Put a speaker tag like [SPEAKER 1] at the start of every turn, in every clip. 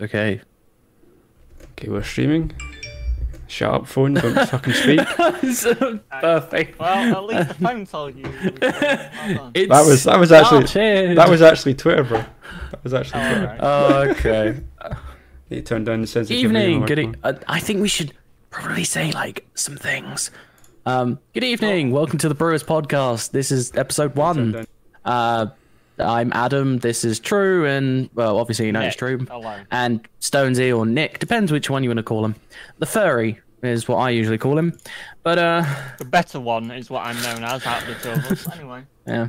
[SPEAKER 1] Okay.
[SPEAKER 2] Okay, we're streaming. Shut up, phone. Don't fucking speak.
[SPEAKER 1] So perfect.
[SPEAKER 3] Well, at least the phone told you. Well done.
[SPEAKER 1] It's
[SPEAKER 2] That was that was actually
[SPEAKER 1] started.
[SPEAKER 2] that was actually Twitter, bro. That was actually
[SPEAKER 3] Oh,
[SPEAKER 2] Twitter.
[SPEAKER 3] alright.
[SPEAKER 1] okay.
[SPEAKER 2] He turned down the sensitivity.
[SPEAKER 1] evening.
[SPEAKER 2] on
[SPEAKER 1] Good.
[SPEAKER 2] my
[SPEAKER 1] E- I I think we should probably say like some things. Um. Good evening. Welcome to the Brewers Podcast. This is episode
[SPEAKER 2] phone.
[SPEAKER 1] one. Uh, I'm Adam. This is True, and well, obviously you know it's
[SPEAKER 3] Nick,
[SPEAKER 1] True.
[SPEAKER 3] hello.
[SPEAKER 1] And Stonesy or Nick depends which one you want to call him. The furry is what I usually call him, but uh,
[SPEAKER 3] The better one is what I'm known as out of the two of us. Anyway,
[SPEAKER 1] yeah.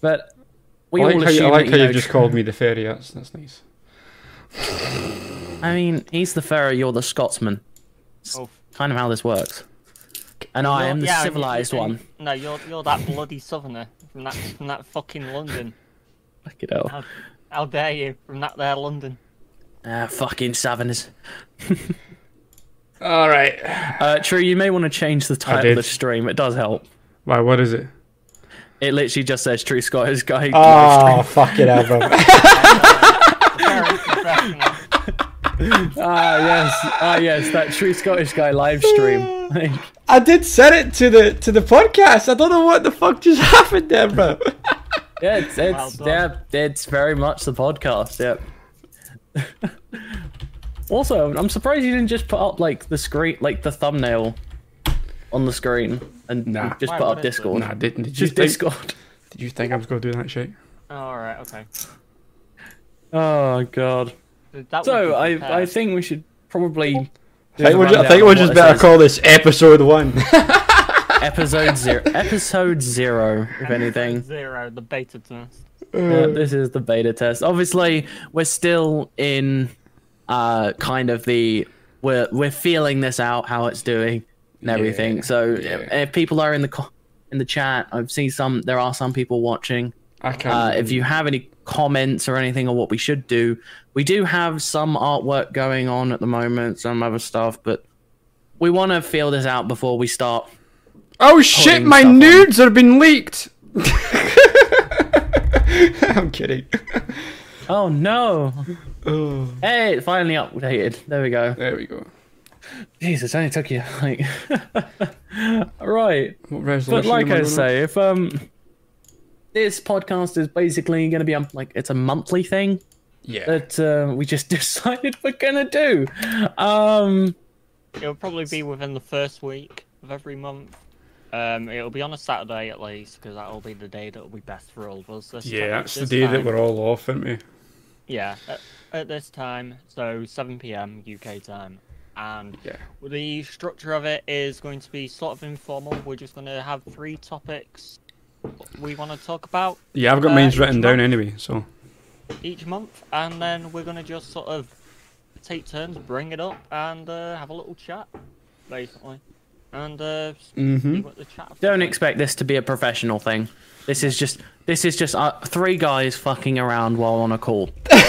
[SPEAKER 1] But we
[SPEAKER 2] I
[SPEAKER 1] all
[SPEAKER 2] like how, you,
[SPEAKER 1] assume
[SPEAKER 2] I like
[SPEAKER 1] that
[SPEAKER 2] how
[SPEAKER 1] you
[SPEAKER 2] you've
[SPEAKER 1] know
[SPEAKER 2] just called me the fairy. That's that's nice.
[SPEAKER 1] I mean, he's the Pharaoh, you're the Scotsman. It's
[SPEAKER 3] Oh.
[SPEAKER 1] kind of how this works. And I
[SPEAKER 3] You're-
[SPEAKER 1] am the
[SPEAKER 3] yeah, and you-
[SPEAKER 1] civilized
[SPEAKER 3] and-
[SPEAKER 1] one.
[SPEAKER 3] No, you're you're that bloody southerner from that from that fucking London.
[SPEAKER 1] Fuck it out.
[SPEAKER 3] How, how dare you from that there London?
[SPEAKER 1] Ah, fucking Savinners.
[SPEAKER 2] All right.
[SPEAKER 1] Uh, true, you may want to change the title of
[SPEAKER 2] did.
[SPEAKER 1] the stream. It does help.
[SPEAKER 2] Why? What is it?
[SPEAKER 1] It literally just says True Scottish Guy.
[SPEAKER 2] Oh, fuck it, out, bro.
[SPEAKER 3] Very professional.
[SPEAKER 1] Ah, yes. Ah, yes. That True Scottish Guy live stream. Like,
[SPEAKER 2] I did send it to the to the podcast. I don't know what the fuck just happened there, bro.
[SPEAKER 1] yeah, it's,
[SPEAKER 3] Well
[SPEAKER 1] it's, yeah,
[SPEAKER 3] done.
[SPEAKER 1] it's very much the podcast. Yep. also, I'm surprised you didn't just put up like the screen, like the thumbnail on the screen, and
[SPEAKER 2] Nah.
[SPEAKER 1] just
[SPEAKER 3] Why
[SPEAKER 1] put
[SPEAKER 3] would
[SPEAKER 1] up
[SPEAKER 3] it?
[SPEAKER 1] Discord.
[SPEAKER 2] Nah, did, did you
[SPEAKER 1] just
[SPEAKER 2] think,
[SPEAKER 1] Discord.
[SPEAKER 2] Did you think I was gonna do that shit?
[SPEAKER 3] All right, okay.
[SPEAKER 1] Oh god.
[SPEAKER 3] That would
[SPEAKER 1] So
[SPEAKER 3] be
[SPEAKER 1] I I
[SPEAKER 3] prepared.
[SPEAKER 1] think we should probably.
[SPEAKER 2] I think we're just, I think we're just better call this episode one.
[SPEAKER 1] episode zero. Episode zero, if anything.
[SPEAKER 3] zero the beta test.
[SPEAKER 1] Yeah, this is the beta test. Obviously, we're still in uh kind of the we're we're feeling this out how it's doing and everything.
[SPEAKER 2] Yeah,
[SPEAKER 1] so
[SPEAKER 2] yeah.
[SPEAKER 1] if people are in the co- in the chat, I've seen some there are some people watching.
[SPEAKER 2] I can't.
[SPEAKER 1] Uh, if you have any comments or anything on what we should do, we do have some artwork going on at the moment, some other stuff, but we want to feel this out before we start.
[SPEAKER 2] oh shit!
[SPEAKER 1] holding
[SPEAKER 2] My
[SPEAKER 1] stuff on.
[SPEAKER 2] nudes have been leaked. I'm kidding.
[SPEAKER 1] Oh no!
[SPEAKER 2] Oh,
[SPEAKER 1] Hey, it finally updated. There we go.
[SPEAKER 2] there we go.
[SPEAKER 1] Jesus, only took you like right.
[SPEAKER 2] What
[SPEAKER 1] But
[SPEAKER 2] resolution?
[SPEAKER 1] like
[SPEAKER 2] am
[SPEAKER 1] I
[SPEAKER 2] gonna-
[SPEAKER 1] say, if um. This podcast is basically going to be um, like it's a monthly thing
[SPEAKER 2] yeah.
[SPEAKER 1] that uh, we just decided we're going to do. Um,
[SPEAKER 3] It'll probably be within the first week of every month. Um, it'll be on a Saturday at least, because that'll be the day that'll be best for all of us. This
[SPEAKER 2] Yeah,
[SPEAKER 3] ti-
[SPEAKER 2] that's the
[SPEAKER 3] this
[SPEAKER 2] day that
[SPEAKER 3] time.
[SPEAKER 2] we're all off, isn't we?
[SPEAKER 3] Yeah, at, at this time, so 7 p.m. UK time, and
[SPEAKER 2] Yeah.
[SPEAKER 3] the structure of it is going to be sort of informal. We're just going to have three topics we want to talk about
[SPEAKER 2] Yeah, I've got
[SPEAKER 3] Uh,
[SPEAKER 2] mine written down
[SPEAKER 3] Trump-
[SPEAKER 2] anyway, so.
[SPEAKER 3] each month, and then we're going to just sort of take turns, bring it up, and uh, have a little chat, basically, and uh, see
[SPEAKER 2] Mm-hmm.
[SPEAKER 3] what the chat.
[SPEAKER 1] don't expect this to be a professional thing. This is just this is just uh, three guys fucking around while on a call. and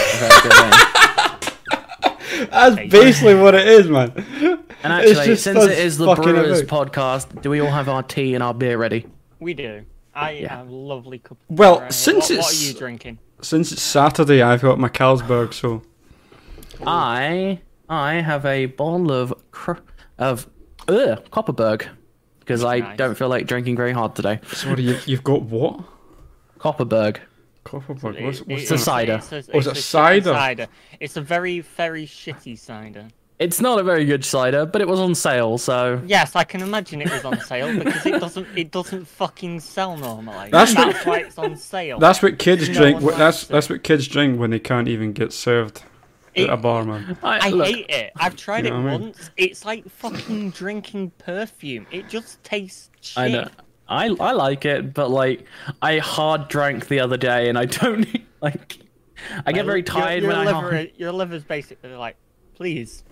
[SPEAKER 2] That's basically what it is, man. It's
[SPEAKER 1] actually,
[SPEAKER 2] just
[SPEAKER 1] since it
[SPEAKER 2] us
[SPEAKER 1] is the
[SPEAKER 2] fucking
[SPEAKER 1] Brewers
[SPEAKER 2] about.
[SPEAKER 1] podcast, do we all have our tea and our beer ready?
[SPEAKER 3] We do. I
[SPEAKER 1] Yeah.
[SPEAKER 3] have a lovely cup. of
[SPEAKER 2] Well,
[SPEAKER 3] Ferrero.
[SPEAKER 2] since
[SPEAKER 3] what, what
[SPEAKER 2] it's-
[SPEAKER 3] are you drinking?
[SPEAKER 2] Since it's Saturday, I've got my Carlsberg, so.
[SPEAKER 1] I I have a bottle of cr- of ugh, Copperberg because I
[SPEAKER 3] Nice.
[SPEAKER 1] don't feel like drinking very hard today.
[SPEAKER 2] Sorry, you, you've got what?
[SPEAKER 1] Copperberg.
[SPEAKER 2] Copperberg. What's,
[SPEAKER 3] It-
[SPEAKER 2] what's
[SPEAKER 1] a
[SPEAKER 2] that?
[SPEAKER 3] it's-
[SPEAKER 1] cider.
[SPEAKER 3] It's a,
[SPEAKER 2] Oh, is
[SPEAKER 3] it's
[SPEAKER 2] it
[SPEAKER 3] a
[SPEAKER 2] cider?
[SPEAKER 3] shitty cider. It's a very, very shitty cider.
[SPEAKER 1] It's not a very good cider, but it was on sale, so
[SPEAKER 3] Yes, I can imagine it was on sale because it doesn't. It doesn't fucking sell normally.
[SPEAKER 2] That's
[SPEAKER 3] That's,
[SPEAKER 2] the-
[SPEAKER 3] why it's on sale.
[SPEAKER 2] That's what kids
[SPEAKER 3] No
[SPEAKER 2] drink.
[SPEAKER 3] one
[SPEAKER 2] what- that's
[SPEAKER 3] likes it.
[SPEAKER 2] that's what kids drink when they can't even get served
[SPEAKER 3] It-
[SPEAKER 2] at a bar, man.
[SPEAKER 3] I
[SPEAKER 1] look,
[SPEAKER 3] hate it. I've tried
[SPEAKER 2] You know
[SPEAKER 3] it
[SPEAKER 2] what I mean?
[SPEAKER 3] once. It's like fucking drinking perfume. It just tastes shit.
[SPEAKER 1] I know. I I like it, but like I hard drank the other day, and I don't e, like. I get very
[SPEAKER 3] Your-
[SPEAKER 1] tired
[SPEAKER 3] your,
[SPEAKER 1] when I.
[SPEAKER 3] liver,
[SPEAKER 1] hard-
[SPEAKER 3] Your liver's basically like, please.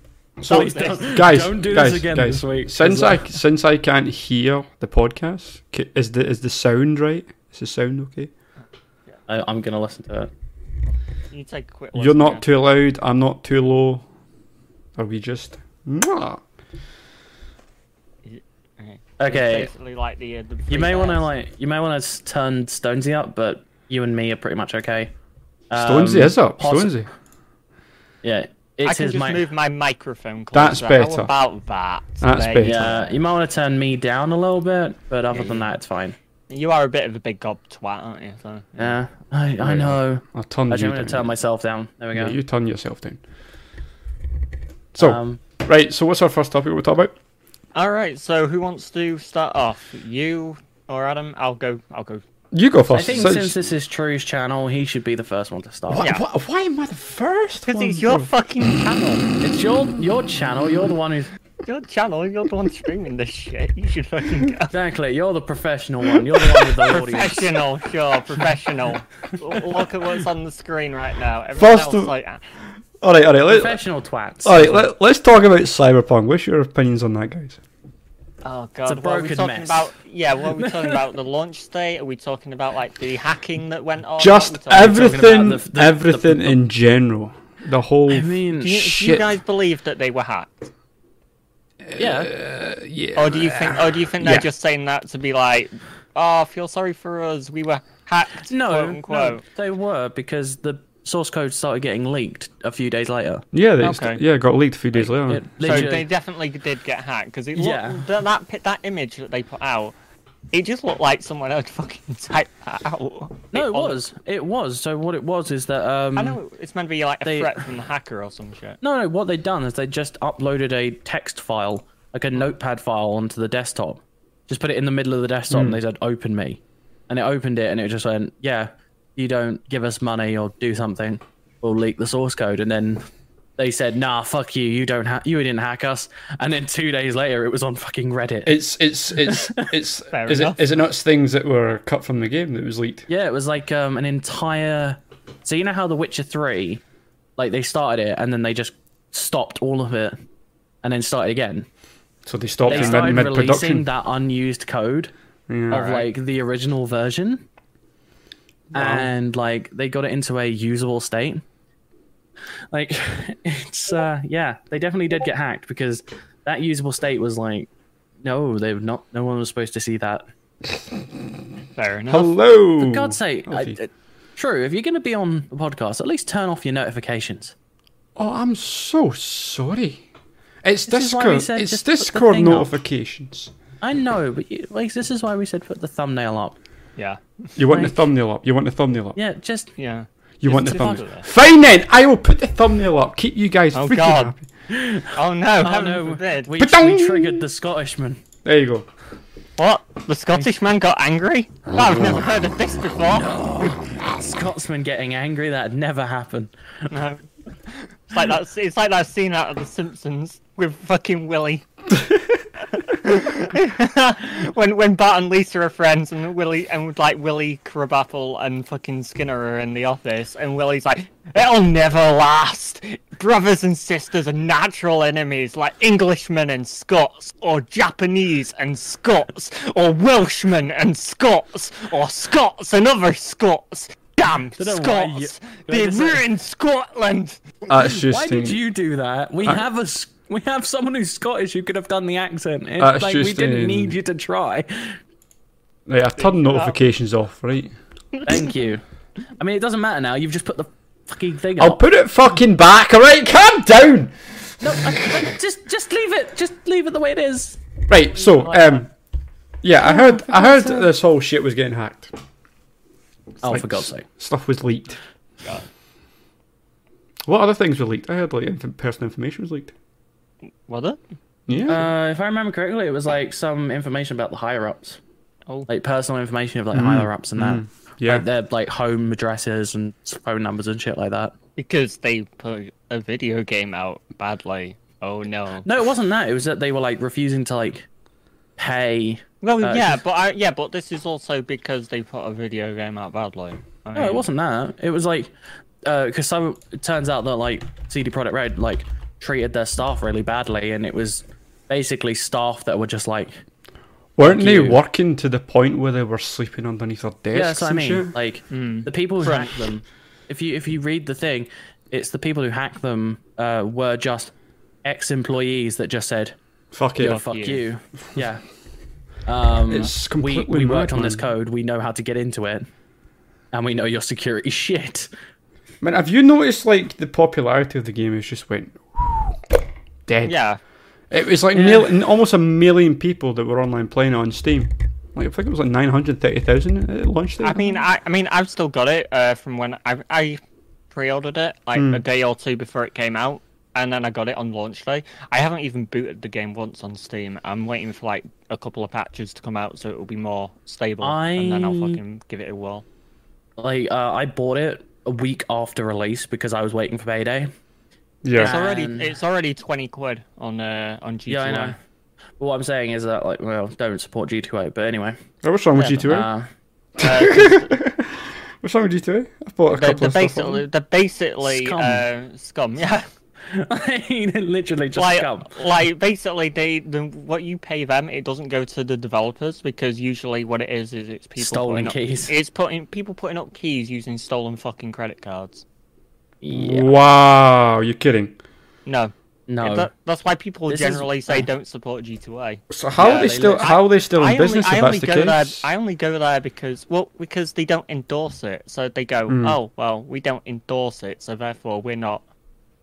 [SPEAKER 2] So,
[SPEAKER 3] Don't do this.
[SPEAKER 2] guys,
[SPEAKER 1] Don't do
[SPEAKER 2] guys,
[SPEAKER 1] this again
[SPEAKER 2] guys,
[SPEAKER 1] this week, 'cause,
[SPEAKER 2] Since I
[SPEAKER 1] uh,
[SPEAKER 2] since I can't hear the podcast, c- is the is the sound right? Is the sound okay?
[SPEAKER 1] I, I'm gonna listen to it.
[SPEAKER 3] You take a quick.
[SPEAKER 2] You're
[SPEAKER 3] listen
[SPEAKER 2] not
[SPEAKER 3] now.
[SPEAKER 2] too loud. I'm not too low. Are we just? Mwah.
[SPEAKER 3] Okay.
[SPEAKER 1] Okay,
[SPEAKER 3] Basically, like the, uh, the
[SPEAKER 1] you may
[SPEAKER 3] three
[SPEAKER 1] want to
[SPEAKER 3] bears.
[SPEAKER 1] like you may want to turn Stonesy up, but you and me are pretty much okay. Um,
[SPEAKER 2] Stonesy is up.
[SPEAKER 1] possi-
[SPEAKER 2] Stonesy.
[SPEAKER 1] Yeah, It's
[SPEAKER 3] I can
[SPEAKER 1] his
[SPEAKER 3] just
[SPEAKER 1] mic.
[SPEAKER 3] move my microphone
[SPEAKER 2] That's
[SPEAKER 3] closer. How
[SPEAKER 2] better.
[SPEAKER 3] about that?
[SPEAKER 2] That's
[SPEAKER 3] There
[SPEAKER 2] better.
[SPEAKER 3] you
[SPEAKER 1] Yeah, you might want to turn me down a little bit, but other than that, it's fine.
[SPEAKER 3] You are a bit of a big gob twat, aren't you? So,
[SPEAKER 1] Yeah, I, I
[SPEAKER 2] Right.
[SPEAKER 1] know.
[SPEAKER 2] I'll turn
[SPEAKER 1] Actually,
[SPEAKER 2] you
[SPEAKER 1] I'm going
[SPEAKER 2] down.
[SPEAKER 1] to turn myself down. There we
[SPEAKER 2] Yeah,
[SPEAKER 1] go.
[SPEAKER 2] you turn yourself down. So
[SPEAKER 1] um,
[SPEAKER 2] right, so what's our first topic we'll talk about?
[SPEAKER 3] All right. So who wants to start off? You or Adam? I'll go. I'll go.
[SPEAKER 2] You go
[SPEAKER 1] I
[SPEAKER 2] first.
[SPEAKER 1] think
[SPEAKER 2] So-
[SPEAKER 1] since this is True's channel, he should be the first one to start.
[SPEAKER 2] Why-
[SPEAKER 3] Yeah.
[SPEAKER 2] why- why am I the first?
[SPEAKER 3] Because
[SPEAKER 2] one,
[SPEAKER 3] it's your
[SPEAKER 2] bro?
[SPEAKER 3] fucking channel.
[SPEAKER 1] It's your your channel. You're the one who's
[SPEAKER 3] Your channel. You're the one streaming this shit. You should fucking go.
[SPEAKER 1] exactly. You're the professional one. You're the one with the audience.
[SPEAKER 3] Professional, sure, professional. L- Look at what's on the screen right now. Everyone
[SPEAKER 2] First
[SPEAKER 3] else,
[SPEAKER 2] of-
[SPEAKER 3] like, ah,
[SPEAKER 2] All right, all right, let,
[SPEAKER 1] Professional twats.
[SPEAKER 2] all right. Oh, Let, let's talk about Cyberpunk. What's your opinions on that, guys?
[SPEAKER 3] oh god,
[SPEAKER 1] a
[SPEAKER 3] what are we
[SPEAKER 1] broken
[SPEAKER 3] talking
[SPEAKER 1] mess.
[SPEAKER 3] about? Yeah, what are we talking about? The launch day? Are we talking about like the hacking that went on?
[SPEAKER 2] Just
[SPEAKER 3] What are we talking-
[SPEAKER 2] everything,
[SPEAKER 1] the- the-
[SPEAKER 2] everything
[SPEAKER 1] the-
[SPEAKER 2] in general. The whole.
[SPEAKER 1] I mean,
[SPEAKER 3] Do you, do you
[SPEAKER 2] Shit.
[SPEAKER 3] guys believe that they were hacked,
[SPEAKER 1] yeah.
[SPEAKER 2] yeah.
[SPEAKER 3] or do you think, or do you think they're
[SPEAKER 2] Yeah.
[SPEAKER 3] just saying that to be like, oh, feel sorry for us, we were hacked? quote
[SPEAKER 1] No, no,
[SPEAKER 3] unquote.
[SPEAKER 1] they were because the source code started getting leaked a few days later.
[SPEAKER 2] Yeah, they
[SPEAKER 3] Okay.
[SPEAKER 2] yeah, it got leaked a few days later.
[SPEAKER 1] It
[SPEAKER 3] So
[SPEAKER 1] literally-
[SPEAKER 3] they definitely did get hacked because it
[SPEAKER 1] Yeah.
[SPEAKER 3] looked, that, that pi- that image that they put out, it just looked like someone had fucking typed that out.
[SPEAKER 1] no, it
[SPEAKER 3] on-
[SPEAKER 1] was. It was. So what it was is that um,
[SPEAKER 3] I know it's meant to be like a
[SPEAKER 1] They-
[SPEAKER 3] threat from the hacker or some shit.
[SPEAKER 1] No, no. What they'd done is they just uploaded a text file, like a notepad file, onto the desktop. Just put it in the middle of the desktop, and they said, "Open me," and it opened it, and it just went, "Yeah, you don't give us money or do something, we'll leak the source code." And then they said, "Nah, fuck you. You don't. Ha- you didn't hack us." And then two days later, it was on fucking Reddit.
[SPEAKER 2] It's it's it's it's
[SPEAKER 3] Fair
[SPEAKER 2] is
[SPEAKER 3] enough.
[SPEAKER 2] it is it not things that were cut from the game that was leaked?
[SPEAKER 1] Yeah, it was like um, an entire. So you know how The Witcher Three, like they started it and then they just stopped all of it, and then started again.
[SPEAKER 2] So they stopped
[SPEAKER 1] They
[SPEAKER 2] in
[SPEAKER 1] started
[SPEAKER 2] mid, mid
[SPEAKER 1] releasing
[SPEAKER 2] production.
[SPEAKER 1] that unused code of like the original version, and like they got it into a usable state. Like, it's uh, yeah, they definitely did get hacked because that usable state was like, no, they've not. No one was supposed to see that.
[SPEAKER 3] Fair enough.
[SPEAKER 2] Hello.
[SPEAKER 1] For God's sake, I,
[SPEAKER 2] Alfie.
[SPEAKER 1] uh, true. If you're going to be on the podcast, at least turn off your notifications.
[SPEAKER 2] Oh, I'm so sorry. It's
[SPEAKER 1] This is why we
[SPEAKER 2] Discord.
[SPEAKER 1] said
[SPEAKER 2] It's
[SPEAKER 1] just put the
[SPEAKER 2] Discord
[SPEAKER 1] thing up.
[SPEAKER 2] notifications.
[SPEAKER 1] I know, but you, like this is why we said put the thumbnail up.
[SPEAKER 3] Yeah,
[SPEAKER 2] You want the
[SPEAKER 1] Like-
[SPEAKER 2] thumbnail up. You want the thumbnail up.
[SPEAKER 1] Yeah, just
[SPEAKER 3] yeah.
[SPEAKER 2] You want the
[SPEAKER 3] It's
[SPEAKER 2] thumbnail.
[SPEAKER 3] Discord.
[SPEAKER 2] Fine then, I will put the thumbnail up. Keep you guys
[SPEAKER 3] Oh
[SPEAKER 2] freaking
[SPEAKER 3] God.
[SPEAKER 2] happy.
[SPEAKER 3] Oh no,
[SPEAKER 1] oh
[SPEAKER 3] heaven
[SPEAKER 1] no,
[SPEAKER 3] forbid.
[SPEAKER 1] we,
[SPEAKER 2] Ba-dong!
[SPEAKER 1] we triggered the Scottishman.
[SPEAKER 2] There you go.
[SPEAKER 3] What? The Scottish man got angry? Well, I've never heard of this before. No.
[SPEAKER 1] Scotsman getting angry that had never happened.
[SPEAKER 3] It's like that. It's like that scene out of The Simpsons with fucking Willy. when when Bart and Lisa are friends, and Willy and like Willy Crabapple and fucking Skinner are in the office, and Willy's like, "It'll never last. Brothers and sisters are natural enemies, like Englishmen and Scots, or Japanese and Scots, or Welshmen and Scots, or Scots and other Scots." Damn
[SPEAKER 1] Don't know why you-
[SPEAKER 3] Scots!
[SPEAKER 1] I
[SPEAKER 3] They
[SPEAKER 1] just said-
[SPEAKER 3] ruined Scotland.
[SPEAKER 2] That's just
[SPEAKER 1] Why did
[SPEAKER 2] in-
[SPEAKER 1] you do that? We have a s- we have someone who's Scottish who could have done the accent. It,
[SPEAKER 2] That's
[SPEAKER 1] like we
[SPEAKER 2] just
[SPEAKER 1] didn't
[SPEAKER 2] in-
[SPEAKER 1] need you to try.
[SPEAKER 2] Right, I turned notifications off, right?
[SPEAKER 1] Thank you. I mean, it doesn't matter now. You've just put the fucking thing
[SPEAKER 2] I'll
[SPEAKER 1] up.
[SPEAKER 2] put it fucking back, alright? Calm down!
[SPEAKER 1] No, I- I- just just leave it. Just leave it the way it is.
[SPEAKER 2] Right, so um Yeah, I heard I heard this whole shit was getting hacked.
[SPEAKER 1] Oh,
[SPEAKER 2] Like,
[SPEAKER 1] for God's sake.
[SPEAKER 2] Stuff was leaked. What other things were leaked? I heard like inf- personal information was leaked.
[SPEAKER 3] Was it?
[SPEAKER 2] Yeah.
[SPEAKER 1] Uh, if I remember correctly, it was like some information about the higher ups.
[SPEAKER 3] Oh.
[SPEAKER 1] Like personal information of like higher ups and that.
[SPEAKER 2] yeah.
[SPEAKER 1] Like their like home addresses and phone numbers and shit like that.
[SPEAKER 3] Because they put a video game out badly. Oh no.
[SPEAKER 1] No, it wasn't that. It was that they were like refusing to like pay.
[SPEAKER 3] Well,
[SPEAKER 1] Uh,
[SPEAKER 3] yeah, but I, yeah, but this is also because they put a video game out badly. I
[SPEAKER 1] No, it
[SPEAKER 3] mean,
[SPEAKER 1] wasn't that. It was like because some it turns out that like CD Product Red like treated their staff really badly, and it was basically staff that were just like
[SPEAKER 2] Weren't they
[SPEAKER 1] you.
[SPEAKER 2] working to the point where they were sleeping underneath their
[SPEAKER 1] yeah,
[SPEAKER 2] desks
[SPEAKER 1] that's what I
[SPEAKER 2] and
[SPEAKER 1] mean.
[SPEAKER 2] shit? Hmm.
[SPEAKER 1] Like the people who
[SPEAKER 3] Right.
[SPEAKER 1] hacked them. If you if you read the thing, it's the people who hacked them uh, were just ex employees that just said,
[SPEAKER 2] Fuck
[SPEAKER 1] "Yo,
[SPEAKER 2] it.
[SPEAKER 1] fuck
[SPEAKER 3] you."
[SPEAKER 1] you." Yeah. Um,
[SPEAKER 2] It's
[SPEAKER 1] we
[SPEAKER 2] completely
[SPEAKER 1] we worked
[SPEAKER 2] mad,
[SPEAKER 1] on this
[SPEAKER 2] man.
[SPEAKER 1] code. We know how to get into it, and we know your security shit.
[SPEAKER 2] Man, have you noticed like the popularity of the game has just went dead?
[SPEAKER 3] Yeah.
[SPEAKER 2] It was like nearly almost a million people that were online playing on Steam. Like I think it was like nine hundred thirty thousand at launch. day.
[SPEAKER 3] I mean, I, I mean, I've still got it uh, from when I, I pre-ordered it like
[SPEAKER 1] Hmm.
[SPEAKER 3] a day or two before it came out, and then I got it on launch day. I haven't even booted the game once on Steam. I'm waiting for like a couple of patches to come out so it will be more stable, and then I'll
[SPEAKER 1] I-
[SPEAKER 3] fucking give it a whirl.
[SPEAKER 1] Like uh, I bought it a week after release because I was waiting for payday.
[SPEAKER 3] It's
[SPEAKER 2] yeah,
[SPEAKER 3] already
[SPEAKER 1] And-
[SPEAKER 3] it's already twenty quid on uh, on GTA.
[SPEAKER 1] Yeah, I know. But what I'm saying is that like, well, don't support G2A. But anyway,
[SPEAKER 2] what's wrong with G two A?
[SPEAKER 1] uh,
[SPEAKER 3] Uh,
[SPEAKER 2] What's wrong with G two A? I bought a
[SPEAKER 3] they're,
[SPEAKER 2] couple
[SPEAKER 3] they're
[SPEAKER 2] of stuff. on
[SPEAKER 3] basically they're basically
[SPEAKER 1] Scum.
[SPEAKER 3] Uh, scum. Yeah.
[SPEAKER 1] literally just
[SPEAKER 3] like,
[SPEAKER 1] scum.
[SPEAKER 3] like basically they the, what you pay them it doesn't go to the developers because usually what it is is it's people
[SPEAKER 1] Stolen
[SPEAKER 3] putting up-
[SPEAKER 1] keys.
[SPEAKER 3] it's putting people putting up keys using stolen fucking credit cards
[SPEAKER 2] it.
[SPEAKER 1] Yeah,
[SPEAKER 2] Wow, you're kidding.
[SPEAKER 3] no
[SPEAKER 1] no.
[SPEAKER 3] That- that's why people
[SPEAKER 1] This is-
[SPEAKER 3] generally say don't support g2a
[SPEAKER 2] So how
[SPEAKER 1] Yeah,
[SPEAKER 2] are they,
[SPEAKER 1] they
[SPEAKER 2] still
[SPEAKER 1] look-
[SPEAKER 2] how are they still in
[SPEAKER 3] I only,
[SPEAKER 2] business
[SPEAKER 3] I
[SPEAKER 2] if
[SPEAKER 3] only
[SPEAKER 2] that's the
[SPEAKER 3] go there.
[SPEAKER 2] case?
[SPEAKER 3] I only go there because well, because they don't endorse it. So they go,
[SPEAKER 1] Hmm.
[SPEAKER 3] oh well, we don't endorse it, so therefore we're not.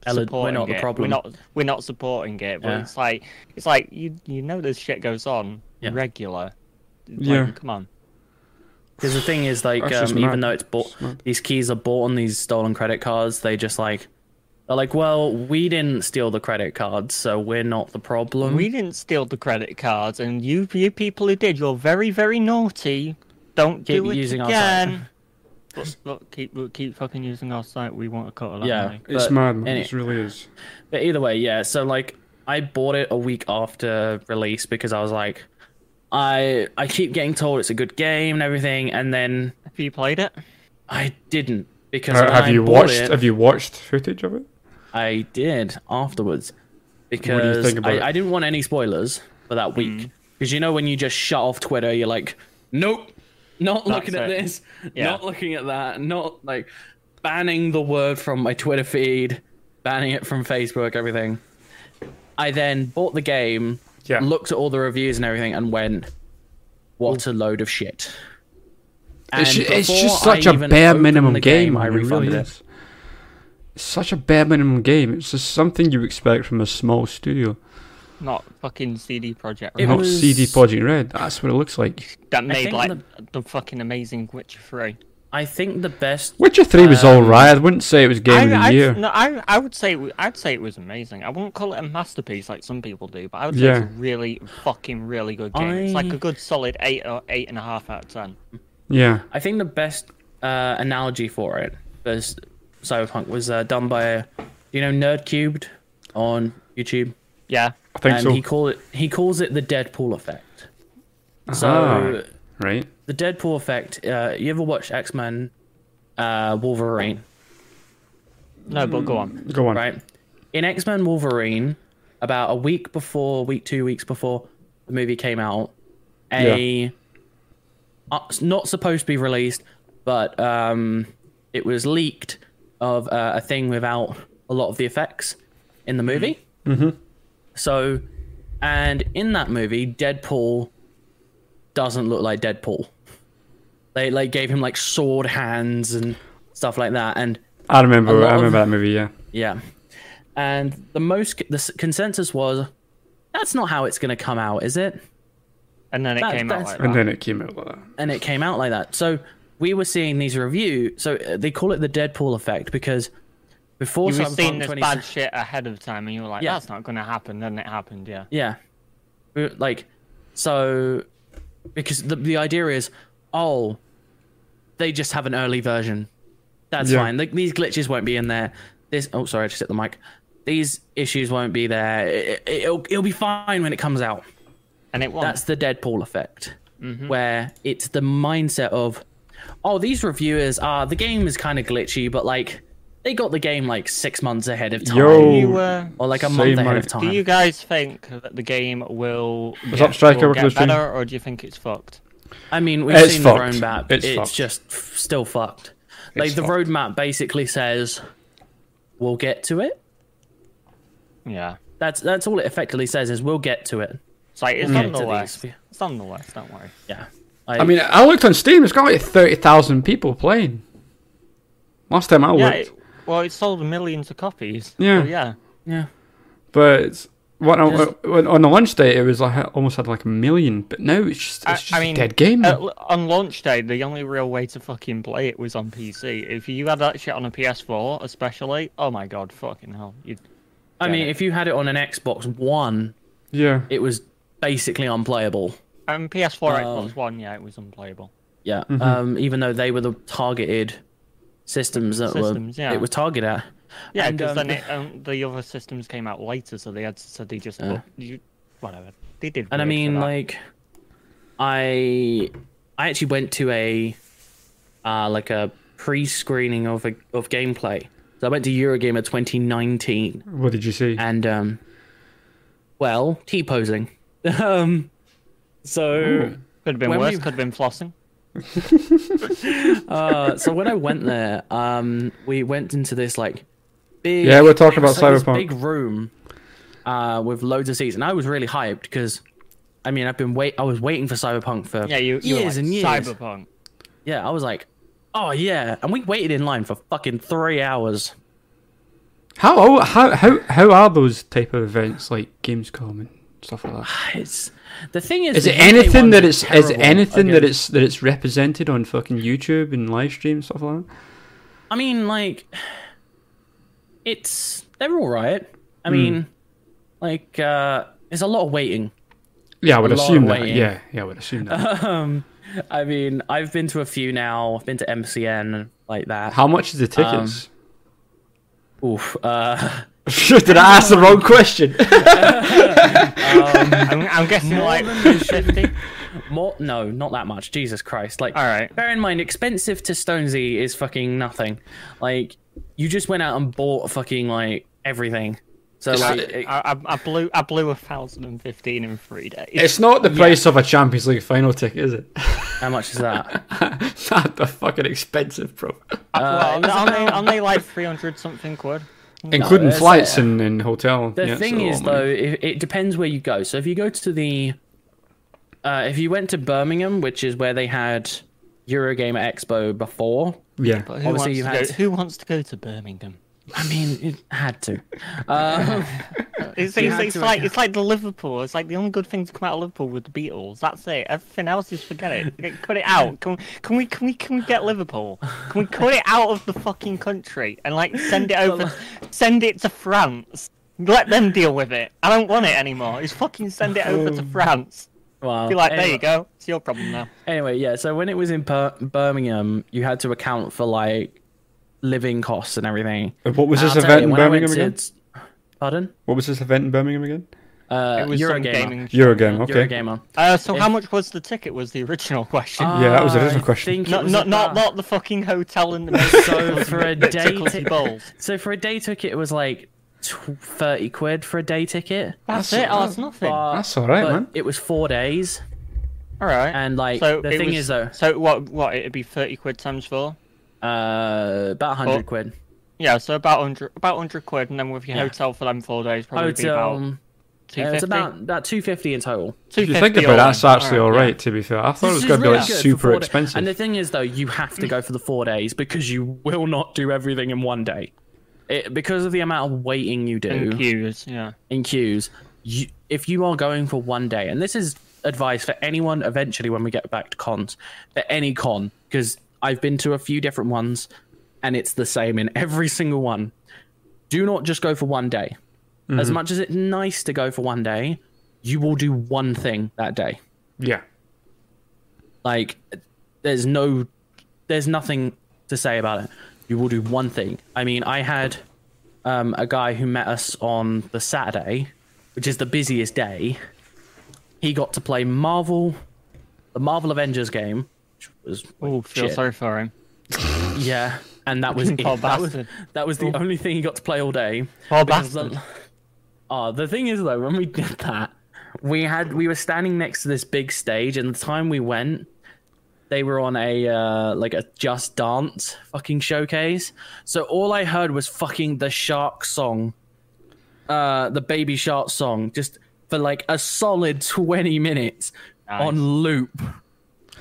[SPEAKER 1] Ellen, we're
[SPEAKER 3] supporting
[SPEAKER 1] not the
[SPEAKER 3] it. We're
[SPEAKER 1] problem."
[SPEAKER 3] not. We're not supporting it. But
[SPEAKER 1] Yeah.
[SPEAKER 3] it's like it's like you you know this shit goes on
[SPEAKER 1] Yeah.
[SPEAKER 3] regular. Like,
[SPEAKER 2] Yeah.
[SPEAKER 3] Come on.
[SPEAKER 1] Because the thing is, like,
[SPEAKER 2] That's just
[SPEAKER 1] um, even
[SPEAKER 2] mad.
[SPEAKER 1] though it's bought,
[SPEAKER 2] It's mad.
[SPEAKER 1] these keys are bought on these stolen credit cards. They just like, they're like, well, we didn't steal the credit cards, so we're not the problem.
[SPEAKER 3] We didn't steal the credit cards, and you you people who did, you're very very naughty. Don't
[SPEAKER 1] Keep
[SPEAKER 3] do it
[SPEAKER 1] using our site.
[SPEAKER 3] again. Look, look, keep look, keep fucking using our site. We want a cut of that
[SPEAKER 1] Yeah.
[SPEAKER 3] money.
[SPEAKER 2] it's
[SPEAKER 1] but
[SPEAKER 2] mad, man.
[SPEAKER 1] any-
[SPEAKER 2] It really is.
[SPEAKER 1] But either way, yeah. So like, I bought it a week after release because I was like, I I keep getting told it's a good game and everything, and then
[SPEAKER 3] Have you played it?
[SPEAKER 1] I didn't because
[SPEAKER 2] Ha-
[SPEAKER 1] when
[SPEAKER 2] have
[SPEAKER 1] I
[SPEAKER 2] you
[SPEAKER 1] bought
[SPEAKER 2] watched
[SPEAKER 1] It,
[SPEAKER 2] Have you watched footage of it?
[SPEAKER 1] I did afterwards
[SPEAKER 2] you
[SPEAKER 1] because
[SPEAKER 2] think about
[SPEAKER 1] I,
[SPEAKER 2] it? Mm.
[SPEAKER 1] I didn't want any spoilers for that week. Because you know when you just shut off Twitter, you're like, nope, not looking at
[SPEAKER 3] it.
[SPEAKER 1] this,
[SPEAKER 3] Yeah.
[SPEAKER 1] not looking at that, not like banning the word from my Twitter feed, banning it from Facebook, everything. I then bought the game,
[SPEAKER 2] Yeah.
[SPEAKER 1] looked at all the reviews and everything, and went, what a load of shit.
[SPEAKER 2] It's,
[SPEAKER 1] And
[SPEAKER 2] ju- it's
[SPEAKER 1] before
[SPEAKER 2] just such
[SPEAKER 1] I
[SPEAKER 2] a
[SPEAKER 1] even
[SPEAKER 2] bare
[SPEAKER 1] opened
[SPEAKER 2] minimum
[SPEAKER 1] the
[SPEAKER 2] game.
[SPEAKER 1] I
[SPEAKER 2] man, it really
[SPEAKER 1] refunded it.
[SPEAKER 2] is. It's such a bare minimum game. It's just something you expect from a small studio.
[SPEAKER 3] Not fucking CD Project.
[SPEAKER 1] It
[SPEAKER 2] not
[SPEAKER 1] was-
[SPEAKER 2] CD Projekt Red. That's what it looks like.
[SPEAKER 3] that made
[SPEAKER 1] think
[SPEAKER 3] like
[SPEAKER 1] the-
[SPEAKER 3] the... fucking amazing Witcher Three.
[SPEAKER 1] I think the best
[SPEAKER 2] Witcher Three was all right. I wouldn't say it was game of
[SPEAKER 3] Um,
[SPEAKER 2] the
[SPEAKER 3] I, I'd-
[SPEAKER 2] year.
[SPEAKER 3] no, I, I would say I'd say it was amazing. I wouldn't call it a masterpiece like some people do, but I would say it's a
[SPEAKER 2] Yeah.
[SPEAKER 3] really fucking really good game. It's like
[SPEAKER 1] I-
[SPEAKER 3] a good solid eight or eight and a half out of ten.
[SPEAKER 2] Yeah,
[SPEAKER 1] I think the best uh, analogy for it was Cyberpunk was uh, done by, you know, Nerd Cubed on YouTube,
[SPEAKER 3] Yeah,
[SPEAKER 2] I think
[SPEAKER 1] and
[SPEAKER 2] so.
[SPEAKER 1] he called it he calls it the Deadpool effect. So
[SPEAKER 2] Ah. Right?
[SPEAKER 1] the Deadpool effect. Uh, you ever watched X Men, uh, Wolverine?
[SPEAKER 3] no, but go on.
[SPEAKER 2] Go on.
[SPEAKER 1] Right. In X Men Wolverine, about a week before, week two weeks before the movie came out, a uh, it's not supposed to be released, but um, it was leaked of uh, a thing without a lot of the effects in the movie. Mm-hmm. So, and in that movie, Deadpool doesn't look like Deadpool. They like gave him like sword hands and stuff like that, and
[SPEAKER 2] I remember.
[SPEAKER 1] lot
[SPEAKER 2] I remember
[SPEAKER 1] of-
[SPEAKER 2] that movie. Yeah.
[SPEAKER 1] yeah. And the most the s- consensus was that's not how it's going to come out, is it?
[SPEAKER 3] And then it
[SPEAKER 1] That-
[SPEAKER 3] came out
[SPEAKER 1] that's-
[SPEAKER 3] like
[SPEAKER 2] And
[SPEAKER 3] that.
[SPEAKER 2] then it came out like that.
[SPEAKER 1] And it came out like that. So we were seeing these reviews. So uh, they call it the Deadpool effect because before
[SPEAKER 3] You were
[SPEAKER 1] Cyberpunk
[SPEAKER 3] seeing this
[SPEAKER 1] 20
[SPEAKER 3] bad shit ahead of time, and you were like,
[SPEAKER 1] Yeah.
[SPEAKER 3] "That's not going to happen." Then it happened. Yeah.
[SPEAKER 1] Yeah. We were- Like, so, because the, the idea is, oh, they just have an early version. That's
[SPEAKER 2] Yeah.
[SPEAKER 1] fine. Like, these glitches won't be in there. This, oh, sorry, I just hit the mic. These issues won't be there. It, it- it'll, it'll be fine when it comes out.
[SPEAKER 3] And it won.
[SPEAKER 1] That's the Deadpool effect, where it's the mindset of, oh, these reviewers are, the game is kind of glitchy, but like, they got the game like six months ahead of time.
[SPEAKER 2] Yo.
[SPEAKER 3] Do you, uh,
[SPEAKER 1] Or like a
[SPEAKER 2] Say
[SPEAKER 1] month ahead
[SPEAKER 2] my-
[SPEAKER 1] of time.
[SPEAKER 3] do you guys think that the game will
[SPEAKER 2] What's up, Striker?
[SPEAKER 3] will
[SPEAKER 2] Welcome to
[SPEAKER 3] get
[SPEAKER 2] the stream.
[SPEAKER 3] better, or do you think it's fucked?
[SPEAKER 1] I mean, we've
[SPEAKER 2] It's
[SPEAKER 1] seen the
[SPEAKER 2] fucked.
[SPEAKER 1] roadmap.
[SPEAKER 2] It's
[SPEAKER 1] It's,
[SPEAKER 2] fucked.
[SPEAKER 1] just f- still fucked. Like
[SPEAKER 2] It's
[SPEAKER 1] the
[SPEAKER 2] fucked.
[SPEAKER 1] roadmap basically says, "We'll get to it."
[SPEAKER 3] Yeah.
[SPEAKER 1] That's that's all it effectively says is, "We'll get to it."
[SPEAKER 3] It's like
[SPEAKER 2] Mm.
[SPEAKER 3] it's
[SPEAKER 1] We'll
[SPEAKER 3] on
[SPEAKER 1] get
[SPEAKER 3] the
[SPEAKER 1] to
[SPEAKER 3] list.
[SPEAKER 1] these.
[SPEAKER 3] It's on the list. Don't worry.
[SPEAKER 1] Yeah.
[SPEAKER 2] I mean, I looked on Steam. It's got like thirty thousand people playing. Last time I
[SPEAKER 3] Yeah,
[SPEAKER 2] looked.
[SPEAKER 3] it, Well, it sold millions of copies.
[SPEAKER 2] Yeah.
[SPEAKER 3] So, yeah.
[SPEAKER 1] Yeah.
[SPEAKER 2] But it's, when I,
[SPEAKER 1] There's-
[SPEAKER 2] when, on the launch day, it was like I almost had like a million, but now it's just, it's
[SPEAKER 3] I-
[SPEAKER 2] just
[SPEAKER 3] I
[SPEAKER 2] a
[SPEAKER 3] mean,
[SPEAKER 2] dead game.
[SPEAKER 3] At, on launch day, the only real way to fucking play it was on PC. If you had that shit on a PS4, especially, oh my god, fucking hell, you'd
[SPEAKER 1] I
[SPEAKER 3] Got
[SPEAKER 1] mean,
[SPEAKER 3] it.
[SPEAKER 1] if you had it on an Xbox One,
[SPEAKER 2] yeah,
[SPEAKER 1] it was basically unplayable.
[SPEAKER 3] And PS4,
[SPEAKER 1] Um,
[SPEAKER 3] Xbox One, yeah, it was unplayable.
[SPEAKER 1] Yeah.
[SPEAKER 3] Mm-hmm.
[SPEAKER 1] Um, even though they were the targeted systems that
[SPEAKER 3] Systems,
[SPEAKER 1] were
[SPEAKER 3] yeah.
[SPEAKER 1] it was targeted at.
[SPEAKER 3] Yeah,
[SPEAKER 1] And,
[SPEAKER 3] because
[SPEAKER 1] um,
[SPEAKER 3] then it, um, the other systems came out later, so they had so they just
[SPEAKER 1] Yeah.
[SPEAKER 3] you, whatever they did.
[SPEAKER 1] Uh. and I
[SPEAKER 3] weird for
[SPEAKER 1] mean
[SPEAKER 3] that.
[SPEAKER 1] like I I actually went to a uh, like a pre-screening of a, of gameplay. So I went to Eurogamer 2019
[SPEAKER 3] Hmm.
[SPEAKER 2] what did you see?
[SPEAKER 3] Uh,
[SPEAKER 1] and um well, T-posing. um so
[SPEAKER 3] could have been
[SPEAKER 1] when
[SPEAKER 3] worse.
[SPEAKER 1] we-
[SPEAKER 3] Could have been flossing.
[SPEAKER 1] uh, so when I went there, um, we went into this like big.
[SPEAKER 2] Yeah, we're talking
[SPEAKER 1] it's
[SPEAKER 2] about
[SPEAKER 1] like this
[SPEAKER 2] Cyberpunk.
[SPEAKER 1] Big room uh, with loads of seats, and I was really hyped because, I mean, I've been wait. I was waiting for Cyberpunk for
[SPEAKER 3] Yeah, you, you were
[SPEAKER 1] years
[SPEAKER 3] like,
[SPEAKER 1] and years.
[SPEAKER 3] Cyberpunk.
[SPEAKER 1] Yeah, I was like, oh yeah, and we waited in line for fucking three hours.
[SPEAKER 2] How, oh, how how how are those type of events like Gamescom and stuff like that?
[SPEAKER 1] It's the thing is,
[SPEAKER 2] Is
[SPEAKER 1] the
[SPEAKER 2] it
[SPEAKER 1] UK
[SPEAKER 2] anything
[SPEAKER 1] ones
[SPEAKER 2] that
[SPEAKER 1] are
[SPEAKER 2] it's is it
[SPEAKER 1] terrible
[SPEAKER 2] anything that
[SPEAKER 1] against-
[SPEAKER 2] it's that it's represented on fucking YouTube and live stream stuff like that?
[SPEAKER 1] I mean, like, it's they're all right.
[SPEAKER 2] Hmm.
[SPEAKER 1] I mean, like, uh, there's a lot of waiting.
[SPEAKER 2] Yeah, I would
[SPEAKER 1] A lot
[SPEAKER 2] assume
[SPEAKER 1] of
[SPEAKER 2] that.
[SPEAKER 1] waiting.
[SPEAKER 2] Yeah, yeah, I would assume that.
[SPEAKER 1] I mean, I've been to a few now. I've been to MCN like that.
[SPEAKER 2] How much is the tickets?
[SPEAKER 1] Oof. Uh,
[SPEAKER 2] Did I ask the wrong question?
[SPEAKER 3] I'm, I'm guessing like fifty.
[SPEAKER 1] more? No, not that much. Jesus Christ! Like,
[SPEAKER 3] All right.
[SPEAKER 1] Bear in mind, expensive to Stonesy is fucking nothing. Like, you just went out and bought fucking like everything. So like,
[SPEAKER 2] I-
[SPEAKER 1] it-
[SPEAKER 3] I, I, I blew I blew a thousand and fifteen in three days.
[SPEAKER 2] it's not the price of a Champions League final ticket, is it?
[SPEAKER 1] how much is that?
[SPEAKER 2] not the fucking expensive, bro.
[SPEAKER 1] Uh,
[SPEAKER 3] well, only, only like three hundred something quid.
[SPEAKER 2] Including
[SPEAKER 1] it's- uh,
[SPEAKER 2] flights and, and hotel.
[SPEAKER 1] The
[SPEAKER 2] yeah, it's
[SPEAKER 1] thing
[SPEAKER 2] a lot
[SPEAKER 1] is,
[SPEAKER 2] of money.
[SPEAKER 1] though, it, it depends where you go. So if you go to the, uh, if you went to Birmingham, which is where they had Eurogamer Expo before,
[SPEAKER 2] yeah,
[SPEAKER 3] But who
[SPEAKER 1] Obviously,
[SPEAKER 3] wants
[SPEAKER 1] you
[SPEAKER 3] to
[SPEAKER 1] had
[SPEAKER 3] go?
[SPEAKER 1] to-
[SPEAKER 3] Who wants to go to Birmingham?
[SPEAKER 1] I mean, it had to. Um,
[SPEAKER 3] It's,
[SPEAKER 1] You
[SPEAKER 3] it's,
[SPEAKER 1] had
[SPEAKER 3] it's
[SPEAKER 1] to-
[SPEAKER 3] like it's like the Liverpool. It's like the only good thing to come out of Liverpool with the Beatles. That's it. Everything else is forget it. Get- Cut it out. Can, can we can we can we get Liverpool? Can we cut it out of the fucking country and like send it over? send it to France. Let them deal with it. I don't want it anymore. Just fucking send it over to France.
[SPEAKER 1] well,
[SPEAKER 3] Be like, there you
[SPEAKER 1] anyway-
[SPEAKER 3] go. It's your problem now.
[SPEAKER 1] Anyway, yeah. So when it was in per- Birmingham, you had to account for like living costs and everything.
[SPEAKER 2] And Uh, what was
[SPEAKER 1] And
[SPEAKER 2] this
[SPEAKER 1] I'll tell
[SPEAKER 2] event in
[SPEAKER 1] when I went
[SPEAKER 2] Birmingham
[SPEAKER 1] to-
[SPEAKER 2] again?
[SPEAKER 1] Pardon?
[SPEAKER 2] What was this event in Birmingham again?
[SPEAKER 1] Uh,
[SPEAKER 3] It was some
[SPEAKER 1] Eurogamer.
[SPEAKER 3] gaming.
[SPEAKER 2] Eurogame, okay.
[SPEAKER 1] Eurogamer.
[SPEAKER 3] Uh, so how
[SPEAKER 1] If-
[SPEAKER 3] much was the ticket? Was the original question?
[SPEAKER 2] Yeah, that was the
[SPEAKER 1] Uh,
[SPEAKER 2] original
[SPEAKER 1] I
[SPEAKER 2] question.
[SPEAKER 1] think it
[SPEAKER 3] not
[SPEAKER 1] was
[SPEAKER 3] not not,
[SPEAKER 1] about-
[SPEAKER 3] not the fucking hotel in the
[SPEAKER 1] So for a day
[SPEAKER 3] Tickly
[SPEAKER 1] ticket,
[SPEAKER 3] balls.
[SPEAKER 1] so for a day ticket, it was like tw- thirty quid for a day ticket.
[SPEAKER 3] That's,
[SPEAKER 2] That's-
[SPEAKER 3] it. Oh, that's nothing.
[SPEAKER 1] But-
[SPEAKER 2] That's all right,
[SPEAKER 1] but
[SPEAKER 2] man.
[SPEAKER 1] It was four days,
[SPEAKER 3] All right.
[SPEAKER 1] and like
[SPEAKER 3] so
[SPEAKER 1] the
[SPEAKER 3] it
[SPEAKER 1] thing
[SPEAKER 3] was-
[SPEAKER 1] is though,
[SPEAKER 3] So what? What? It'd be thirty quid times four.
[SPEAKER 1] uh, about hundred
[SPEAKER 3] Oh.
[SPEAKER 1] quid.
[SPEAKER 3] Yeah. So about hundred, about hundred quid, and then with your
[SPEAKER 1] Yeah.
[SPEAKER 3] hotel for them four days, probably be
[SPEAKER 1] Hotel,
[SPEAKER 3] about
[SPEAKER 1] um,
[SPEAKER 3] two
[SPEAKER 1] yeah, it's
[SPEAKER 3] fifty.
[SPEAKER 1] about about two fifty in total.
[SPEAKER 3] two
[SPEAKER 2] If you
[SPEAKER 3] fifty.
[SPEAKER 2] think about it, that's actually all right,
[SPEAKER 3] Yeah.
[SPEAKER 2] to be fair. I thought it
[SPEAKER 1] This
[SPEAKER 2] was
[SPEAKER 1] is
[SPEAKER 2] going to be
[SPEAKER 1] really
[SPEAKER 2] like
[SPEAKER 1] good for
[SPEAKER 2] super
[SPEAKER 1] four da-
[SPEAKER 2] expensive.
[SPEAKER 1] And the thing is, though, you have to go for the four days because you will not do everything in one day. It, because of the amount of waiting you do
[SPEAKER 3] And queues. Yeah.
[SPEAKER 1] in queues, you, if you are going for one day, and this is advice for anyone eventually when we get back to cons, for any con, because I've been to a few different ones and it's the same in every single one. Do not just go for one day.
[SPEAKER 2] Mm-hmm.
[SPEAKER 1] As much as it's nice to go for one day, you will do one thing that day
[SPEAKER 2] yeah.
[SPEAKER 1] like there's no there's nothing to say about it you will do one thing i mean i had um, a guy who met us on the saturday which is the busiest day he got to play marvel the marvel avengers game which was
[SPEAKER 3] Oh, feel
[SPEAKER 1] shit.
[SPEAKER 3] sorry for him.
[SPEAKER 1] yeah and that was it.
[SPEAKER 3] Poor
[SPEAKER 1] That, was,
[SPEAKER 3] bastard.
[SPEAKER 1] that was the only thing he got to play all day
[SPEAKER 3] Poor
[SPEAKER 1] because
[SPEAKER 3] bastard.
[SPEAKER 1] The, oh, the thing is though, when we did that, we had we were standing next to this big stage, and the time we went, they were on a uh, like a Just Dance fucking showcase. So all I heard was fucking the shark song, uh, the baby shark song, just for like a solid twenty minutes on loop.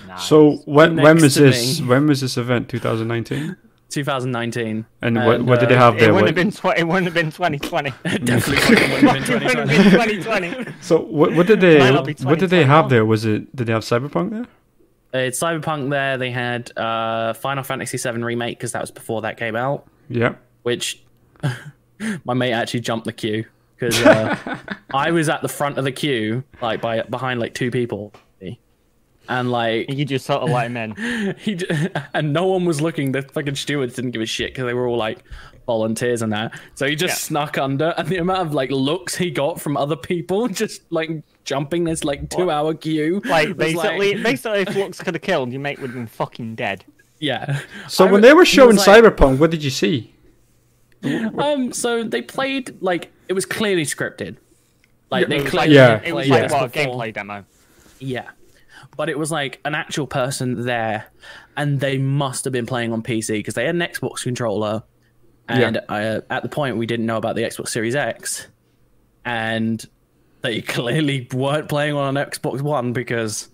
[SPEAKER 3] Nah.
[SPEAKER 2] So when when
[SPEAKER 1] Next
[SPEAKER 2] was
[SPEAKER 1] to me.
[SPEAKER 2] this? When was this event? 2019.
[SPEAKER 1] 2019.
[SPEAKER 2] And what- what did they have
[SPEAKER 3] It
[SPEAKER 2] there?
[SPEAKER 3] wouldn't
[SPEAKER 2] what-
[SPEAKER 3] have been tw- it wouldn't have been 2020. it
[SPEAKER 1] Uh, Definitely fucking wouldn't have been
[SPEAKER 3] wouldn't have
[SPEAKER 1] 2020.
[SPEAKER 3] been 2020.
[SPEAKER 2] So what, what did they
[SPEAKER 3] Might not be
[SPEAKER 2] what did they
[SPEAKER 3] 2021.
[SPEAKER 2] have there? Was it did they have Cyberpunk there?
[SPEAKER 1] Uh, It's Cyberpunk there. They had uh, Final Fantasy VII Remake because that was before that came out,
[SPEAKER 2] Yeah.
[SPEAKER 1] which my mate actually jumped the queue because uh, I was at the front of the queue, like by behind like two people. And like
[SPEAKER 3] You just sort of let him in.
[SPEAKER 1] he d- and no one was looking. The fucking stewards didn't give a shit because they were all like volunteers and that. So he just
[SPEAKER 3] Yeah.
[SPEAKER 1] snuck under, and the amount of like looks he got from other people just like jumping this like two hour queue.
[SPEAKER 3] Like
[SPEAKER 1] was
[SPEAKER 3] basically,
[SPEAKER 1] like-
[SPEAKER 3] basically, if Lux could have killed, your mate would have been fucking dead.
[SPEAKER 1] yeah.
[SPEAKER 2] So
[SPEAKER 1] I
[SPEAKER 2] when
[SPEAKER 1] w-
[SPEAKER 2] they were
[SPEAKER 1] he was
[SPEAKER 2] showing
[SPEAKER 1] like-
[SPEAKER 2] Cyberpunk, what did you see?
[SPEAKER 1] um, so they played like it was clearly scripted. Like they
[SPEAKER 3] It was
[SPEAKER 1] clearly
[SPEAKER 3] like,
[SPEAKER 2] Yeah.
[SPEAKER 3] it was
[SPEAKER 1] played
[SPEAKER 3] like
[SPEAKER 1] this
[SPEAKER 3] what a
[SPEAKER 1] before.
[SPEAKER 3] gameplay demo.
[SPEAKER 1] Yeah. But it was like an actual person there, and they must have been playing on PC because they had an Xbox controller. And uh, at the point, we didn't know about the Xbox Series X. And they clearly weren't playing on an Xbox One because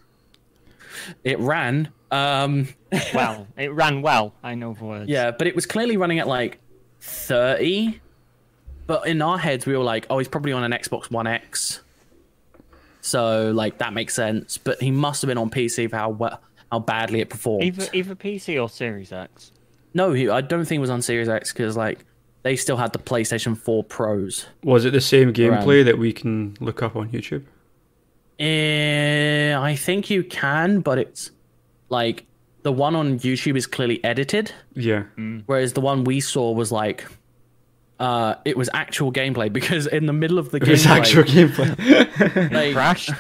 [SPEAKER 1] it ran. Um,
[SPEAKER 3] Well, it ran well. I know the words.
[SPEAKER 1] yeah, but it was clearly running at like 30. But in our heads, we were like, oh, he's probably on an Xbox One X. So, like, that makes sense. But he must have been on PC for how, well, how badly it performed.
[SPEAKER 3] Either either PC or Series X.
[SPEAKER 1] No, he, I don't think it was on Series X because, like, they still had the PlayStation 4 Pros.
[SPEAKER 2] Was it the same gameplay that we can look up on YouTube?
[SPEAKER 1] Eh, I think you can, but it's like the one on YouTube is clearly edited.
[SPEAKER 2] Yeah.
[SPEAKER 3] Mm.
[SPEAKER 1] whereas the one we saw was like uh it was actual gameplay because in the middle of the
[SPEAKER 2] It was
[SPEAKER 1] gameplay,
[SPEAKER 2] actual gameplay.
[SPEAKER 1] like-
[SPEAKER 3] Crash.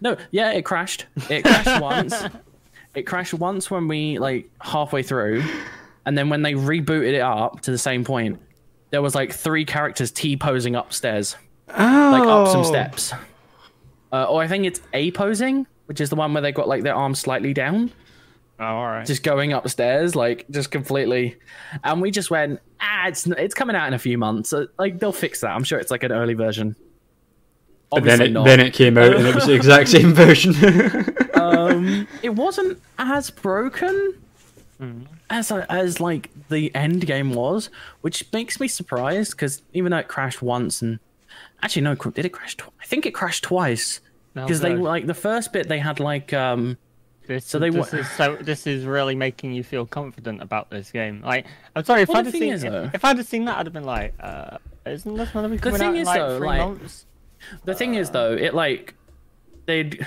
[SPEAKER 1] no yeah it crashed it crashed once it crashed once when we like halfway through and then when they rebooted it up to the same point there was like three characters t-posing upstairs like up some
[SPEAKER 2] Oh.
[SPEAKER 1] steps uh, or i think it's a posing which is the one where they got like their arms slightly down
[SPEAKER 3] Oh, all right.
[SPEAKER 1] just going upstairs, like just completely. And we just went, ah, it's it's coming out in a few months. Uh, Like they'll fix that. I'm sure it's like an early version.
[SPEAKER 2] And then
[SPEAKER 1] Obviously
[SPEAKER 2] it
[SPEAKER 1] not.
[SPEAKER 2] then it came out and it was the exact same version.
[SPEAKER 1] it wasn't as broken as uh, as like the end game was, which makes me surprised because even though it crashed once and actually no, cr- did it crash? Tw- I think it crashed twice
[SPEAKER 3] No,
[SPEAKER 1] because they
[SPEAKER 3] no.
[SPEAKER 1] like the first bit they had like um
[SPEAKER 3] This,
[SPEAKER 1] So they
[SPEAKER 3] this
[SPEAKER 1] wa-
[SPEAKER 3] is so this is really making you feel confident about this game. Like, I'm sorry if
[SPEAKER 1] Well,
[SPEAKER 3] I'd
[SPEAKER 1] the
[SPEAKER 3] have
[SPEAKER 1] thing
[SPEAKER 3] seen
[SPEAKER 1] is, though-
[SPEAKER 3] if I'd have seen that, I'd have been like, uh, isn't this going to be coming
[SPEAKER 1] thing
[SPEAKER 3] out in,
[SPEAKER 1] is,
[SPEAKER 3] like
[SPEAKER 1] though,
[SPEAKER 3] three
[SPEAKER 1] like-
[SPEAKER 3] months?
[SPEAKER 1] The thing is, though, it like they'd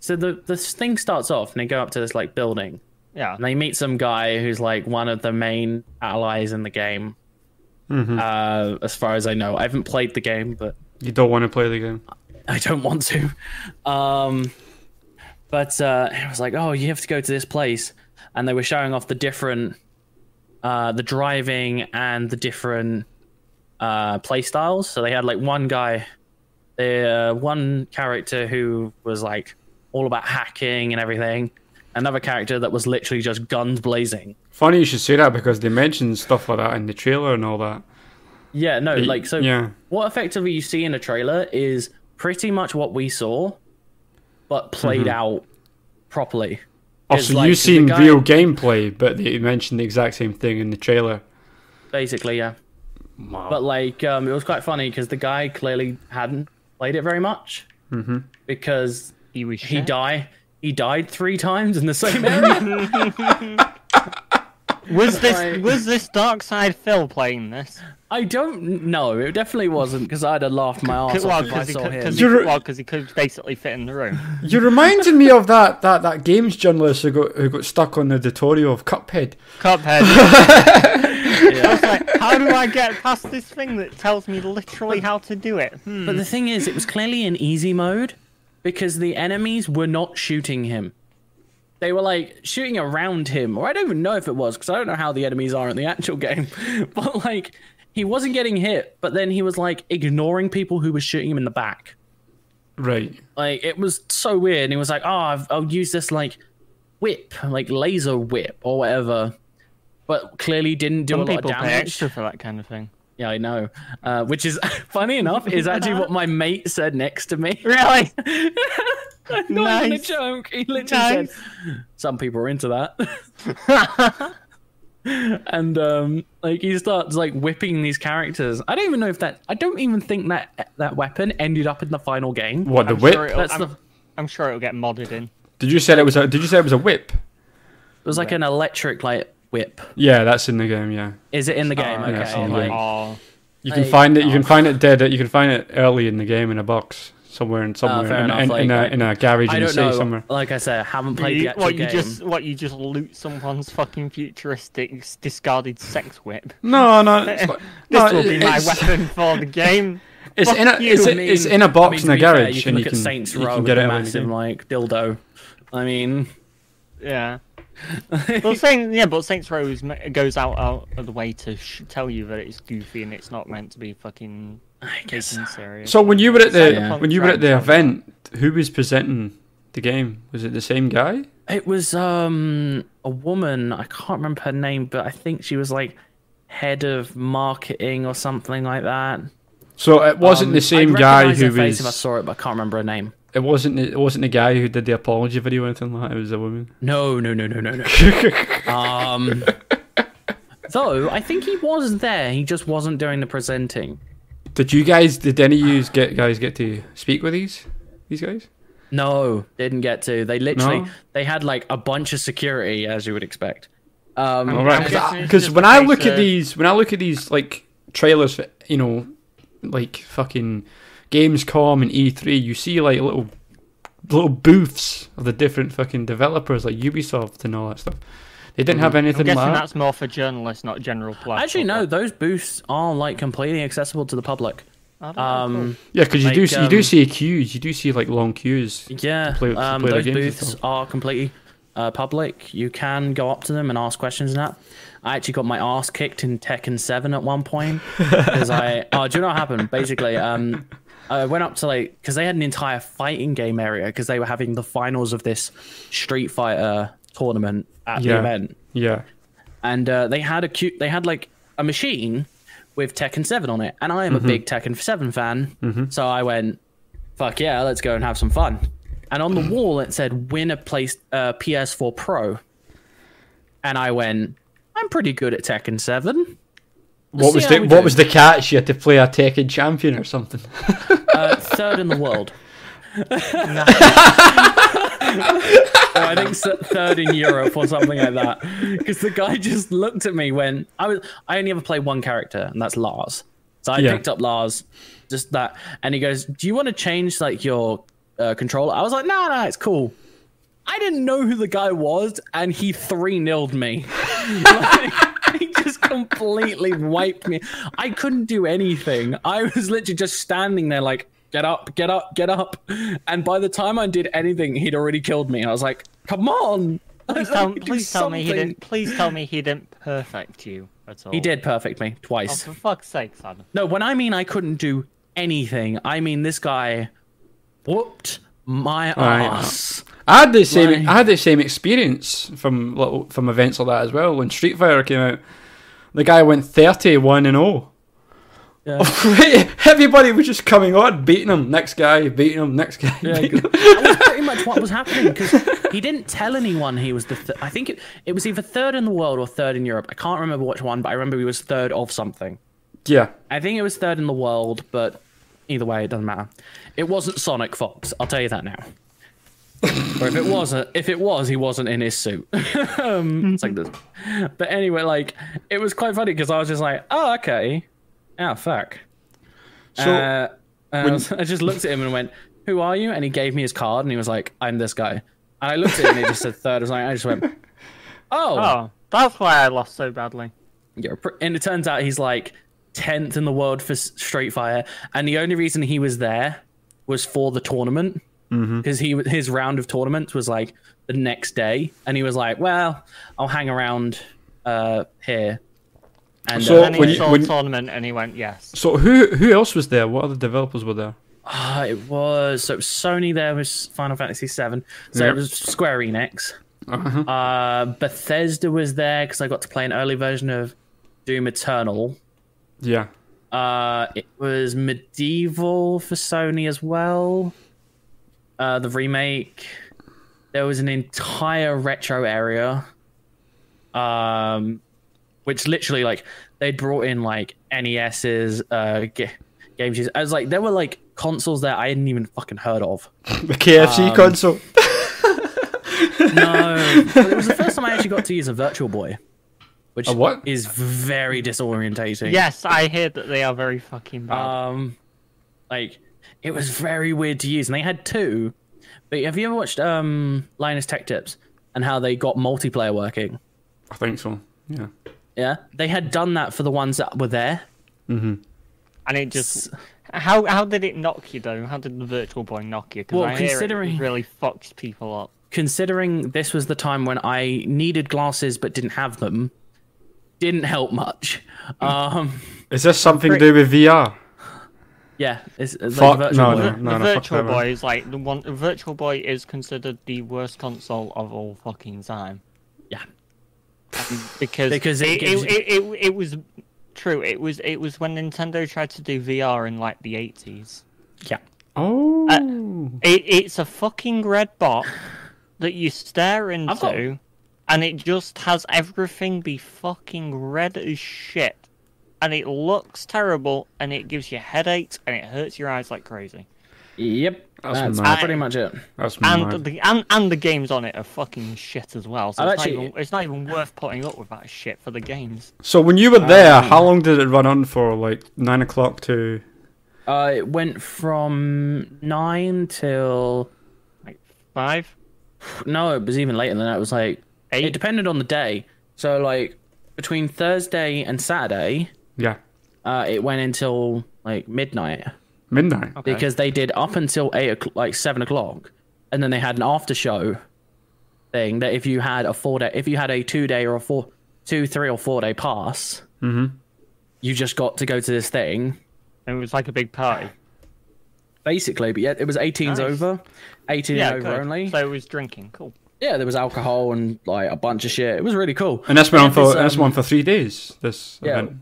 [SPEAKER 1] so the the thing starts off and they go up to this like building
[SPEAKER 3] Yeah.
[SPEAKER 1] and they meet some guy who's like one of the main allies in the game. Uh, as far as I know, I haven't played the game, but
[SPEAKER 2] you don't want to play the game.
[SPEAKER 1] I don't want to. Um, but uh, it was like, oh, you have to go to this place, and they were showing off the different, uh, the driving and the different uh, play styles. So they had like one guy, uh, one character who was like all about hacking and everything. Another character that was literally just guns blazing.
[SPEAKER 2] Funny you should say that because they mentioned stuff like that in the trailer and all that.
[SPEAKER 1] Yeah, no, like so.
[SPEAKER 2] yeah.
[SPEAKER 1] What effectively you see in a trailer is pretty much what we saw, but played
[SPEAKER 2] Mm-hmm.
[SPEAKER 1] out properly. It's
[SPEAKER 2] Also,
[SPEAKER 1] like-
[SPEAKER 2] you've
[SPEAKER 1] 'cause the
[SPEAKER 2] Oh, seen
[SPEAKER 1] guy-
[SPEAKER 2] real gameplay, but they mentioned the exact same thing in the trailer.
[SPEAKER 1] Basically, yeah.
[SPEAKER 2] Wow.
[SPEAKER 1] But like, um, it was quite funny because the guy clearly hadn't played it very much
[SPEAKER 2] Mm-hmm.
[SPEAKER 1] because
[SPEAKER 3] He was
[SPEAKER 1] he
[SPEAKER 3] shit.
[SPEAKER 1] died. He died three times in the same area.
[SPEAKER 3] Was this
[SPEAKER 1] like-
[SPEAKER 3] was this Dark Side Phil playing this?
[SPEAKER 1] I don't know. It definitely wasn't because I'd have laughed my ass
[SPEAKER 3] well,
[SPEAKER 1] off if I
[SPEAKER 3] because he
[SPEAKER 1] saw
[SPEAKER 3] could,
[SPEAKER 1] him.
[SPEAKER 3] cause he,
[SPEAKER 2] You're-
[SPEAKER 3] well, 'cause he could basically fit in the room.
[SPEAKER 2] You're reminding me of that, that, that games journalist who got, who got stuck on the tutorial of Cuphead.
[SPEAKER 3] Cuphead. I was like, how do I get past this thing that tells me literally how to do it? Hmm.
[SPEAKER 1] But the thing is, it was clearly in easy mode because the enemies were not shooting him. They were like shooting around him, or I don't even know if it was because I don't know how the enemies are in the actual game. But like, he wasn't getting hit, but then he was like ignoring people who were shooting him in the back.
[SPEAKER 2] Right.
[SPEAKER 1] Like, it was so weird. And he was like, oh, I've, I'll use this like whip, like laser whip or whatever. But clearly didn't do a
[SPEAKER 3] Some
[SPEAKER 1] lot of
[SPEAKER 3] people
[SPEAKER 1] damage.
[SPEAKER 3] pay extra for that kind of thing.
[SPEAKER 1] Yeah, I know. Uh, which is funny enough is actually what my mate said next to me.
[SPEAKER 3] Really?
[SPEAKER 1] Not even a
[SPEAKER 3] Nice.
[SPEAKER 1] joke. He literally
[SPEAKER 3] Nice.
[SPEAKER 1] said, "Some people are into that." and um, like he starts like whipping these characters. I don't even know if that. I don't even think that that weapon ended up in the final game.
[SPEAKER 2] What the
[SPEAKER 3] I'm
[SPEAKER 2] whip?
[SPEAKER 3] sure it'll-
[SPEAKER 1] That's
[SPEAKER 3] I'm,
[SPEAKER 1] the-
[SPEAKER 3] I'm sure it'll get modded in.
[SPEAKER 2] Did you say it was a? Did you say it was a whip?
[SPEAKER 1] It was like an electric like whip.
[SPEAKER 2] Yeah, that's in the game. Yeah,
[SPEAKER 1] Is it in the game?
[SPEAKER 3] Oh,
[SPEAKER 1] okay.
[SPEAKER 2] yeah, it's in the
[SPEAKER 1] like-
[SPEAKER 2] game.
[SPEAKER 3] Oh,
[SPEAKER 2] you can
[SPEAKER 1] Like-
[SPEAKER 2] find it. You can find it dead. You can find it early in the game in a box somewhere in somewhere
[SPEAKER 1] fair
[SPEAKER 2] in,
[SPEAKER 1] enough,
[SPEAKER 2] in, in a,
[SPEAKER 1] like,
[SPEAKER 2] in a garage
[SPEAKER 1] I
[SPEAKER 2] in the
[SPEAKER 1] don't
[SPEAKER 2] city
[SPEAKER 1] know.
[SPEAKER 2] somewhere.
[SPEAKER 1] Like I said, I haven't played the
[SPEAKER 3] you,
[SPEAKER 1] actual
[SPEAKER 3] what you
[SPEAKER 1] game.
[SPEAKER 3] just what you just loot someone's fucking futuristic s- discarded sex whip.
[SPEAKER 2] No, no, it's like,
[SPEAKER 3] This
[SPEAKER 2] no,
[SPEAKER 3] will be my
[SPEAKER 2] it's-
[SPEAKER 3] weapon for the game.
[SPEAKER 2] It's
[SPEAKER 3] Fuck
[SPEAKER 2] in a
[SPEAKER 3] you.
[SPEAKER 2] it's,
[SPEAKER 1] I mean-
[SPEAKER 2] it's in a
[SPEAKER 1] I mean,
[SPEAKER 2] box
[SPEAKER 1] to
[SPEAKER 2] in a
[SPEAKER 1] be fair,
[SPEAKER 2] garage,
[SPEAKER 1] you can look
[SPEAKER 2] and you
[SPEAKER 1] at
[SPEAKER 2] can
[SPEAKER 1] Saints Row
[SPEAKER 2] you can
[SPEAKER 1] with
[SPEAKER 2] get
[SPEAKER 1] a
[SPEAKER 2] it. early in the
[SPEAKER 1] massive
[SPEAKER 2] game.
[SPEAKER 1] like dildo. I mean,
[SPEAKER 3] Yeah. well, Saint, yeah, but Saints Row is ma- goes out, out of the way to sh- tell you that it's goofy and it's not meant to be fucking
[SPEAKER 1] I
[SPEAKER 3] taken
[SPEAKER 1] guess.
[SPEAKER 3] serious.
[SPEAKER 2] uh, So when you were at the
[SPEAKER 3] Cyberpunk
[SPEAKER 2] when you were at the
[SPEAKER 3] franchise.
[SPEAKER 2] event, who was presenting the game? Was it the same guy?
[SPEAKER 1] It was um a woman. I can't remember her name, but I think she was like head of marketing or something like that.
[SPEAKER 2] So it wasn't
[SPEAKER 1] Um,
[SPEAKER 2] the same
[SPEAKER 1] I'd
[SPEAKER 2] guy
[SPEAKER 1] recognise
[SPEAKER 2] who
[SPEAKER 1] her face if I
[SPEAKER 2] was.
[SPEAKER 1] saw it, but I can't remember her name.
[SPEAKER 2] It wasn't it wasn't the guy who did the apology video or anything like that. It was a woman.
[SPEAKER 1] No, no, no, no, no, no. um, though I think he was there. He just wasn't doing the presenting.
[SPEAKER 2] Did you guys? Did any of you get guys get to speak with these these guys?
[SPEAKER 1] No, didn't get to. They literally
[SPEAKER 2] No?
[SPEAKER 1] they had like a bunch of security, as you would expect. Um,
[SPEAKER 2] All right,
[SPEAKER 3] guessing it's
[SPEAKER 2] because
[SPEAKER 3] just
[SPEAKER 2] when
[SPEAKER 3] a
[SPEAKER 2] I
[SPEAKER 3] case
[SPEAKER 2] look at
[SPEAKER 3] of-
[SPEAKER 2] these, when I look at these like trailers, for, you know, like fucking Gamescom and E3, you see like little little booths of the different fucking developers like Ubisoft and all that stuff. They didn't have
[SPEAKER 3] Mm. I'm
[SPEAKER 2] anything
[SPEAKER 3] guessing
[SPEAKER 2] like that.
[SPEAKER 3] that's more for journalists, not general players.
[SPEAKER 1] Actually, no. Those booths are like completely accessible to the public.
[SPEAKER 3] Oh,
[SPEAKER 1] Um,
[SPEAKER 2] Yeah, because you do
[SPEAKER 1] like,
[SPEAKER 2] see, you do
[SPEAKER 1] um,
[SPEAKER 2] see queues, you do see like long queues.
[SPEAKER 1] yeah,
[SPEAKER 2] play- to
[SPEAKER 1] um,
[SPEAKER 2] play the
[SPEAKER 1] those
[SPEAKER 2] games and
[SPEAKER 1] booths
[SPEAKER 2] stuff.
[SPEAKER 1] are completely uh, public. You can go up to them and ask questions and that. I actually got my ass kicked in Tekken Seven at one point because I. Oh, do you know what happened? Basically, um, I went up to like because they had an entire fighting game area because they were having the finals of this Street Fighter tournament at
[SPEAKER 2] Yeah.
[SPEAKER 1] the event.
[SPEAKER 2] Yeah,
[SPEAKER 1] and uh, they had a cute they had like a machine with Tekken 7 on it and I am a big Tekken 7 fan so I went fuck yeah let's go and have some fun and on the wall it said win a place uh, PS4 Pro and I went I'm pretty good at Tekken 7
[SPEAKER 2] what was
[SPEAKER 1] see
[SPEAKER 2] the
[SPEAKER 1] how we
[SPEAKER 2] what
[SPEAKER 1] do.
[SPEAKER 2] was the catch? You had to play a Tekken champion or something.
[SPEAKER 1] uh, third in the world Or Oh, I think s- third in Europe or something like that because the guy just looked at me when I was I only ever play one character and that's Lars so I
[SPEAKER 2] Yeah.
[SPEAKER 1] picked up Lars just that and he goes do you want to change like your uh, controller I was like no no it's cool I didn't know who the guy was and he 3 nilled me Like, He just completely wiped me. I couldn't do anything. I was literally just standing there, like, get up, get up, get up. And by the time I did anything, he'd already killed me. And I was like, come on.
[SPEAKER 3] please
[SPEAKER 1] I
[SPEAKER 3] tell,
[SPEAKER 1] can do
[SPEAKER 3] please tell me he
[SPEAKER 1] something."
[SPEAKER 3] didn't. Please tell me he didn't perfect you at all.
[SPEAKER 1] He did perfect me
[SPEAKER 3] Oh,
[SPEAKER 1] twice.
[SPEAKER 3] for fuck's sake, son.
[SPEAKER 1] No, when I mean I couldn't do anything, I mean this guy whooped my
[SPEAKER 2] Right.
[SPEAKER 1] ass.
[SPEAKER 2] I had the same.
[SPEAKER 1] Right.
[SPEAKER 2] I had the same experience from little, from events like that as well. When Street Fighter came out, the guy went thirty-one and zero.
[SPEAKER 1] Yeah.
[SPEAKER 2] Everybody was just coming on, beating him. Next guy, beating him. Next guy.
[SPEAKER 1] Yeah,
[SPEAKER 2] beating him.
[SPEAKER 1] that was pretty much what was happening because he didn't tell anyone he was the. Th- I think it, it was either third in the world or third in Europe. I can't remember which one, but I remember he was third of something.
[SPEAKER 2] yeah.
[SPEAKER 1] I think it was third in the world, but either way, it doesn't matter. It wasn't Sonic Fox. I'll tell you that now. or if it wasn't, if it was, he wasn't in his suit. um, it's like this. But anyway, like it was quite funny because I was just like, oh okay, oh fuck.
[SPEAKER 2] So
[SPEAKER 1] Uh, and I, was- I just looked at him and went, "Who are you?" And he gave me his card, and he was like, "I'm this guy." And I looked at him, and he just said third. I was like, I just went, "Oh,
[SPEAKER 3] Oh, that's why I lost so badly.
[SPEAKER 1] you're a pr-" and it turns out he's like tenth in the world for s- Street Fire, and the only reason he was there was for the tournament
[SPEAKER 2] Mm-hmm.
[SPEAKER 1] because he his round of tournaments was like the next day, and he was like, "Well, I'll hang around uh, here." And
[SPEAKER 2] So
[SPEAKER 1] uh,
[SPEAKER 3] And
[SPEAKER 2] When
[SPEAKER 3] he
[SPEAKER 2] you-
[SPEAKER 3] saw
[SPEAKER 2] when-
[SPEAKER 3] the tournament and he went, yes.
[SPEAKER 2] so who who else was there? What other developers were there?
[SPEAKER 1] Uh, it was so it was Sony. There was Final Fantasy VII. So
[SPEAKER 2] Yep.
[SPEAKER 1] it was Square Enix.
[SPEAKER 2] Uh-huh.
[SPEAKER 1] Uh, Bethesda was there because I got to play an early version of Doom Eternal.
[SPEAKER 2] Yeah.
[SPEAKER 1] Uh, it was Medieval for Sony as well. Uh, the remake. There was an entire retro area. Um, which literally like they brought in like NES's, uh, ga- games. I was like, there were like consoles there I hadn't even fucking heard of.
[SPEAKER 2] The KFC
[SPEAKER 1] Um,
[SPEAKER 2] console.
[SPEAKER 1] No, but it was the first time I actually got to use a Virtual Boy, which
[SPEAKER 2] A what?
[SPEAKER 1] is very disorientating.
[SPEAKER 3] Yes, I hear that they are very fucking bad.
[SPEAKER 1] Um, like it was very weird to use, and they had two. But have you ever watched um Linus Tech Tips and how they got multiplayer working?
[SPEAKER 2] I think so. Yeah.
[SPEAKER 1] Yeah, they had done that for the ones that were there.
[SPEAKER 3] and it just how how did it knock you though? How did the virtual boy knock you? Because
[SPEAKER 1] Well,
[SPEAKER 3] I hear
[SPEAKER 1] considering-
[SPEAKER 3] it really fucks people up.
[SPEAKER 1] Considering this was the time when I needed glasses but didn't have them, didn't help much. Um,
[SPEAKER 2] Is this something to do with VR?
[SPEAKER 1] yeah, it's, it's
[SPEAKER 2] Fuck,
[SPEAKER 1] like virtual
[SPEAKER 2] no,
[SPEAKER 1] world.
[SPEAKER 2] no.
[SPEAKER 3] The, the
[SPEAKER 2] fuck
[SPEAKER 3] virtual
[SPEAKER 2] that, man.
[SPEAKER 3] boy is like the one. The virtual boy is considered the worst console of all fucking time.
[SPEAKER 1] yeah.
[SPEAKER 3] because
[SPEAKER 1] Because it
[SPEAKER 3] it,
[SPEAKER 1] gives
[SPEAKER 3] it, it, it, it was true. It was it was when Nintendo tried to do VR in like the eighties.
[SPEAKER 1] Yeah.
[SPEAKER 2] Oh.
[SPEAKER 1] Uh,
[SPEAKER 3] It, it's a fucking red box that you stare into,
[SPEAKER 1] got-
[SPEAKER 3] and it just has everything be fucking red as shit, and it looks terrible, and it gives you headaches, and it hurts your eyes like crazy.
[SPEAKER 1] Yep.
[SPEAKER 2] That's
[SPEAKER 1] That's,
[SPEAKER 2] mad.
[SPEAKER 1] pretty much it.
[SPEAKER 2] That's mad.
[SPEAKER 3] And the and, and the games on it are fucking shit as well. So
[SPEAKER 1] I've
[SPEAKER 3] it's,
[SPEAKER 1] actually-
[SPEAKER 3] not even, it's not even worth putting up with that shit for the games.
[SPEAKER 2] So when you were there, how long did it run on for? Like nine o'clock to
[SPEAKER 1] Uh, it went from nine till
[SPEAKER 3] Like five,
[SPEAKER 1] no, it was even later than that. It was like
[SPEAKER 3] eight.
[SPEAKER 1] it depended on the day. So like between Thursday and Saturday,
[SPEAKER 2] yeah
[SPEAKER 1] uh, it went until like midnight
[SPEAKER 2] midnight.
[SPEAKER 1] because they did up until eight o'clock, like seven o'clock, and then they had an after show thing that if you had a four day, if you had a two day or a four, two, three or four day pass,
[SPEAKER 3] Mm-hmm.
[SPEAKER 1] you just got to go to this thing
[SPEAKER 3] It was like a big party.
[SPEAKER 1] basically. But yeah, it was 18s
[SPEAKER 3] Nice.
[SPEAKER 1] over, 18 and over
[SPEAKER 3] good.
[SPEAKER 1] only.
[SPEAKER 3] So it was drinking. Cool.
[SPEAKER 1] yeah, there was alcohol and like a bunch of shit. It was really cool.
[SPEAKER 2] And this went on for
[SPEAKER 1] it's,
[SPEAKER 2] and this
[SPEAKER 1] um,
[SPEAKER 2] went on for three days. This
[SPEAKER 1] Yeah.
[SPEAKER 2] event.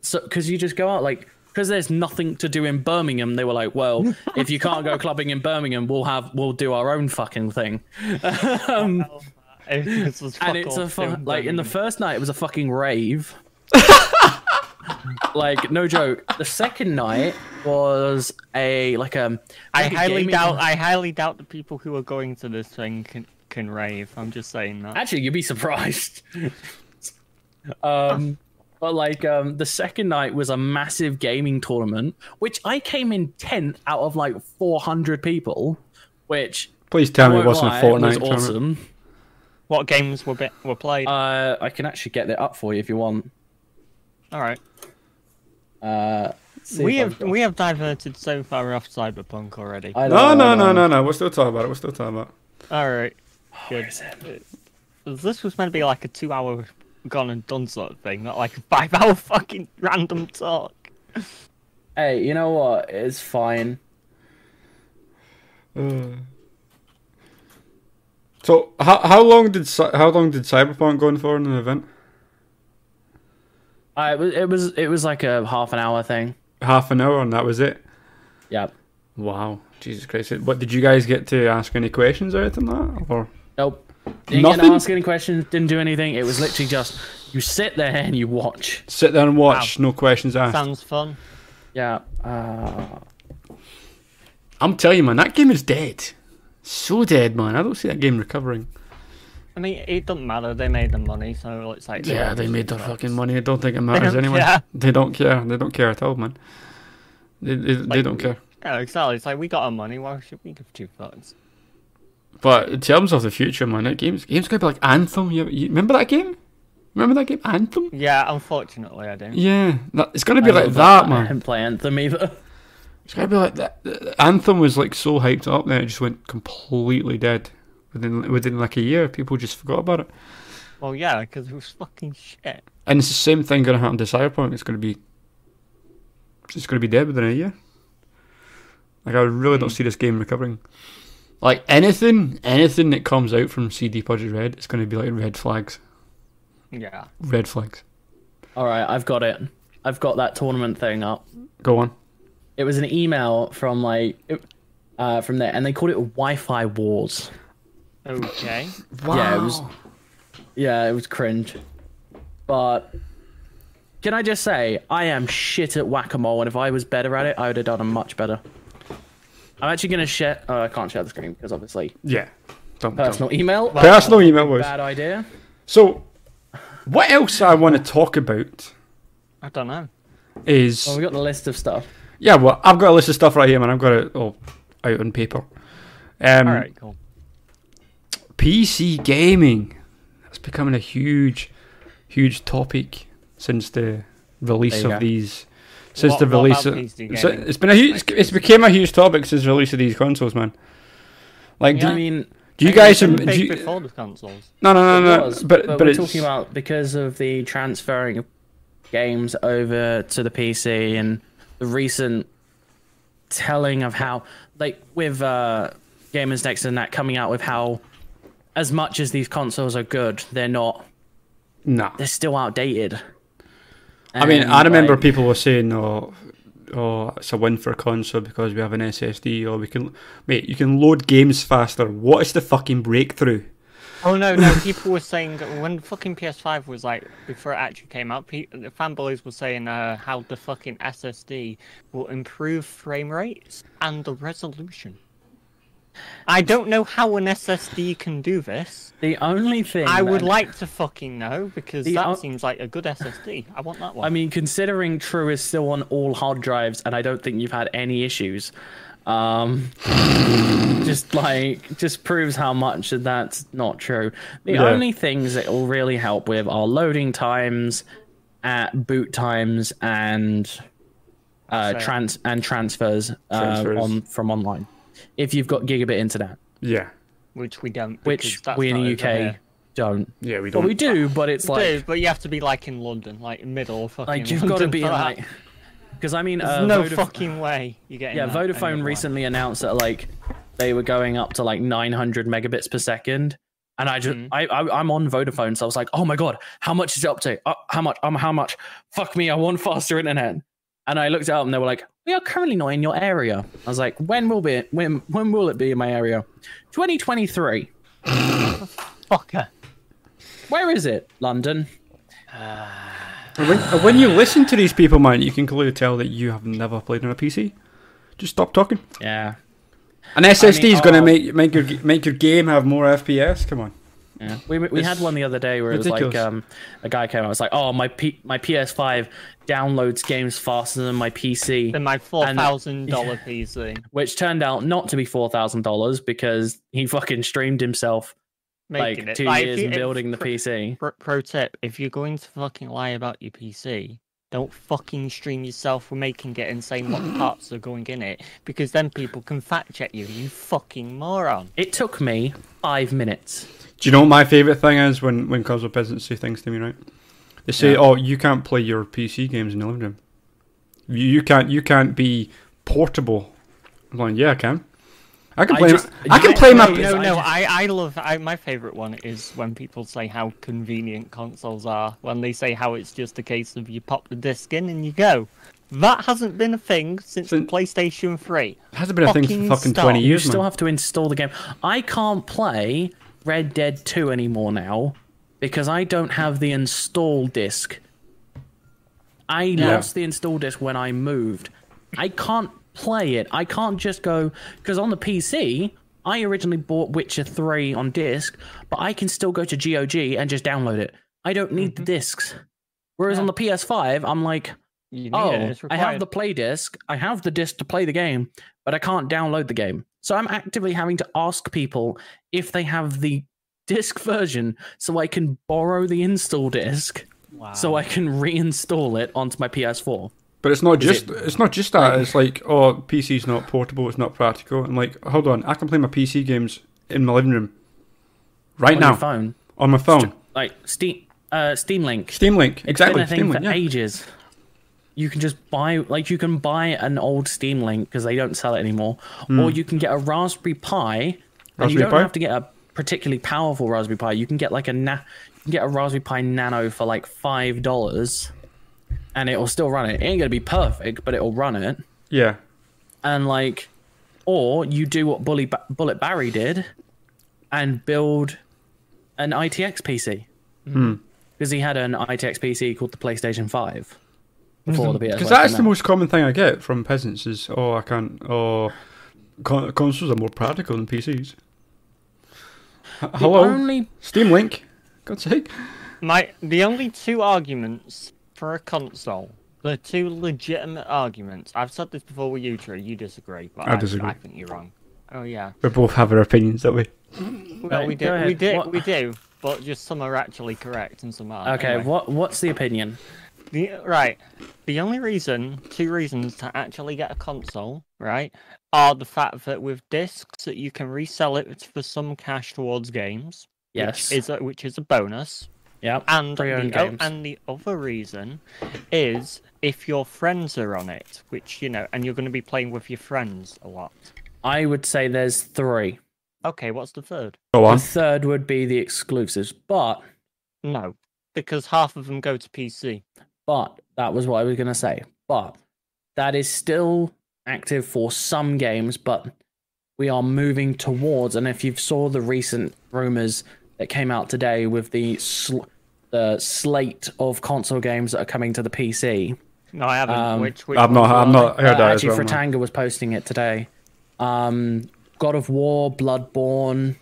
[SPEAKER 1] so because you just go out like because there's nothing to do in Birmingham, they were like, well, if you can't go clubbing in Birmingham, we'll have we'll do our own fucking thing.
[SPEAKER 3] This was fuck
[SPEAKER 1] and it's
[SPEAKER 3] all
[SPEAKER 1] a fu-
[SPEAKER 3] film
[SPEAKER 1] like in the
[SPEAKER 3] burning.
[SPEAKER 1] first night it was a fucking rave. like no joke. The second night was a like um.
[SPEAKER 3] I
[SPEAKER 1] like a
[SPEAKER 3] highly
[SPEAKER 1] gaming-
[SPEAKER 3] doubt. I highly doubt the people who are going to this thing can can rave. I'm just saying that.
[SPEAKER 1] Actually, you'd be surprised. um, but like um, the second night was a massive gaming tournament, which I came in tenth out of like four hundred people, which
[SPEAKER 2] Please tell me it
[SPEAKER 1] won't
[SPEAKER 2] wasn't
[SPEAKER 1] lie,
[SPEAKER 2] a Fortnite
[SPEAKER 1] was
[SPEAKER 2] tournament.
[SPEAKER 1] awesome.
[SPEAKER 3] What games were be- were played?
[SPEAKER 1] Uh, I can actually get that up for you if you want.
[SPEAKER 3] all right.
[SPEAKER 1] Uh, see
[SPEAKER 3] We
[SPEAKER 1] if
[SPEAKER 3] have
[SPEAKER 1] I've got-
[SPEAKER 3] we have diverted so far off cyberpunk already.
[SPEAKER 1] I
[SPEAKER 2] No,
[SPEAKER 1] don't know,
[SPEAKER 2] no,
[SPEAKER 1] I
[SPEAKER 2] no,
[SPEAKER 1] don't know.
[SPEAKER 2] no, no. We're still talking about it. We're still talking about. it.
[SPEAKER 3] All right.
[SPEAKER 2] Oh,
[SPEAKER 3] Good.
[SPEAKER 1] Is it?
[SPEAKER 3] This was meant to be like a two-hour gone and done sort of thing, not like a five-hour fucking random talk.
[SPEAKER 1] Hey, you know what? It's fine.
[SPEAKER 2] So how how long did Cy- how long did Cyberpunk go on for in the event?
[SPEAKER 1] Uh, it was it was it was like a half an hour thing.
[SPEAKER 2] Half an hour, and that was it.
[SPEAKER 1] Yeah.
[SPEAKER 2] Wow, Jesus Christ! What did you guys get to ask any questions or anything like that? Or
[SPEAKER 1] Nope. Didn't get
[SPEAKER 2] Nothing?
[SPEAKER 1] to ask any questions, didn't do anything. It was literally just you sit there and you watch.
[SPEAKER 2] sit there and watch, no questions asked.
[SPEAKER 3] Sounds fun.
[SPEAKER 1] Yeah. Uh,
[SPEAKER 2] I'm telling you, man, that game is dead. So dead, man. I don't see that game recovering.
[SPEAKER 3] I mean, it doesn't matter. They made the money, so it's like
[SPEAKER 2] Yeah, they made their fucking money. I don't think it matters
[SPEAKER 3] don't
[SPEAKER 2] anyway.
[SPEAKER 3] care.
[SPEAKER 2] They don't care. They don't care at all, man. They they, they
[SPEAKER 3] Like-
[SPEAKER 2] don't care.
[SPEAKER 3] Yeah, exactly. It's like we got our money. Why should we give two fucks?
[SPEAKER 2] But in terms of the future, man, that game's game's gonna be like Anthem. You, you remember that game? Remember that game, Anthem?
[SPEAKER 3] Yeah, unfortunately, I don't.
[SPEAKER 2] Yeah, that, it's gonna be like that,
[SPEAKER 1] I
[SPEAKER 2] man.
[SPEAKER 1] didn't play Anthem either.
[SPEAKER 2] It's gonna be like that. Anthem was like so hyped up, then it just went completely dead within within like a year. People just forgot about it.
[SPEAKER 3] Well, yeah, because it was fucking shit.
[SPEAKER 2] And it's the same thing going to happen to Cyberpunk. It's going to be, it's going to be dead within a year. Like I really
[SPEAKER 3] Hmm.
[SPEAKER 2] don't see this game recovering. Like anything, anything that comes out from CD Projekt Red, it's going to be like red flags,
[SPEAKER 3] Yeah.
[SPEAKER 2] red flags.
[SPEAKER 1] All right, I've got it. I've got that tournament thing up.
[SPEAKER 2] Go on.
[SPEAKER 1] It was an email from like it- uh, from there, and they called it Wi-Fi Wars.
[SPEAKER 3] Okay.
[SPEAKER 1] Yeah, it was. Yeah, it was cringe. But Can I just say, I am shit at whack a mole, and if I was better at it, I would have done a much better. I'm actually going to share. Oh, I can't share the screen because obviously
[SPEAKER 2] Yeah. Dumb, dumb.
[SPEAKER 1] personal email.
[SPEAKER 2] Personal email was.
[SPEAKER 1] Bad idea.
[SPEAKER 2] So, what else I want to talk about
[SPEAKER 3] I don't know.
[SPEAKER 2] is
[SPEAKER 1] Well, we got the list of stuff.
[SPEAKER 2] yeah. Well, I've got a list of stuff right here, and I've got it all out on paper. Um,
[SPEAKER 3] All right, cool.
[SPEAKER 2] PC gaming. That's becoming a huge, huge topic since the release
[SPEAKER 1] There
[SPEAKER 2] of
[SPEAKER 1] you go.
[SPEAKER 2] these. Since
[SPEAKER 3] What-
[SPEAKER 2] the
[SPEAKER 3] what
[SPEAKER 2] release,
[SPEAKER 3] about
[SPEAKER 2] of,
[SPEAKER 3] PC
[SPEAKER 2] so
[SPEAKER 3] gaming?
[SPEAKER 2] it's been a huge. It's became a huge topic since the release of these consoles, man. Like,
[SPEAKER 1] I
[SPEAKER 2] do, you-
[SPEAKER 1] mean,
[SPEAKER 2] do you
[SPEAKER 3] I mean,
[SPEAKER 2] guys?
[SPEAKER 3] it's
[SPEAKER 2] Have, do
[SPEAKER 3] been big
[SPEAKER 2] you,
[SPEAKER 3] before the consoles.
[SPEAKER 2] no, no, no,
[SPEAKER 1] it
[SPEAKER 2] no.
[SPEAKER 1] was,
[SPEAKER 2] but but
[SPEAKER 1] we're
[SPEAKER 2] it's
[SPEAKER 1] talking about because of the transferring of games over to the PC and the recent telling of how, like, with uh, Gamers Next and that coming out with how, as much as these consoles are good, they're not.
[SPEAKER 2] nah.
[SPEAKER 1] They're still outdated.
[SPEAKER 2] I mean,
[SPEAKER 1] And,
[SPEAKER 2] I remember
[SPEAKER 1] like,
[SPEAKER 2] people were saying, "Oh, oh, it's a win for console because we have an SSD, or we can, mate, you can load games faster." What is the fucking breakthrough?
[SPEAKER 3] Oh no, no. People were saying that when fucking PS5 was like before it actually came out, pe- the fanboys were saying uh, how the fucking SSD will improve frame rates and the resolution. I don't know how an SSD can do this.
[SPEAKER 1] the only thing
[SPEAKER 3] I would
[SPEAKER 1] that-
[SPEAKER 3] like to fucking know because
[SPEAKER 1] The
[SPEAKER 3] that
[SPEAKER 1] o-
[SPEAKER 3] seems like a good SSD. I want
[SPEAKER 1] I
[SPEAKER 3] that one.
[SPEAKER 1] mean, considering True is still on all hard drives, and I don't think you've had any issues. Um, just like just proves how much that that's not true. The
[SPEAKER 2] Yeah.
[SPEAKER 1] only things that will really help with are loading times, at boot times, and uh,
[SPEAKER 3] So-
[SPEAKER 1] trans and transfers,
[SPEAKER 2] Transfers.
[SPEAKER 1] Uh, on from online. If you've got gigabit internet,
[SPEAKER 2] Yeah,
[SPEAKER 3] which we don't.
[SPEAKER 1] which
[SPEAKER 3] because that's
[SPEAKER 1] we in
[SPEAKER 3] not
[SPEAKER 1] the
[SPEAKER 3] over
[SPEAKER 1] UK
[SPEAKER 3] here.
[SPEAKER 1] don't.
[SPEAKER 2] yeah, we
[SPEAKER 1] Well, we do, but it's like
[SPEAKER 3] do, but you have to be like in London, like middle fucking.
[SPEAKER 1] like you've got to
[SPEAKER 3] London
[SPEAKER 1] be
[SPEAKER 3] for
[SPEAKER 1] in
[SPEAKER 3] that.
[SPEAKER 1] like because I mean
[SPEAKER 3] There's
[SPEAKER 1] uh,
[SPEAKER 3] no
[SPEAKER 1] Vodaf-
[SPEAKER 3] fucking way you get.
[SPEAKER 1] Yeah, Vodafone recently announced that like they were going up to like 900 megabits per second, and I just I, I I'm on Vodafone, so I was like, oh my god, how much is it up to? Uh, how much? Um, how much? Fuck me, I want faster internet. And I looked it up, and they were like, we are currently not in your area. I was like, when will be when when will it be in my area? 2023.
[SPEAKER 3] Fucker.
[SPEAKER 1] Where is it? London.
[SPEAKER 2] When, uh, when you listen to these people, man, you can clearly tell that you have never played on a PC. Just stop talking.
[SPEAKER 1] Yeah.
[SPEAKER 2] An SSD is going to
[SPEAKER 1] oh.
[SPEAKER 2] make make your g- make your game have more FPS. Come on.
[SPEAKER 1] Yeah. We, we had
[SPEAKER 2] It's
[SPEAKER 1] one the other day where it was like
[SPEAKER 2] ridiculous.
[SPEAKER 1] um, a guy came out. was like, "Oh, my P- my PS5 downloads games faster than my PC."
[SPEAKER 3] Then my four thousand dollar PC.
[SPEAKER 1] which turned out not to be four thousand dollars because he fucking streamed himself
[SPEAKER 3] Making
[SPEAKER 1] like
[SPEAKER 3] it.
[SPEAKER 1] two
[SPEAKER 3] Like, if
[SPEAKER 1] years
[SPEAKER 3] you-
[SPEAKER 1] and
[SPEAKER 3] if-
[SPEAKER 1] building the
[SPEAKER 3] pro,
[SPEAKER 1] PC.
[SPEAKER 3] Pro, pro tip: If you're going to fucking lie about your PC, don't fucking stream yourself for making it and saying what parts are going in it, because then people can fact check you. You fucking moron.
[SPEAKER 1] It took me five minutes.
[SPEAKER 2] Do you know what my favourite thing is when when console peasants say things to me? Right? They say,
[SPEAKER 1] Yeah.
[SPEAKER 2] "Oh, you can't play your PC games in the living room. You, you can't you can't be portable." I'm like, "Yeah, I can. I can
[SPEAKER 1] I
[SPEAKER 2] play.
[SPEAKER 1] just-
[SPEAKER 2] my, I can
[SPEAKER 1] you-
[SPEAKER 2] play my.
[SPEAKER 1] no,
[SPEAKER 2] p-
[SPEAKER 1] Because
[SPEAKER 3] No,
[SPEAKER 1] I
[SPEAKER 3] no,
[SPEAKER 1] just-
[SPEAKER 3] I, I love I, my favorite one is when people say how convenient consoles are. When they say how it's just a case of you pop the disc in and you go. That hasn't been a thing since the
[SPEAKER 2] Since-
[SPEAKER 3] PlayStation 3.
[SPEAKER 2] It hasn't been a thing
[SPEAKER 3] fucking
[SPEAKER 2] for fucking
[SPEAKER 3] stop.
[SPEAKER 2] twenty
[SPEAKER 1] You
[SPEAKER 2] years, man.
[SPEAKER 1] still have to install the game. I can't play Red Dead Two anymore now because I don't have the install disc. I lost the install disc when I moved. I can't play it. I can't just go because on the PC. I originally bought Witcher 3 on disc, but I can still go to GOG and just download it. I don't need the discs. Whereas on the PS5, I'm like,
[SPEAKER 3] You need it,
[SPEAKER 1] Oh,
[SPEAKER 3] it's
[SPEAKER 1] I have
[SPEAKER 3] required.
[SPEAKER 1] the play disc. I have the disc to play the game, but I can't download the game. So I'm actively having to ask people if they have the disc version so I can borrow the install disc
[SPEAKER 3] Wow.
[SPEAKER 1] so I can reinstall it onto my PS4.
[SPEAKER 2] But it's not just it's not just that. It's like oh, PC's not portable. It's not practical. I'm like, hold on, I can play my PC games in my living room right
[SPEAKER 1] On
[SPEAKER 2] now
[SPEAKER 1] your phone.
[SPEAKER 2] on my phone.
[SPEAKER 1] Like Steam uh Steam Link.
[SPEAKER 2] Steam Link, exactly.
[SPEAKER 1] been a thing
[SPEAKER 2] Steam
[SPEAKER 1] for
[SPEAKER 2] Link, yeah.
[SPEAKER 1] ages. You can just buy like you can buy an old Steam Link because they don't sell it anymore, or you can get a Raspberry Pi, and you
[SPEAKER 2] Hmm. Raspberry
[SPEAKER 1] don't
[SPEAKER 2] Pi?
[SPEAKER 1] have to get a particularly powerful Raspberry Pi. You can get like a na- you can get a Raspberry Pi Nano for like five dollars, and it will still run it. It ain't gonna be perfect, but it will run it.
[SPEAKER 2] yeah.
[SPEAKER 1] And like, or you do what Bully ba- Bullet
[SPEAKER 2] Hmm.
[SPEAKER 1] Barry did, and build an ITX PC. because he had an ITX PC called the PlayStation Five
[SPEAKER 3] Mm-hmm.
[SPEAKER 1] before the PS.
[SPEAKER 2] Because that's the most common thing I get from peasants is, oh, I can't, oh, con- consoles are more practical than PCs. H- hello?
[SPEAKER 1] only-
[SPEAKER 2] Steam Link? God's sake.
[SPEAKER 3] My the only two arguments for a console, the two legitimate arguments. I've said this before with you, Tree. You disagree, but
[SPEAKER 2] I
[SPEAKER 3] I,
[SPEAKER 2] disagree.
[SPEAKER 3] I think you're wrong. Oh yeah,
[SPEAKER 2] We both have our opinions, don't we?
[SPEAKER 3] well
[SPEAKER 1] Right,
[SPEAKER 3] we
[SPEAKER 1] go
[SPEAKER 3] do,
[SPEAKER 1] ahead.
[SPEAKER 3] we do,
[SPEAKER 1] What-
[SPEAKER 3] we do. But just some are actually correct and some aren't.
[SPEAKER 1] Okay,
[SPEAKER 3] Anyway.
[SPEAKER 1] what what's the opinion?
[SPEAKER 3] The, right. The only reason, two reasons to actually get a console, right, are the fact that with discs that you can resell it for some cash towards games,
[SPEAKER 1] Yes.
[SPEAKER 3] is a, which is a bonus.
[SPEAKER 1] yeah.
[SPEAKER 3] And the,
[SPEAKER 1] Pre-owned
[SPEAKER 3] o-
[SPEAKER 1] games.
[SPEAKER 3] and the other reason is if your friends are on it, which you know, and you're going to be playing with your friends a lot.
[SPEAKER 1] I would say there's three.
[SPEAKER 3] Okay, what's the third?
[SPEAKER 2] Go
[SPEAKER 1] The
[SPEAKER 2] on.
[SPEAKER 1] third would be the exclusives, but
[SPEAKER 3] No, because half of them go to PC.
[SPEAKER 1] but that was what I was gonna say. But that is still active for some games, but we are moving towards. And if you saw the recent rumors that came out today with the sl- the slate of console games that are coming to the PC,
[SPEAKER 3] No, I haven't.
[SPEAKER 1] Um,
[SPEAKER 3] which, which
[SPEAKER 2] I've
[SPEAKER 3] ones
[SPEAKER 2] not, I've
[SPEAKER 3] are
[SPEAKER 2] not
[SPEAKER 1] Uh,
[SPEAKER 2] heard that as
[SPEAKER 1] actually,
[SPEAKER 2] well. no.
[SPEAKER 1] Fratanga was posting it today. Um, God of War, Bloodborne.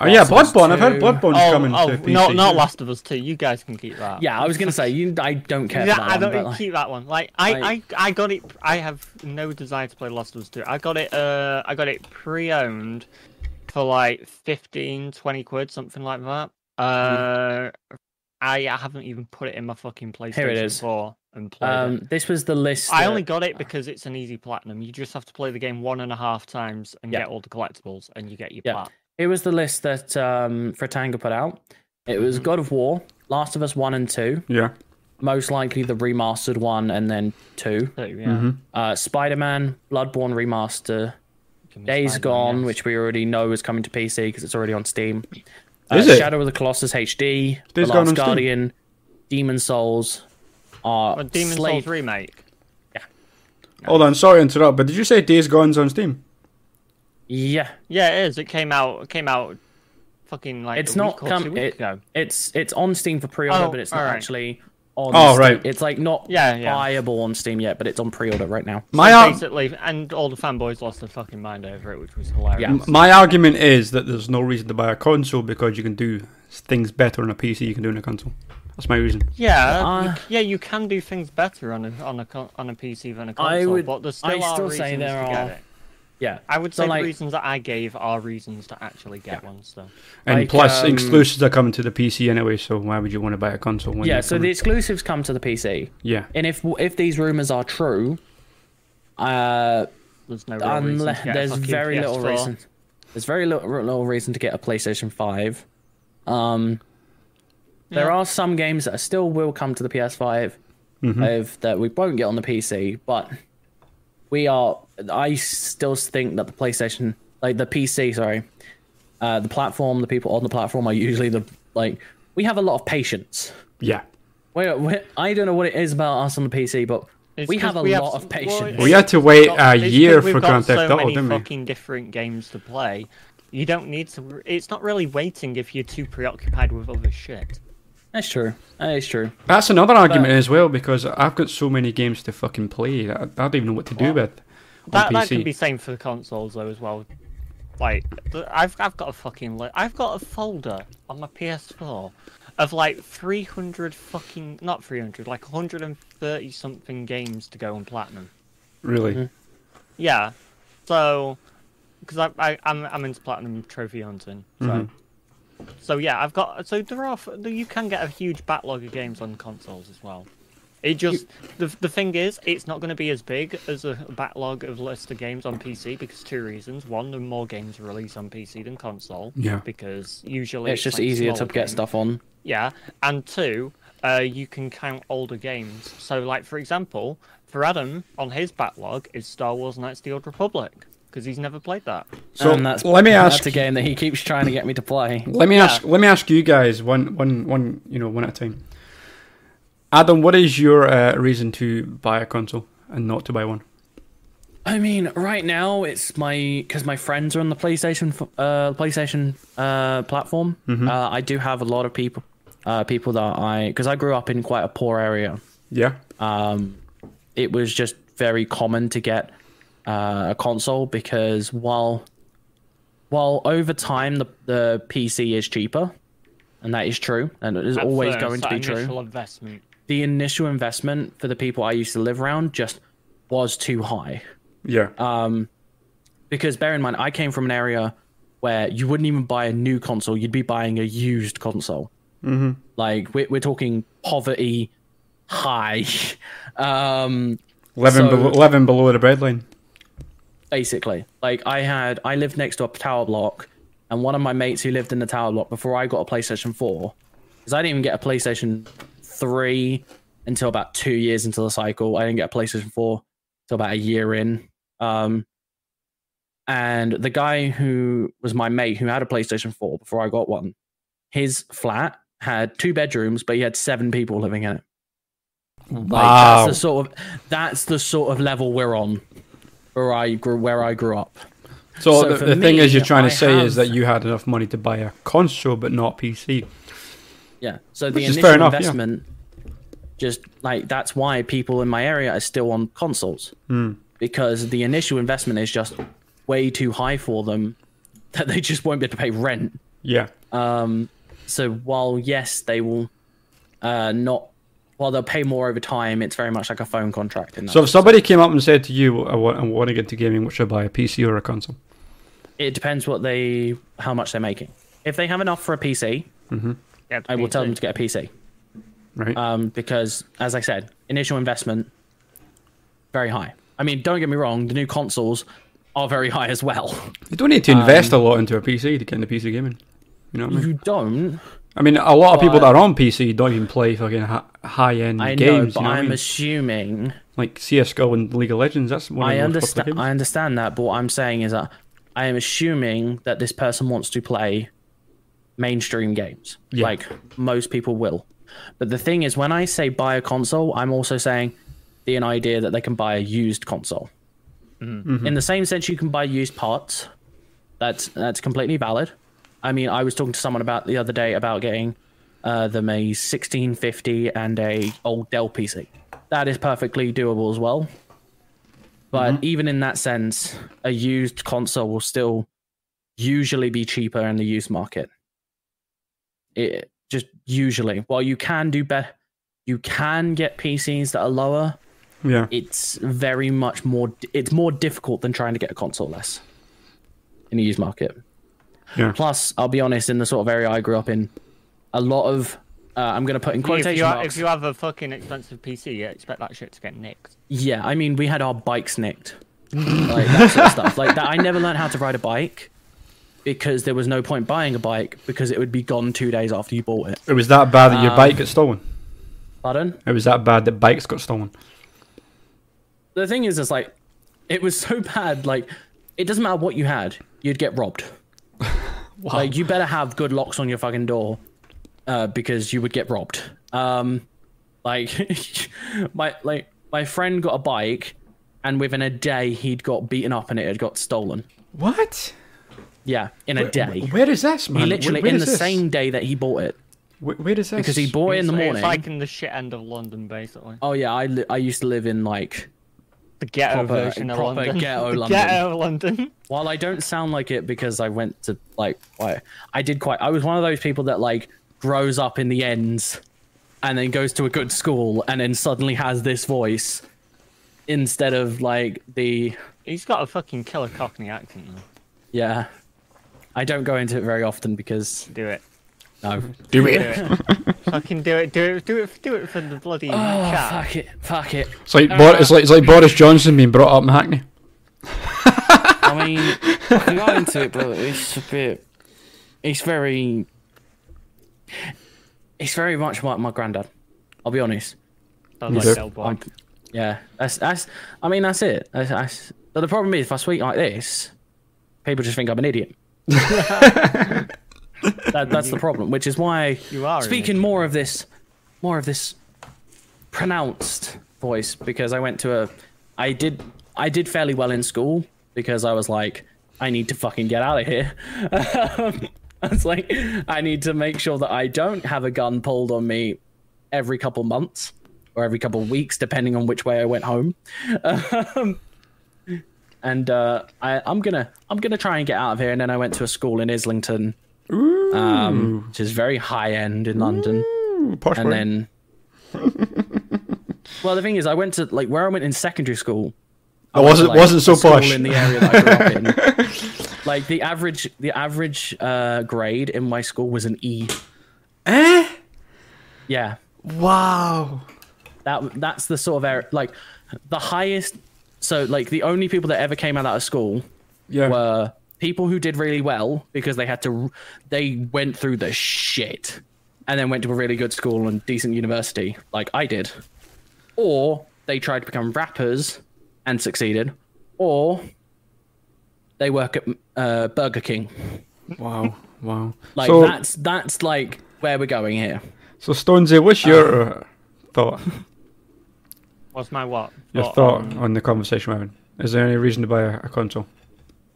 [SPEAKER 2] Oh, yeah,
[SPEAKER 1] Last of Us
[SPEAKER 2] Bloodborne. I've heard
[SPEAKER 1] two.
[SPEAKER 2] Bloodborne's
[SPEAKER 3] Oh,
[SPEAKER 2] coming
[SPEAKER 3] oh
[SPEAKER 2] to PC.
[SPEAKER 3] not not Last of Us Two. You guys can keep that.
[SPEAKER 1] Yeah, I was gonna say you. I don't care.
[SPEAKER 3] Yeah,
[SPEAKER 1] for that
[SPEAKER 3] I
[SPEAKER 1] one,
[SPEAKER 3] don't
[SPEAKER 1] but, like,
[SPEAKER 3] keep that one. Like I,
[SPEAKER 1] Like-
[SPEAKER 3] I, I got it. I have no desire to play Last of Us Two. I got it. Uh, I got it pre-owned for like 15, 20 quid, something like that. Uh, I haven't even put it in my fucking PlayStation
[SPEAKER 1] Mm. it is.
[SPEAKER 3] Four and played it.
[SPEAKER 1] um, this was the list.
[SPEAKER 3] I
[SPEAKER 1] that-
[SPEAKER 3] only got it because it's an easy platinum. You just have to play the game one and a half times and
[SPEAKER 1] Yeah.
[SPEAKER 3] get all the collectibles, and you get your
[SPEAKER 1] Yeah.
[SPEAKER 3] plat.
[SPEAKER 1] It was the list that um, Fratanga put out. It was
[SPEAKER 2] Mm-hmm.
[SPEAKER 1] God of War, Last of Us one and two,
[SPEAKER 2] Yeah.
[SPEAKER 1] most likely the remastered one, and then two.
[SPEAKER 3] So, yeah,
[SPEAKER 1] Uh, Spider Man, Bloodborne remaster,
[SPEAKER 3] give me
[SPEAKER 1] Days
[SPEAKER 3] Spider-Man,
[SPEAKER 1] Gone,
[SPEAKER 3] yes.
[SPEAKER 1] which we already know is coming to PC because it's already on Steam. Uh,
[SPEAKER 2] Is it?
[SPEAKER 1] Shadow of the Colossus HD, The
[SPEAKER 2] Days Gone on
[SPEAKER 1] Last
[SPEAKER 2] Steam?
[SPEAKER 1] Guardian, Demon Souls, are
[SPEAKER 3] Well, Demon's
[SPEAKER 1] slate-
[SPEAKER 3] Souls remake.
[SPEAKER 2] Hold on, sorry to interrupt, but did you say Days Gone's on Steam?
[SPEAKER 1] Yeah,
[SPEAKER 3] Yeah, it is. It came out. It came out. Fucking like
[SPEAKER 1] it's
[SPEAKER 3] a
[SPEAKER 1] not
[SPEAKER 3] week or two
[SPEAKER 1] come.
[SPEAKER 3] weeks
[SPEAKER 1] It,
[SPEAKER 3] ago.
[SPEAKER 1] it's it's on Steam for pre-order,
[SPEAKER 3] Oh,
[SPEAKER 1] but it's not
[SPEAKER 3] alright.
[SPEAKER 1] actually on.
[SPEAKER 2] Oh,
[SPEAKER 1] Steam.
[SPEAKER 2] right.
[SPEAKER 1] It's like not
[SPEAKER 3] Yeah, yeah.
[SPEAKER 1] buyable on Steam yet, but it's on pre-order right now.
[SPEAKER 2] My,
[SPEAKER 3] So
[SPEAKER 2] ar-
[SPEAKER 3] basically, and all the fanboys lost their fucking mind over it, which was hilarious.
[SPEAKER 1] Yeah.
[SPEAKER 2] my argument is that there's no reason to buy a console because you can do things better on a PC you can do on a console. That's my reason.
[SPEAKER 3] Yeah,
[SPEAKER 1] Uh,
[SPEAKER 3] you c- yeah, you can do things better on a on a con- on a PC than a console,
[SPEAKER 1] I would-
[SPEAKER 3] but there's still
[SPEAKER 1] I
[SPEAKER 3] are
[SPEAKER 1] still
[SPEAKER 3] reasons
[SPEAKER 1] say there
[SPEAKER 3] to get
[SPEAKER 1] are-
[SPEAKER 3] it.
[SPEAKER 1] Yeah,
[SPEAKER 3] I would
[SPEAKER 1] So,
[SPEAKER 3] say
[SPEAKER 1] like-
[SPEAKER 3] the reasons that I gave are reasons to actually get one. So
[SPEAKER 2] And
[SPEAKER 1] Like,
[SPEAKER 2] plus,
[SPEAKER 1] um,
[SPEAKER 2] exclusives are coming to the PC anyway, so why would you want to buy a console? When
[SPEAKER 1] yeah.
[SPEAKER 2] they're
[SPEAKER 1] So the
[SPEAKER 2] coming?
[SPEAKER 1] exclusives come to the PC,
[SPEAKER 2] yeah,
[SPEAKER 1] and if if these rumors are true, uh,
[SPEAKER 3] there's no real reason.
[SPEAKER 1] unle-
[SPEAKER 3] To get a
[SPEAKER 1] there's
[SPEAKER 3] fucking
[SPEAKER 1] very little
[SPEAKER 3] PS4.
[SPEAKER 1] reason. There's very little, little reason to get a PlayStation Five. Um, there
[SPEAKER 3] Yeah.
[SPEAKER 1] are some games that still will come to the PS5 of, that we won't get on the PC, but we are. I still think that the PlayStation, like the PC, sorry, uh, the platform, the people on the platform are usually the like. We have a lot of patience.
[SPEAKER 2] yeah.
[SPEAKER 1] We're, we're, I don't know what it is about us on the PC, but
[SPEAKER 3] It's
[SPEAKER 1] we
[SPEAKER 3] 'cause
[SPEAKER 1] have a
[SPEAKER 3] we have
[SPEAKER 1] lot of
[SPEAKER 3] s- well,
[SPEAKER 1] patience.
[SPEAKER 2] We had to wait
[SPEAKER 3] Got-
[SPEAKER 2] a
[SPEAKER 3] it's 'cause
[SPEAKER 2] year
[SPEAKER 3] we've
[SPEAKER 2] for
[SPEAKER 3] got
[SPEAKER 2] Grand Theft
[SPEAKER 3] so
[SPEAKER 2] Auto,
[SPEAKER 3] many
[SPEAKER 2] didn't we?
[SPEAKER 3] fucking different games to play. You don't need to. It's not really waiting if you're too preoccupied with other shit.
[SPEAKER 1] That's true. That is true.
[SPEAKER 2] That's another argument as well because I've got so many games to fucking play. I, I don't even know what to do with on
[SPEAKER 3] That,
[SPEAKER 2] PC.
[SPEAKER 3] that can be same for consoles though as well. Like th- I've I've got a fucking li- I've got a folder on my PS4 of like 300 fucking not 300 like 130 something games to go on platinum.
[SPEAKER 2] Really,
[SPEAKER 3] Mm-hmm. Yeah, so because I, I I'm I'm into platinum trophy hunting. So. So yeah, I've got so there are f- you can get a huge backlog of games on consoles as well. It just the the thing is, it's not going to be as big as a backlog of list of games on PC because two reasons: one, there are more games released on PC than console.
[SPEAKER 2] Yeah.
[SPEAKER 3] Because usually
[SPEAKER 1] It's just
[SPEAKER 3] like,
[SPEAKER 1] easier to
[SPEAKER 3] smaller
[SPEAKER 1] get
[SPEAKER 3] games.
[SPEAKER 1] stuff on.
[SPEAKER 3] Yeah, and two, uh, you can count older games. So, like for example, for Adam on his backlog is Star Wars: Knights of the Old Republic because he's never played that.
[SPEAKER 2] So
[SPEAKER 1] and that's,
[SPEAKER 2] let me ask.
[SPEAKER 1] That's a game that he keeps trying to get me to play.
[SPEAKER 2] Let me ask. Let me ask you guys one, one, one. You know, one at a time. Adam, what is your uh, reason to buy a console and not to buy one?
[SPEAKER 1] I mean, right now it's my because my friends are
[SPEAKER 2] Mm-hmm.
[SPEAKER 1] on the PlayStation f- uh, PlayStation uh, platform. Uh, I do have a lot of people uh, people that I because I grew up in quite a poor area.
[SPEAKER 2] Yeah.
[SPEAKER 1] It was just very common to get uh, a console because while while over time the the PC is cheaper, and that is true, and it is
[SPEAKER 3] At
[SPEAKER 1] always
[SPEAKER 3] first,
[SPEAKER 1] going to
[SPEAKER 3] that
[SPEAKER 1] be true
[SPEAKER 3] initial investment.
[SPEAKER 1] the initial investment for the people I used to live around just was too high.
[SPEAKER 2] Yeah.
[SPEAKER 1] Because bear in mind, I came from an area where you wouldn't even buy a new console, you'd be buying a used console. Like, we're, we're talking poverty high, um,
[SPEAKER 2] living,
[SPEAKER 1] so-
[SPEAKER 2] below, living below the breadline.
[SPEAKER 1] basically. Like, I had, I lived next to a tower block, and one of my mates who lived in the tower block before I got a PlayStation 4, because I didn't even get a PlayStation 3 until about two years into the cycle. I didn't get a PlayStation 4 till about a year in. Um, and the guy who was my mate who had a PlayStation 4 before I got one, his flat had two bedrooms, but he had seven people living in it. Like,
[SPEAKER 2] Wow.
[SPEAKER 1] that's the sort of that's the sort of level we're on, where I grew where I grew up.
[SPEAKER 2] So,
[SPEAKER 1] so
[SPEAKER 2] the,
[SPEAKER 1] for
[SPEAKER 2] the thing
[SPEAKER 1] me,
[SPEAKER 2] is, you're trying to
[SPEAKER 1] I
[SPEAKER 2] say is
[SPEAKER 1] have-
[SPEAKER 2] that you had enough money to buy a console, but not PC.
[SPEAKER 1] Yeah. So the
[SPEAKER 2] Which is
[SPEAKER 1] initial
[SPEAKER 2] fair enough, yeah.
[SPEAKER 1] investment, just like that's why people in my area are still on consoles
[SPEAKER 2] Hmm.
[SPEAKER 1] because the initial investment is just way too high for them that they just won't be able to pay rent.
[SPEAKER 2] Yeah.
[SPEAKER 1] So while yes, they will uh, not, while they'll pay more over time, it's very much like a phone contract. In that.
[SPEAKER 2] So if somebody came up and said to you, "I want, I want to get into gaming, what should I buy, a PC or a console?"
[SPEAKER 1] it depends what they, how much they're making. If they have enough for a PC,
[SPEAKER 3] Yeah,
[SPEAKER 1] I will tell them to get a PC.
[SPEAKER 2] Right.
[SPEAKER 1] um, because, as I said, initial investment very high. I mean, don't get me wrong, the new consoles are very high as well.
[SPEAKER 2] you don't need to invest a lot into a PC to get into PC gaming. You know what I mean?
[SPEAKER 1] You don't,
[SPEAKER 2] I mean, a lot of people
[SPEAKER 1] but-
[SPEAKER 2] that are on PC don't even play fucking hi- high-end
[SPEAKER 1] I know,
[SPEAKER 2] games.
[SPEAKER 1] but
[SPEAKER 2] you know what I
[SPEAKER 1] I'm
[SPEAKER 2] mean?
[SPEAKER 1] assuming.
[SPEAKER 2] like CS:GO and League of Legends. That's one of
[SPEAKER 1] I
[SPEAKER 2] the most popular
[SPEAKER 1] understand.
[SPEAKER 2] games.
[SPEAKER 1] I understand that, but what I'm saying is that I am assuming that this person wants to play mainstream games,
[SPEAKER 2] Yeah.
[SPEAKER 1] like most people will. But the thing is, when I say buy a console, I'm also saying the an idea that they can buy a used console. In the same sense, you can buy used parts. That's that's completely valid. I mean, I was talking to someone about the other day about getting uh, them a 1650 and a old Dell PC. That is perfectly doable as well. But even in that sense, a used console will still usually be cheaper in the used market. It just usually, while you can do better, you can get PCs that are lower.
[SPEAKER 2] Yeah.
[SPEAKER 1] It's very much more. It's more difficult than trying to get a console less in the used market.
[SPEAKER 2] Yeah.
[SPEAKER 1] Plus, I'll be honest, in the sort of area I grew up in, a lot of uh, I'm going to put in
[SPEAKER 3] If
[SPEAKER 1] quotation
[SPEAKER 3] you, ha-
[SPEAKER 1] marks.
[SPEAKER 3] if you have a fucking expensive PC, you expect that shit to get nicked.
[SPEAKER 1] Yeah, I mean, we had our bikes nicked, like that sort of stuff. Like that, I never learned how to ride a bike because there was no point buying a bike because it would be gone two days after you bought it.
[SPEAKER 2] It was that bad
[SPEAKER 1] Um,
[SPEAKER 2] that your bike got stolen.
[SPEAKER 1] Pardon?
[SPEAKER 2] It was that bad that bikes got stolen.
[SPEAKER 1] The thing is, it's like it was so bad. Like it doesn't matter what you had, you'd get robbed. Like you better have good locks on your fucking door uh, because you would get robbed. Um, like my like my friend got a bike, and within a day he'd got beaten up and it had got stolen.
[SPEAKER 2] What?
[SPEAKER 1] Yeah, in a day.
[SPEAKER 2] Where is this,
[SPEAKER 1] He
[SPEAKER 2] man? Where-
[SPEAKER 1] literally
[SPEAKER 2] where
[SPEAKER 1] in
[SPEAKER 2] is
[SPEAKER 1] the
[SPEAKER 2] this?
[SPEAKER 1] same day that he bought it
[SPEAKER 2] Where- where is this?
[SPEAKER 1] because he bought it in the
[SPEAKER 3] It's-
[SPEAKER 1] morning.
[SPEAKER 3] It's like in the shit end of London, basically.
[SPEAKER 1] oh yeah, I, li- I used to live in like
[SPEAKER 3] The ghetto
[SPEAKER 1] proper-
[SPEAKER 3] version of
[SPEAKER 1] proper
[SPEAKER 3] London.
[SPEAKER 1] ghetto
[SPEAKER 3] the
[SPEAKER 1] London.
[SPEAKER 3] Ghetto London.
[SPEAKER 1] while I don't sound like it because I went to like I, I did quite I was one of those people that like grows up in the ends and then goes to a good school and then suddenly has this voice instead of like the
[SPEAKER 3] He's got a fucking killer Cockney accent. Though.
[SPEAKER 1] yeah I don't go into it very often because
[SPEAKER 3] Do it.
[SPEAKER 1] no
[SPEAKER 2] Do
[SPEAKER 3] Do it. fucking do it. Do it. Do it. Do it for the bloody chat.
[SPEAKER 1] Oh, fuck it fuck it
[SPEAKER 2] It's like, Bor- it's, like, it's like Boris Johnson being brought up in Hackney.
[SPEAKER 1] I mean, I can go into it, but it's a bit. It's very. It's very much like my granddad. I'll be honest.
[SPEAKER 3] Sounds like
[SPEAKER 2] Yeah.
[SPEAKER 3] Del Boy.
[SPEAKER 1] I'm, yeah, that's that's. I mean, that's it. That's, that's, but the problem is, if I speak like this, people just think I'm an idiot. that, that's the problem, which is why
[SPEAKER 3] You are an
[SPEAKER 1] speaking more of this, more of this pronounced voice because I went to a, I did I did fairly well in school because I was like I need to fucking get out of here. I was like, I need to make sure that I don't have a gun pulled on me every couple months or every couple weeks, depending on which way I went home. Um, and uh, I, I'm gonna I'm gonna try and get out of here. And then I went to a school in Islington, um, which is very high end in London.
[SPEAKER 2] Ooh, posh boy.
[SPEAKER 1] And then, well, the thing is, I went to like where I went in secondary school. I
[SPEAKER 2] It
[SPEAKER 1] went to,
[SPEAKER 2] wasn't
[SPEAKER 1] like,
[SPEAKER 2] wasn't so
[SPEAKER 1] a school
[SPEAKER 2] posh.
[SPEAKER 1] in the area that I grew up in. like the average, the average uh, grade in my school was an E.
[SPEAKER 2] eh?
[SPEAKER 1] Yeah,
[SPEAKER 2] Wow.
[SPEAKER 1] that that's the sort of area. Like the highest. So like the only people that ever came out of school
[SPEAKER 2] Yeah.
[SPEAKER 1] were uh, people who did really well because they had to they went through the shit and then went to a really good school and decent university like i did or they tried to become rappers and succeeded or they work at uh, burger king
[SPEAKER 2] Wow. Wow.
[SPEAKER 1] like
[SPEAKER 2] so,
[SPEAKER 1] that's that's like where we're going here
[SPEAKER 2] so Stonesy, what's your uh, thought?
[SPEAKER 3] What's my what?
[SPEAKER 2] Your
[SPEAKER 3] What,
[SPEAKER 2] thought
[SPEAKER 3] um,
[SPEAKER 2] on the conversation we're having? Is there any reason to buy a, a console?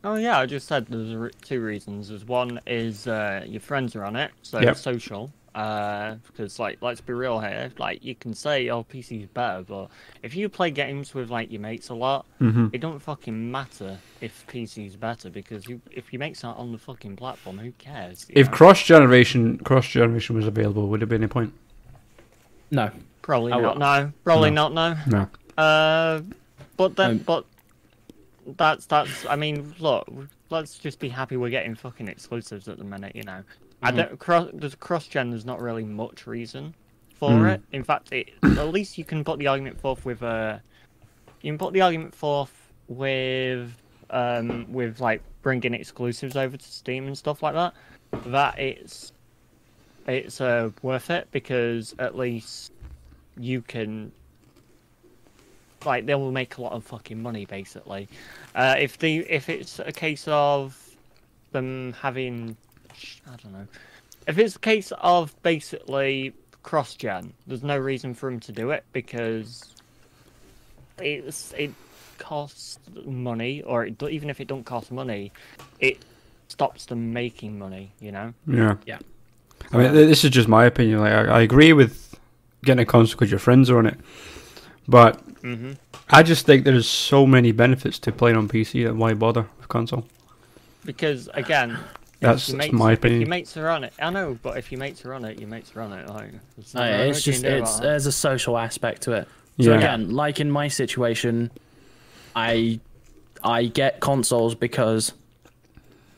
[SPEAKER 3] Oh yeah, I just said there's re- two reasons. There's one is uh, your friends are on it, so
[SPEAKER 2] Yep.
[SPEAKER 3] it's social. Uh, because like, let's be real here. Like, you can say oh, PC's better, but if you play games with like your mates a lot, it don't fucking matter if PC's better because you, if your mates aren't on the fucking platform, who cares? you
[SPEAKER 2] If
[SPEAKER 3] know?
[SPEAKER 2] cross generation cross generation was available, would it be any point?
[SPEAKER 1] no
[SPEAKER 3] probably
[SPEAKER 1] I
[SPEAKER 3] not
[SPEAKER 1] will-
[SPEAKER 3] no, probably not
[SPEAKER 2] No.
[SPEAKER 3] no. Uh, but then,
[SPEAKER 1] Um,
[SPEAKER 3] but that's that's. I mean, look, let's just be happy we're getting fucking exclusives at the minute, you know. I don't cross. There's cross gen. There's not really much reason for it. In fact, it, at least you can put the argument forth with uh, you can put the argument forth with um with like bringing exclusives over to Steam and stuff like that. That it's it's uh worth it because at least you can like they will make a lot of fucking money basically. Uh, if the if it's a case of them having, I don't know, if it's a case of basically cross gen, there's no reason for them to do it because it's it costs money, or it, do- even if it don't cost money, it stops them making money. You know.
[SPEAKER 2] Yeah.
[SPEAKER 1] yeah
[SPEAKER 2] I mean, th- this is just my opinion. Like, I, I agree with getting a console because your friends are on it, but
[SPEAKER 3] Mm-hmm.
[SPEAKER 2] I just think there's so many benefits to playing on PC that why bother with console?
[SPEAKER 3] Because again. if
[SPEAKER 2] That's-
[SPEAKER 3] your
[SPEAKER 2] that's
[SPEAKER 3] mates-
[SPEAKER 2] my
[SPEAKER 3] If
[SPEAKER 2] opinion.
[SPEAKER 3] your mates are on it, I know, but if your mates are on it, your mates are on it. Like, there's
[SPEAKER 1] No,
[SPEAKER 3] nothing
[SPEAKER 1] Oh, it's
[SPEAKER 3] you
[SPEAKER 1] just
[SPEAKER 3] can do about
[SPEAKER 1] it's
[SPEAKER 3] that.
[SPEAKER 1] there's a social aspect to it. So
[SPEAKER 2] Yeah.
[SPEAKER 1] again, like in my situation, I I get consoles because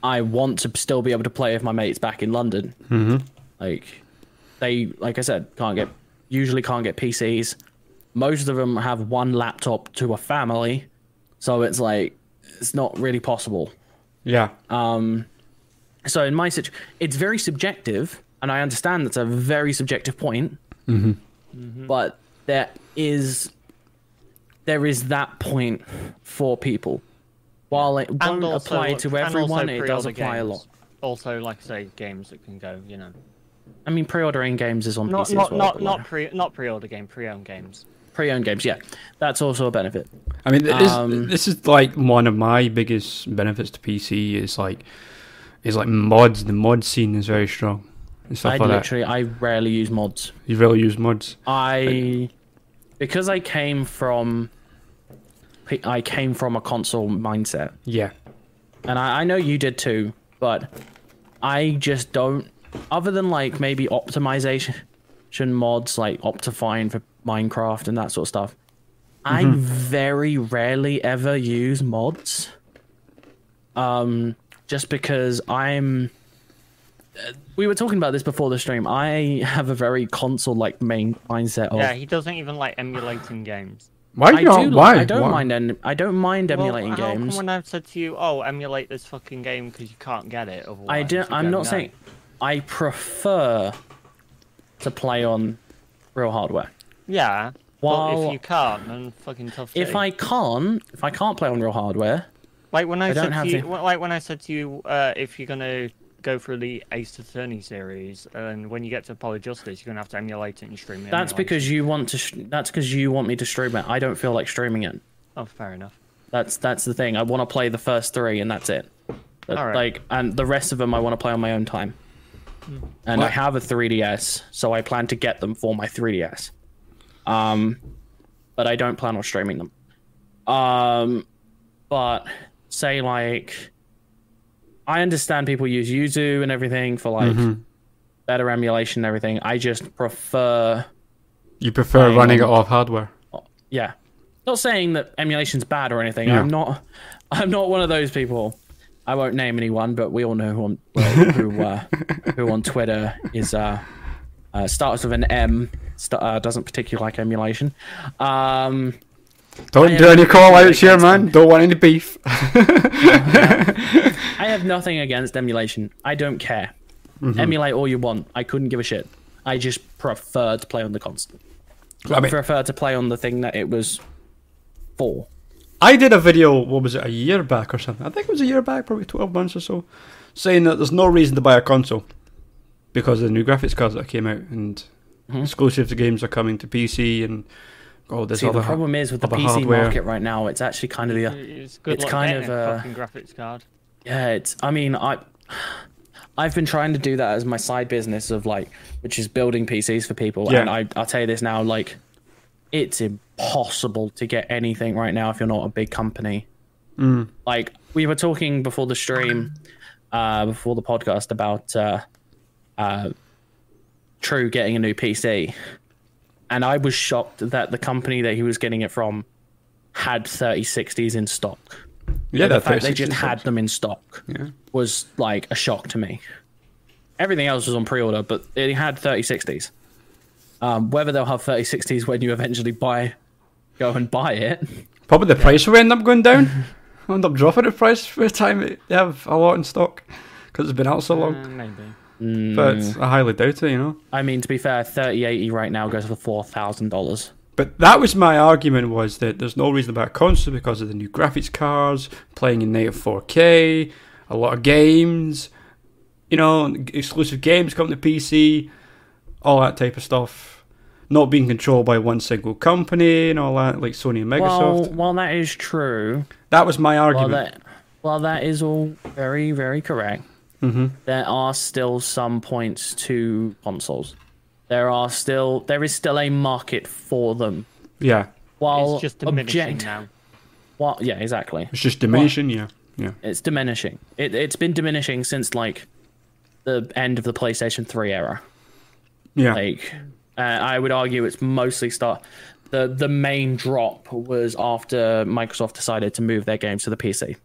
[SPEAKER 1] I want to still be able to play with my mates back in London. Mm-hmm. Like they, like I said, can't get usually can't get PCs. Most of them have one laptop to a family, so it's like it's not really possible
[SPEAKER 2] Yeah.
[SPEAKER 1] Uh, so in my situation it's very subjective and i understand that's a very subjective point but there is there is that point for people while it won't apply
[SPEAKER 3] look,
[SPEAKER 1] to
[SPEAKER 3] and also
[SPEAKER 1] everyone it does
[SPEAKER 3] pre-order
[SPEAKER 1] apply a
[SPEAKER 3] games.
[SPEAKER 1] lot
[SPEAKER 3] Also, like I say, games that can go, you know,
[SPEAKER 1] i mean pre-ordering games is on
[SPEAKER 3] not
[SPEAKER 1] pc as
[SPEAKER 3] not
[SPEAKER 1] well,
[SPEAKER 3] not,
[SPEAKER 1] but
[SPEAKER 3] not
[SPEAKER 1] like,
[SPEAKER 3] pre not pre-order game, pre-owned games.
[SPEAKER 1] pre-owned games yeah that's also a benefit
[SPEAKER 2] I mean, this,
[SPEAKER 1] Um,
[SPEAKER 2] this is like one of my biggest benefits to PC is like is like mods. The mod scene is very strong and stuff
[SPEAKER 1] i
[SPEAKER 2] like
[SPEAKER 1] literally i rarely use mods
[SPEAKER 2] that. You really use mods.
[SPEAKER 1] I because I came from I came from a console mindset,
[SPEAKER 2] Yeah.
[SPEAKER 1] and I, I know you did too, but I just don't. Other than like maybe optimization mods like Optifine for Minecraft and that sort of stuff, I very rarely ever use mods. Um, just because I'm. uh, We were talking about this before the stream. I have a very console-like main mindset of
[SPEAKER 3] Yeah, he doesn't even like emulating games.
[SPEAKER 2] Why
[SPEAKER 1] I
[SPEAKER 2] you not?
[SPEAKER 1] do.
[SPEAKER 2] why?
[SPEAKER 1] I don't
[SPEAKER 2] why?
[SPEAKER 1] mind. En- I don't mind emulating
[SPEAKER 3] well, how
[SPEAKER 1] games.
[SPEAKER 3] Come when I've said to you, "Oh, emulate this fucking game because you can't get it." Otherwise,
[SPEAKER 1] I do.
[SPEAKER 3] you
[SPEAKER 1] I'm
[SPEAKER 3] go,
[SPEAKER 1] not
[SPEAKER 3] "No."
[SPEAKER 1] saying. I prefer to play on real hardware.
[SPEAKER 3] Yeah. Well,
[SPEAKER 1] While-
[SPEAKER 3] if you can't, then fucking tough.
[SPEAKER 1] If
[SPEAKER 3] too.
[SPEAKER 1] I can't, if I can't play on real hardware,
[SPEAKER 3] like when I,
[SPEAKER 1] I don't
[SPEAKER 3] said
[SPEAKER 1] have
[SPEAKER 3] to you,
[SPEAKER 1] the-
[SPEAKER 3] well, like when I said to you, uh, if you're gonna go through the Ace Attorney series, and when you get to Poly Justice, you're gonna have to emulate it and stream it.
[SPEAKER 1] that's because you want to. Sh- that's because you want me to stream it. I don't feel like streaming it.
[SPEAKER 3] Oh, fair enough.
[SPEAKER 1] That's that's the thing. I want to play the first three, and that's it. Uh,
[SPEAKER 3] Alright.
[SPEAKER 1] Like, and the rest of them I want to play on my own time. And I
[SPEAKER 2] Well-
[SPEAKER 1] have a 3DS, so I plan to get them for my 3DS. Um, but I don't plan on streaming them. Um, but say like, I understand people use Yuzu and everything for like better emulation and everything. I just prefer
[SPEAKER 2] You prefer
[SPEAKER 1] Playing
[SPEAKER 2] running it
[SPEAKER 1] on-
[SPEAKER 2] off hardware.
[SPEAKER 1] yeah not saying that emulation's bad or anything
[SPEAKER 2] Yeah.
[SPEAKER 1] i'm not i'm not one of those people i won't name anyone but we all know who on well, who, uh, who on twitter is uh, uh starts with an m st- uh, doesn't particularly like emulation um
[SPEAKER 2] Don't
[SPEAKER 1] I
[SPEAKER 2] do
[SPEAKER 1] am
[SPEAKER 2] any call outs
[SPEAKER 1] against
[SPEAKER 2] here, man.
[SPEAKER 1] them.
[SPEAKER 2] Don't want any beef.
[SPEAKER 1] i have nothing against emulation i don't care
[SPEAKER 2] Mm-hmm.
[SPEAKER 1] emulate all you want i couldn't give a shit i just prefer to play on the console
[SPEAKER 2] I mean,
[SPEAKER 1] prefer to play on the thing that it was for
[SPEAKER 2] I did a video, what was it, a year back or something? I think it was a year back, probably 12 months or so, saying that there's no reason to buy a console because of the new graphics cards that came out and
[SPEAKER 1] Hmm?
[SPEAKER 2] exclusive games are coming to PC and all this
[SPEAKER 1] See,
[SPEAKER 2] other
[SPEAKER 1] the problem is with the
[SPEAKER 2] other
[SPEAKER 1] PC
[SPEAKER 2] hardware.
[SPEAKER 1] market right now, it's actually kind of the uh,
[SPEAKER 3] It's good
[SPEAKER 1] It's
[SPEAKER 3] luck
[SPEAKER 1] kind
[SPEAKER 3] getting
[SPEAKER 1] of,
[SPEAKER 3] a
[SPEAKER 1] uh,
[SPEAKER 3] fucking graphics card.
[SPEAKER 1] Yeah, it's. I mean, I, I've been trying to do that as my side business of like, which is building PCs for people.
[SPEAKER 2] Yeah.
[SPEAKER 1] And I, I'll tell you this now, like, it's impossible to get anything right now if you're not a big company. Like we were talking before the stream, uh, before the podcast about uh, uh, True getting a new PC, and I was shocked that the company that he was getting it from had 3060s in stock
[SPEAKER 2] Yeah,
[SPEAKER 1] the
[SPEAKER 2] that
[SPEAKER 1] fact they
[SPEAKER 2] 360
[SPEAKER 1] just had them in stock was like a shock to me. Everything else was on pre-order, but it had 3060s. Um, whether they'll have 3060s when you eventually buy, go and buy it.
[SPEAKER 2] Probably the price will end up going down. I'll end up dropping the price for the time they have a lot in stock because it's been out so long.
[SPEAKER 1] Hmm.
[SPEAKER 3] Uh, maybe.
[SPEAKER 2] But I highly doubt it, you know.
[SPEAKER 1] I mean, to be fair, 3080 right now goes for four thousand dollars.
[SPEAKER 2] But that was my argument was that there's no reason about a console because of the new graphics cards, playing in native 4K, a lot of games, you know, exclusive games coming to PC, all that type of stuff. Not being controlled by one single company and all that, like Sony and
[SPEAKER 1] Well,
[SPEAKER 2] Microsoft.
[SPEAKER 1] while that is true,
[SPEAKER 2] that was my
[SPEAKER 1] while
[SPEAKER 2] argument.
[SPEAKER 1] that while that is all very very correct,
[SPEAKER 2] Mm-hmm.
[SPEAKER 1] there are still some points to consoles. There are still there is still a market for them.
[SPEAKER 2] yeah,
[SPEAKER 1] While
[SPEAKER 3] it's just diminishing
[SPEAKER 1] object,
[SPEAKER 3] now.
[SPEAKER 1] Well, yeah, exactly.
[SPEAKER 2] it's just diminishing. Yeah, yeah.
[SPEAKER 1] It's diminishing. It, it's been diminishing since like the end of the PlayStation 3 era.
[SPEAKER 2] Yeah.
[SPEAKER 1] Like, uh, I would argue it's mostly start. The, the main drop was after Microsoft decided to move their games to the PC.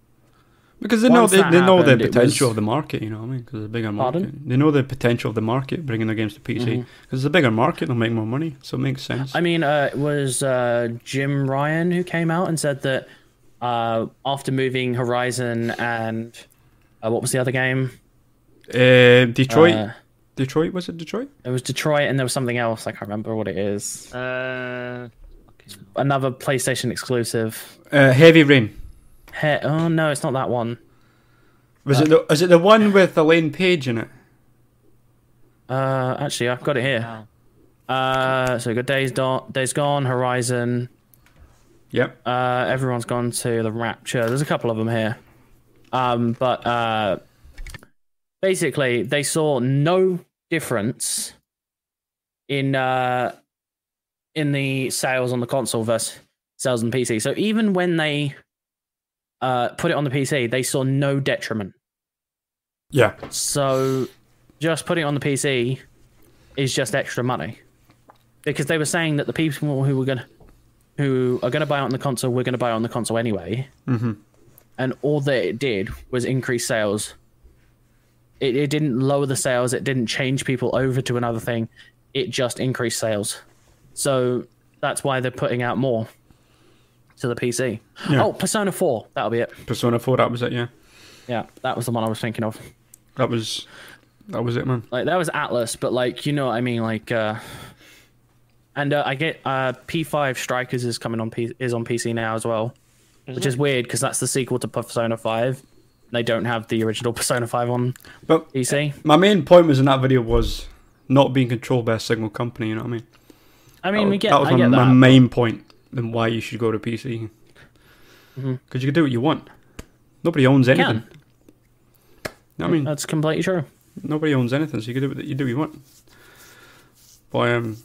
[SPEAKER 2] because they know
[SPEAKER 1] once
[SPEAKER 2] they,
[SPEAKER 1] that
[SPEAKER 2] they know the
[SPEAKER 1] happened, it
[SPEAKER 2] potential
[SPEAKER 1] was-
[SPEAKER 2] of the market, you know what I mean? Because it's a bigger market.
[SPEAKER 1] Pardon? Mm-hmm.
[SPEAKER 2] They know the potential of the market bringing their games to PC. Because it's a bigger market, they'll make more money. So it makes sense.
[SPEAKER 1] I mean, uh, it was uh, Jim Ryan who came out and said that uh, after moving Horizon and uh, what was the other game?
[SPEAKER 2] Uh, Detroit.
[SPEAKER 1] Uh,
[SPEAKER 2] Detroit was it Detroit?
[SPEAKER 1] It was Detroit and there was something else. I can't remember what it is.
[SPEAKER 3] Uh,
[SPEAKER 1] Another PlayStation exclusive.
[SPEAKER 2] Uh, Heavy Rain.
[SPEAKER 1] He- oh no, it's not that one.
[SPEAKER 2] Was it the is it the one with Elaine Page in it?
[SPEAKER 1] Uh, actually, I've got it here.
[SPEAKER 3] no.
[SPEAKER 1] Uh, so we've got Days, Do- Days Gone, Horizon.
[SPEAKER 2] Yep.
[SPEAKER 1] Uh, everyone's gone to the Rapture. There's a couple of them here. Um, but uh, basically, they saw no difference in uh, in the sales on the console versus sales on PC. So even when they uh, put it on the PC, they saw no detriment.
[SPEAKER 2] yeah.
[SPEAKER 1] So just putting it on the PC is just extra money. Because they were saying that the people who were gonna who are gonna buy it on the console were gonna buy it on the console anyway.
[SPEAKER 2] Mhm.
[SPEAKER 1] And all that it did was increase sales. It it didn't lower the sales, it didn't change people over to another thing. It just increased sales. So that's why they're putting out more to the PC.
[SPEAKER 2] Yeah.
[SPEAKER 1] Oh, Persona 4, that'll be it.
[SPEAKER 2] Persona Four. That was it. Yeah.
[SPEAKER 1] Yeah, that was the one I was thinking of.
[SPEAKER 2] That was. That was it, man.
[SPEAKER 1] like that was Atlas, but like you know what I mean, like uh and uh, I get uh P5 Strikers is coming on P- is on PC now as well, which is weird because that's the sequel to Persona 5. They don't have the original Persona 5 on
[SPEAKER 2] But
[SPEAKER 1] PC.
[SPEAKER 2] my main point was in that video was not being controlled by a single company. You know what I mean?
[SPEAKER 1] I mean,
[SPEAKER 2] that
[SPEAKER 1] we
[SPEAKER 2] was-
[SPEAKER 1] get
[SPEAKER 2] that was
[SPEAKER 1] I
[SPEAKER 2] my,
[SPEAKER 1] get
[SPEAKER 2] my
[SPEAKER 1] that.
[SPEAKER 2] main point and why you should go to PC. Because you can do what you want. Nobody owns anything.
[SPEAKER 1] Can.
[SPEAKER 2] know what I mean?
[SPEAKER 1] That's completely true.
[SPEAKER 2] Nobody owns anything, so you can do what you do what you want. But um,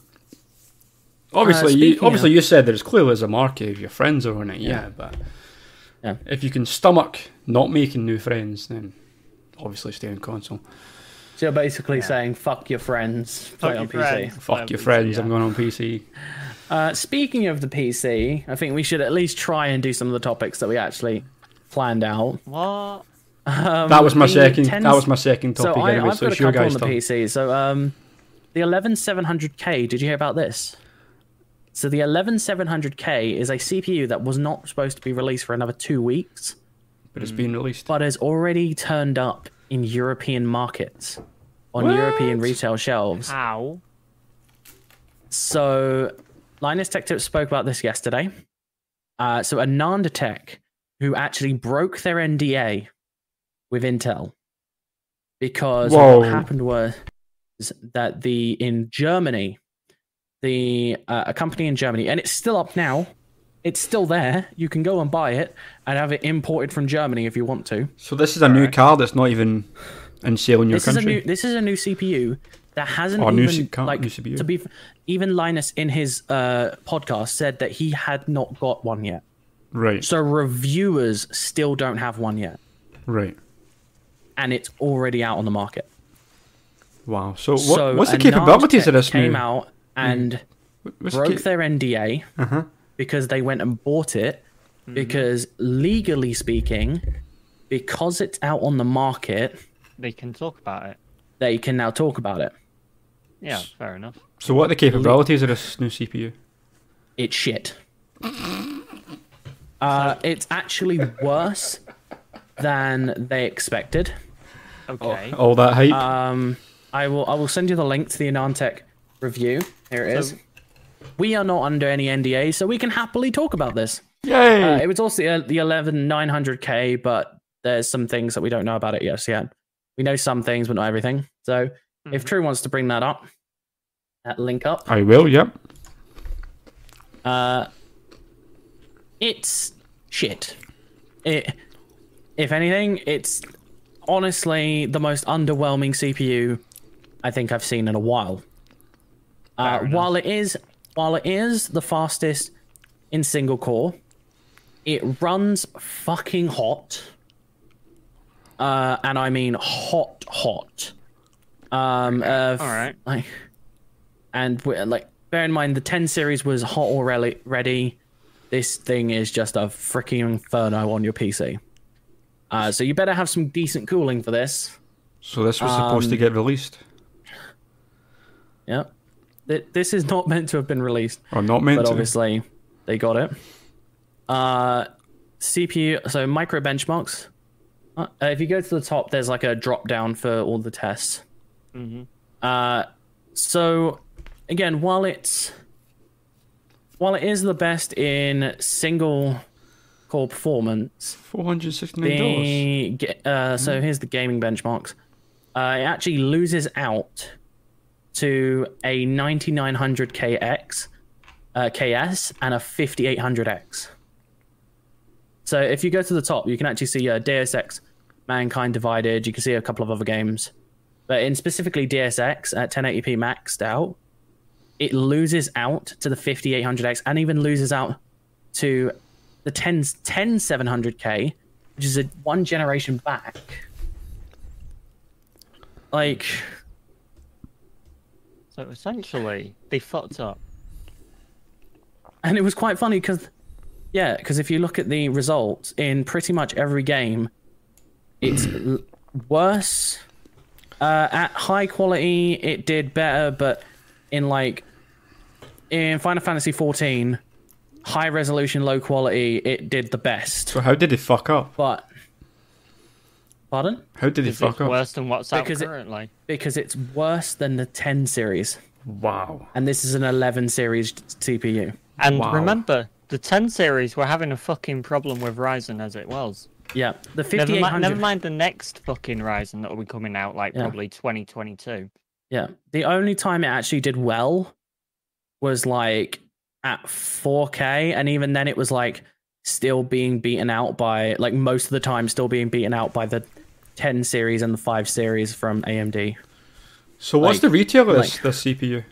[SPEAKER 2] obviously, you,
[SPEAKER 1] speaking
[SPEAKER 2] obviously,
[SPEAKER 1] of-
[SPEAKER 2] you said there's clearly there's a market if your friends are on it. Yeah, but
[SPEAKER 1] Yeah.
[SPEAKER 2] if you can stomach not making new friends, then obviously stay on console.
[SPEAKER 1] So you're basically saying fuck your friends, play
[SPEAKER 3] your
[SPEAKER 1] on Uh, PC.
[SPEAKER 3] friends.
[SPEAKER 2] Fuck
[SPEAKER 3] Play on
[SPEAKER 2] your
[SPEAKER 3] PC,
[SPEAKER 2] friends.
[SPEAKER 3] yeah.
[SPEAKER 2] I'm going on PC.
[SPEAKER 1] Uh, speaking of the PC, I think we should at least try and do some of the topics that we actually planned out.
[SPEAKER 3] What?
[SPEAKER 2] that was my
[SPEAKER 1] Um, the
[SPEAKER 2] second.
[SPEAKER 1] 10
[SPEAKER 2] That was my second
[SPEAKER 1] So
[SPEAKER 2] topic.
[SPEAKER 1] I,
[SPEAKER 2] anyway,
[SPEAKER 1] I've
[SPEAKER 2] so
[SPEAKER 1] got a
[SPEAKER 2] it's your
[SPEAKER 1] couple on
[SPEAKER 2] guys'
[SPEAKER 1] the
[SPEAKER 2] turn.
[SPEAKER 1] PC. So um, the 11700K. Did you hear about this? So the 11700K is a CPU that was not supposed to be released for another two weeks,
[SPEAKER 2] But it's being released.
[SPEAKER 1] but has already turned up in European markets on
[SPEAKER 2] What?
[SPEAKER 1] European retail shelves.
[SPEAKER 3] How?
[SPEAKER 1] So, Linus Tech Tips spoke about this yesterday. Uh, so, Ananda Tech, who actually broke their NDA with Intel, because
[SPEAKER 2] Whoa.
[SPEAKER 1] what happened was that the in Germany, the uh, a company in Germany, and it's still up now. It's still there. You can go and buy it and have it imported from Germany if you want to.
[SPEAKER 2] So this is a new car that's not even in sale in your
[SPEAKER 1] this
[SPEAKER 2] country.
[SPEAKER 1] is a new this is a new CPU that hasn't
[SPEAKER 2] Or
[SPEAKER 1] even
[SPEAKER 2] new C- can't-
[SPEAKER 1] like
[SPEAKER 2] new CPU.
[SPEAKER 1] to be f- even Linus in his uh, podcast said that he had not got one yet.
[SPEAKER 2] Right.
[SPEAKER 1] So reviewers still don't have one yet,
[SPEAKER 2] right.
[SPEAKER 1] and it's already out on the market.
[SPEAKER 2] Wow. So, what,
[SPEAKER 1] so
[SPEAKER 2] what's the
[SPEAKER 1] Anand
[SPEAKER 2] capabilities
[SPEAKER 1] Tech
[SPEAKER 2] of this
[SPEAKER 1] came
[SPEAKER 2] new?
[SPEAKER 1] out and
[SPEAKER 2] what's the
[SPEAKER 1] broke
[SPEAKER 2] ca- Uh-huh.
[SPEAKER 1] their NDA because they went and bought it
[SPEAKER 2] Mm-hmm.
[SPEAKER 1] because legally speaking, because it's out on the market,
[SPEAKER 3] They can talk about it.
[SPEAKER 1] they can now talk about it.
[SPEAKER 3] Yeah, fair enough.
[SPEAKER 2] So what are the capabilities of this new CPU?
[SPEAKER 1] it's shit. Uh, it's actually worse than they expected. Oh.
[SPEAKER 3] Okay.
[SPEAKER 2] All that hype.
[SPEAKER 1] Um, I will I will send you the link to the Anantech review. Here it is.
[SPEAKER 3] So-
[SPEAKER 1] We are not under any NDA, so we can happily talk about this.
[SPEAKER 2] Yay!
[SPEAKER 1] Uh, it was also the, the 11 900K, but there's some things that we don't know about it yes yet. We know some things, but not everything. So if True wants to bring that up, that link up.
[SPEAKER 2] I will. Yep.
[SPEAKER 1] Uh, it's shit. It, if anything, it's honestly the most underwhelming CPU I think I've seen in a while. Uh, while it is, while it is the fastest in single core, it runs fucking hot. Uh, and I mean hot, hot. Um, uh,
[SPEAKER 3] All right.
[SPEAKER 1] like, and we like, bear in mind the 10 series was hot already. Ready. This thing is just a freaking inferno on your PC. Uh, so you better have some decent cooling for this.
[SPEAKER 2] So this was supposed to
[SPEAKER 1] Um,
[SPEAKER 2] get released,
[SPEAKER 1] Yep. Th- This is not meant to have been released.
[SPEAKER 2] or not meant
[SPEAKER 1] but
[SPEAKER 2] to.
[SPEAKER 1] obviously they got it. Uh, CPU, so micro benchmarks. Uh, if you go to the top, there's like a drop down for all the tests.
[SPEAKER 2] Mm-hmm.
[SPEAKER 1] Uh, so again, while it's while it is the best in single core performance,
[SPEAKER 2] Four hundred sixty-nine dollars.
[SPEAKER 1] the ga- uh, so here's the gaming benchmarks. Uh, it actually loses out to a 9900 KX, uh, KS, and a 5800X. So if you go to the top, you can actually see uh, Deus Ex, Mankind Divided. You can see a couple of other games, but in specifically Deus Ex at 1080p maxed out, it loses out to the 5800X and even loses out to the 10 10 700k which is a one generation back like
[SPEAKER 3] So essentially, they fucked up.
[SPEAKER 1] and it was quite funny because yeah because if you look at the results in pretty much every game it's l- worse uh, at high quality it did better but in like in final fantasy 14 high resolution low quality it did the best
[SPEAKER 2] So how did they fuck up?
[SPEAKER 1] but pardon
[SPEAKER 2] How did they
[SPEAKER 3] It's it's
[SPEAKER 2] fuck up?
[SPEAKER 3] worse than what's out
[SPEAKER 1] Because it-
[SPEAKER 3] currently.
[SPEAKER 1] because it's worse than the 10 series
[SPEAKER 2] Wow.
[SPEAKER 1] and this is an 11 series CPU.
[SPEAKER 3] And
[SPEAKER 2] Wow.
[SPEAKER 3] remember, the 10 series were having a fucking problem with Ryzen as it was.
[SPEAKER 1] Yeah, the
[SPEAKER 3] Never, mi-
[SPEAKER 1] 5800.
[SPEAKER 3] never mind the next fucking Ryzen that will be coming out, like
[SPEAKER 1] Yeah.
[SPEAKER 3] probably 2022.
[SPEAKER 1] Yeah, the only time it actually did well was like at 4K, and even then it was like still being beaten out by like most of the time still being beaten out by the 10 series and the 5 series from AMD.
[SPEAKER 2] So what's
[SPEAKER 1] Like-
[SPEAKER 2] the retailer of this,
[SPEAKER 1] like-
[SPEAKER 2] this CPU?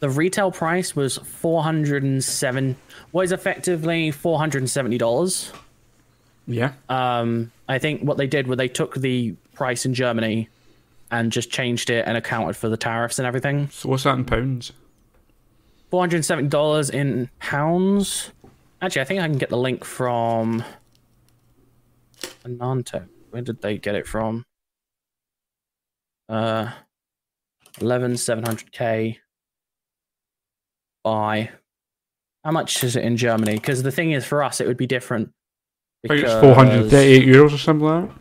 [SPEAKER 1] The retail price was 407 what is effectively $470.
[SPEAKER 2] Yeah.
[SPEAKER 1] Um, I think what they did was they took the price in Germany and just changed it and accounted for the tariffs and everything.
[SPEAKER 2] So what's that in pounds?
[SPEAKER 1] Four hundred seventy dollars in pounds. Actually, I think I can get the link from Ananto. Where did they get it from? Uh, eleven seven hundred k by. How much is it in Germany? Because the thing is, for us, it would be different.
[SPEAKER 2] I think it's 438 euros or something like that.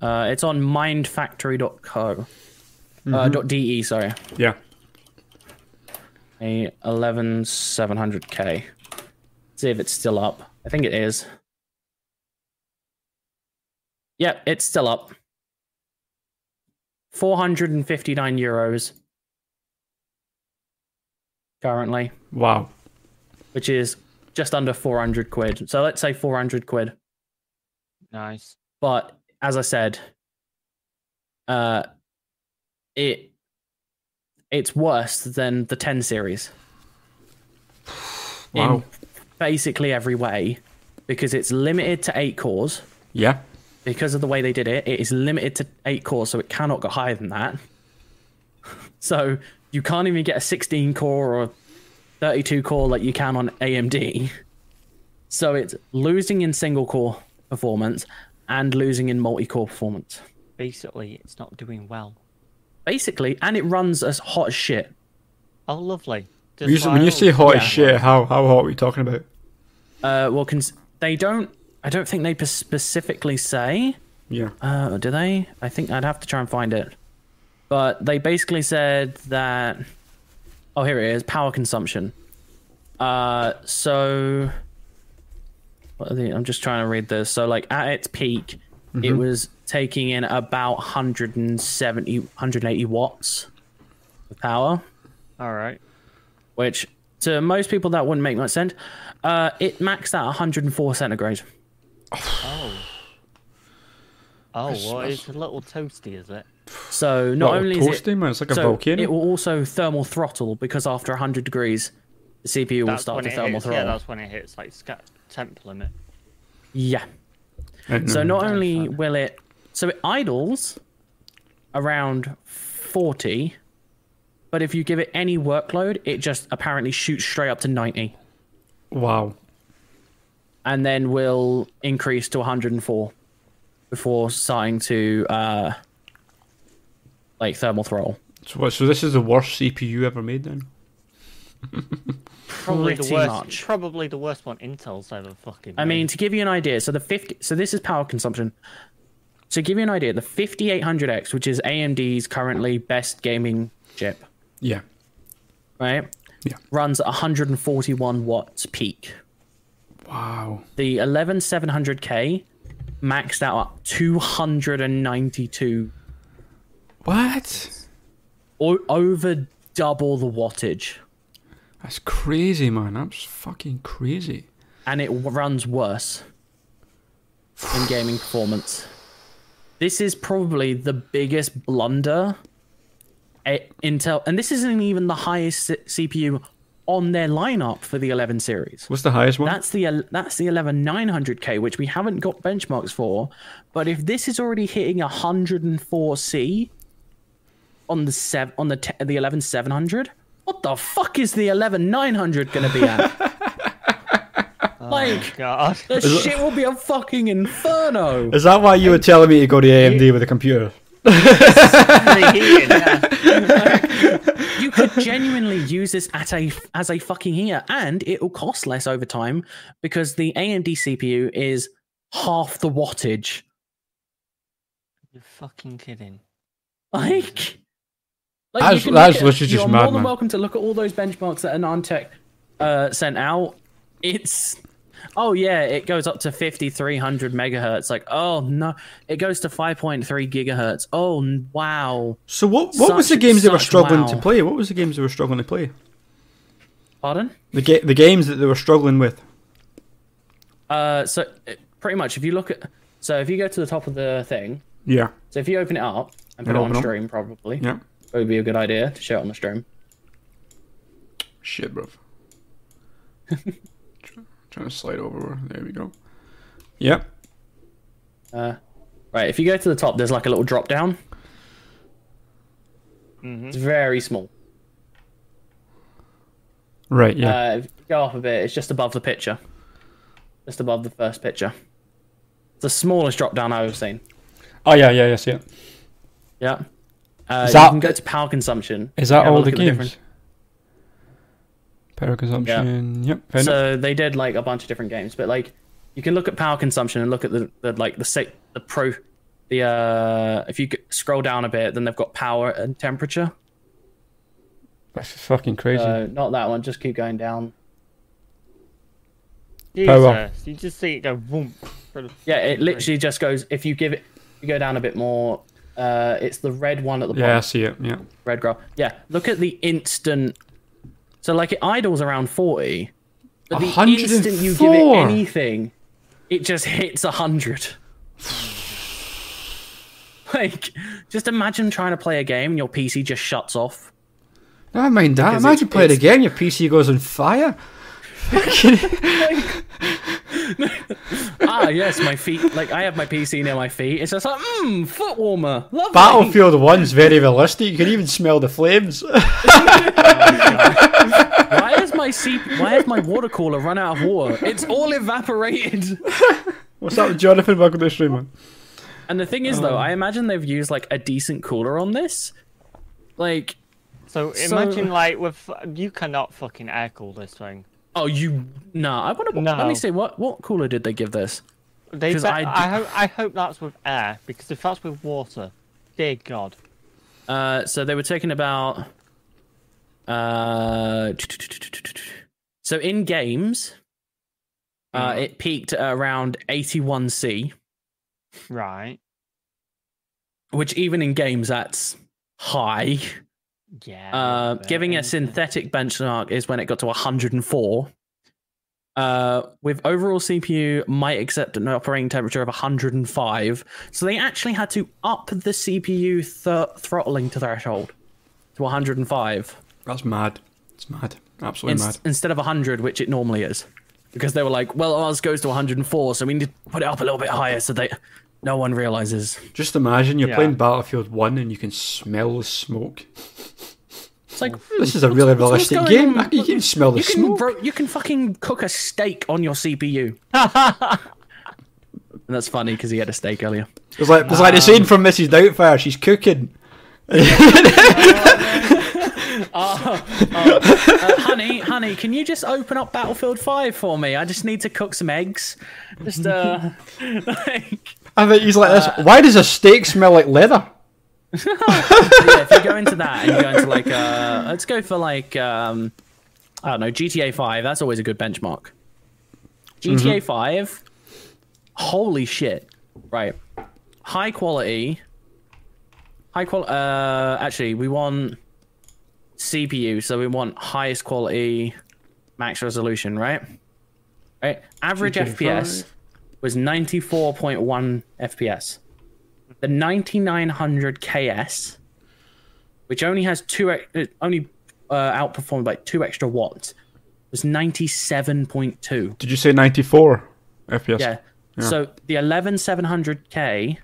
[SPEAKER 1] Uh, it's on mindfactory.co. Uh, dot .de, sorry.
[SPEAKER 2] Yeah.
[SPEAKER 1] A 11700K. See if it's still up. I think it is. Yep, it's still up. 459 euros currently,
[SPEAKER 2] Wow.
[SPEAKER 1] which is just under 400 quid. So let's say 400 quid.
[SPEAKER 3] Nice.
[SPEAKER 1] but as I said, uh, it it's worse than the ten series
[SPEAKER 2] Wow.
[SPEAKER 1] in basically every way because it's limited to eight cores.
[SPEAKER 2] Yeah.
[SPEAKER 1] Because of the way they did it, it is limited to eight cores, so it cannot go higher than that. So you can't even get a 16 core or a 32 core like you can on AMD. So it's losing in single core performance and losing in multi core performance.
[SPEAKER 3] Basically, it's not doing well.
[SPEAKER 1] basically, and it runs as hot as shit.
[SPEAKER 3] Oh, lovely. Just
[SPEAKER 2] Usually,
[SPEAKER 3] what
[SPEAKER 2] when
[SPEAKER 3] I
[SPEAKER 2] you say hot as
[SPEAKER 1] yeah.
[SPEAKER 2] shit, how, how hot are we talking about?
[SPEAKER 1] Uh, well, cons- they don't. I don't think they p- specifically say.
[SPEAKER 2] Yeah.
[SPEAKER 1] Uh, do they? I think I'd have to try and find it. But they basically said that. Oh, here it is. Power consumption. Uh, so. What are the, I'm just trying to read this. So, like at its peak, it was taking in about 170, 180 watts of power.
[SPEAKER 3] All right.
[SPEAKER 1] which to most people that wouldn't make much sense. Uh, it maxed out 104 centigrade.
[SPEAKER 3] Oh. Oh, well, it's a little toasty, is it?
[SPEAKER 1] So not
[SPEAKER 2] Little
[SPEAKER 1] only is
[SPEAKER 2] toasty,
[SPEAKER 1] it,
[SPEAKER 2] man, it's like a
[SPEAKER 1] so
[SPEAKER 2] volcano.
[SPEAKER 1] it will also thermal throttle because after 100 degrees, the CPU will start to
[SPEAKER 3] it
[SPEAKER 1] thermal
[SPEAKER 3] hits, yeah,
[SPEAKER 1] throttle.
[SPEAKER 3] that's when it hits like sca- temp limit.
[SPEAKER 1] Yeah.
[SPEAKER 2] Mm-hmm. And,
[SPEAKER 1] So
[SPEAKER 2] um,
[SPEAKER 1] not only will it, so it idles around 40, but if you give it any workload, it just apparently shoots straight up to 90
[SPEAKER 2] Wow.
[SPEAKER 1] and then will increase to 104 before starting to uh, like thermal throttle.
[SPEAKER 2] So, what, so this is the worst CPU ever made then?
[SPEAKER 3] Probably
[SPEAKER 1] Pretty
[SPEAKER 3] the worst.
[SPEAKER 1] much.
[SPEAKER 3] Probably the worst one Intel's ever fucking.
[SPEAKER 1] I
[SPEAKER 3] made.
[SPEAKER 1] mean, to give you an idea, so the 50, so this is power consumption. To give you an idea, the 5800X, which is AMD's currently best gaming chip,
[SPEAKER 2] Yeah.
[SPEAKER 1] right,
[SPEAKER 2] Yeah.
[SPEAKER 1] runs at 141 watts peak.
[SPEAKER 2] Wow.
[SPEAKER 1] The 11700K maxed out at 292,
[SPEAKER 2] What?
[SPEAKER 1] o- over double the wattage.
[SPEAKER 2] That's crazy, man. That's fucking crazy.
[SPEAKER 1] and it w- runs worse in gaming performance. This is probably the biggest blunder a- Intel, and this isn't even the highest C- CPU on their lineup for the 11 series.
[SPEAKER 2] What's the highest one?
[SPEAKER 1] That's the el- that's the 11 900K, which we haven't got benchmarks for. But if this is already hitting 104C on the sev- on the te- the 11 700, what the fuck is the 11 900 gonna be at? like
[SPEAKER 3] God.
[SPEAKER 1] the shit will be a fucking inferno.
[SPEAKER 2] Is that why you were telling me to go to AMD with a computer?
[SPEAKER 3] Preheating, yeah.
[SPEAKER 1] You could genuinely use this at a as a fucking heater, and it will cost less over time because the AMD CPU is half the wattage.
[SPEAKER 3] You're fucking kidding.
[SPEAKER 1] Like, like
[SPEAKER 2] That's-
[SPEAKER 1] can
[SPEAKER 2] that's
[SPEAKER 1] look at-
[SPEAKER 2] literally just
[SPEAKER 1] You're
[SPEAKER 2] mad,
[SPEAKER 1] more than
[SPEAKER 2] man.
[SPEAKER 1] welcome to look at all those benchmarks that Anantech uh, sent out. It's oh yeah, it goes up to fifty three hundred megahertz. Like oh no, it goes to five point three gigahertz. Oh n- wow,
[SPEAKER 2] So what? What was the
[SPEAKER 1] Such-
[SPEAKER 2] games they were
[SPEAKER 1] such
[SPEAKER 2] struggling to
[SPEAKER 1] wow.
[SPEAKER 2] play? What was the games they were struggling to play?
[SPEAKER 1] pardon.
[SPEAKER 2] The ga- the games that they were struggling with.
[SPEAKER 1] Uh, so it- pretty much, if you look at, so if you go to the top of the thing,
[SPEAKER 2] Yeah.
[SPEAKER 1] so if you open it up and put
[SPEAKER 2] It'll
[SPEAKER 1] it on
[SPEAKER 2] open up.
[SPEAKER 1] stream, probably
[SPEAKER 2] Yeah.
[SPEAKER 1] it would be a good idea to show it on the stream.
[SPEAKER 2] Shit, bruv. Try- Trying to slide over. There we go. Yep.
[SPEAKER 1] Uh, right, if you go to the top, there's like a little drop down. It's very small.
[SPEAKER 2] Right. Yeah.
[SPEAKER 1] Uh, if you go up a bit, it's just above the picture, just above the first picture. It's the smallest drop down I've ever seen.
[SPEAKER 2] oh yeah. Yeah. Yes. Yeah.
[SPEAKER 1] Yeah. Uh,
[SPEAKER 2] Is
[SPEAKER 1] you
[SPEAKER 2] that-
[SPEAKER 1] can go to power consumption.
[SPEAKER 2] Is that
[SPEAKER 1] Have a
[SPEAKER 2] all
[SPEAKER 1] look
[SPEAKER 2] the
[SPEAKER 1] at
[SPEAKER 2] games?
[SPEAKER 1] different-
[SPEAKER 2] Power consumption. Yep. Fair enough.
[SPEAKER 1] so they did like a bunch of different games, but like you can look at power consumption and look at the, the like the sa- the pro the uh if you g- scroll down a bit, then they've got power and temperature.
[SPEAKER 2] That's fucking crazy.
[SPEAKER 1] So not that one. Just keep going down.
[SPEAKER 3] Jesus,
[SPEAKER 2] Oh, well.
[SPEAKER 3] you just see it go boom.
[SPEAKER 1] Yeah, it literally just goes. If you give it, you go down a bit more. Uh, it's the red one at the bottom.
[SPEAKER 2] yeah, I see it. Yeah.
[SPEAKER 1] red graph. Yeah, look at the instant. So like it idles around forty, but the
[SPEAKER 2] 104.
[SPEAKER 1] instant you give it anything, it just hits hundred. like, just imagine trying to play a game and your PC just shuts off.
[SPEAKER 2] Never mind that.
[SPEAKER 1] Because
[SPEAKER 2] Imagine
[SPEAKER 1] it's-
[SPEAKER 2] playing
[SPEAKER 1] it's-
[SPEAKER 2] again. Your PC goes on fire. Fucking.
[SPEAKER 1] ah, yes, my feet. Like I have my PC near my feet. It's just like, mmm, foot warmer. Lovely.
[SPEAKER 2] Battlefield One's very realistic. You can even smell the flames.
[SPEAKER 1] Why is my seep? Why has my water cooler run out of water? It's all evaporated.
[SPEAKER 2] What's up, Jonathan? Welcome to the stream, man.
[SPEAKER 1] And the thing is, though, I imagine they've used like a decent cooler on this. Like,
[SPEAKER 3] So
[SPEAKER 1] So-
[SPEAKER 3] imagine like with you cannot fucking air cool this thing.
[SPEAKER 1] oh, you nah. I wonder. What, Let
[SPEAKER 3] No.
[SPEAKER 1] me see what what cooler did they give this?
[SPEAKER 3] They
[SPEAKER 1] 'Cause
[SPEAKER 3] bet-
[SPEAKER 1] I d-
[SPEAKER 3] I hope I hope that's with air because if that's with water, dear God.
[SPEAKER 1] Uh, so they were talking about. Uh, so in games, uh, it peaked at around eighty one C,
[SPEAKER 3] Right.
[SPEAKER 1] which even in games that's high.
[SPEAKER 3] Yeah.
[SPEAKER 1] Uh,
[SPEAKER 3] but-
[SPEAKER 1] giving a synthetic benchmark is when it got to 104. Uh, with overall CPU might accept an operating temperature of 105, so they actually had to up the CPU th- throttling threshold to 105
[SPEAKER 2] That's mad. It's mad. Absolutely
[SPEAKER 1] ins-
[SPEAKER 2] mad.
[SPEAKER 1] instead of 100, which it normally is, because they were like, "Well, ours goes to 104, so we need to put it up a little bit higher," so they no one realizes.
[SPEAKER 2] Just imagine you're
[SPEAKER 3] Yeah.
[SPEAKER 2] playing Battlefield One and you can smell the smoke.
[SPEAKER 1] It's like
[SPEAKER 2] This is a really
[SPEAKER 1] what's
[SPEAKER 2] realistic
[SPEAKER 1] going
[SPEAKER 2] game.
[SPEAKER 1] on?
[SPEAKER 2] I can- You can smell the
[SPEAKER 1] you can
[SPEAKER 2] smoke.
[SPEAKER 1] bro- you can fucking cook a steak on your CPU. and that's funny because he had a steak earlier.
[SPEAKER 2] It's like it's like the
[SPEAKER 1] Um,
[SPEAKER 2] scene from Mrs. Doubtfire. She's cooking.
[SPEAKER 1] Uh, honey, honey, can you just open up Battlefield 5 for me? I just need to cook some eggs. Just uh like
[SPEAKER 2] I bet he's like this.
[SPEAKER 1] Uh,
[SPEAKER 2] Why does a steak smell like leather?
[SPEAKER 1] yeah, if you go into that and you go into like uh let's go for like um I don't know, GTA 5, that's always a good benchmark. GTA 5. Holy shit. Right. High quality. High quality uh actually we want CPU, so we want highest quality max resolution, right? Right? Average
[SPEAKER 2] GTA
[SPEAKER 1] FPS
[SPEAKER 2] 5.
[SPEAKER 1] was 94.1 FPS. The 9900 KS which only has two ex- it only uh, outperformed by two extra watts was 97.2
[SPEAKER 2] Did you say 94 FPS?
[SPEAKER 1] yeah. so the 11700k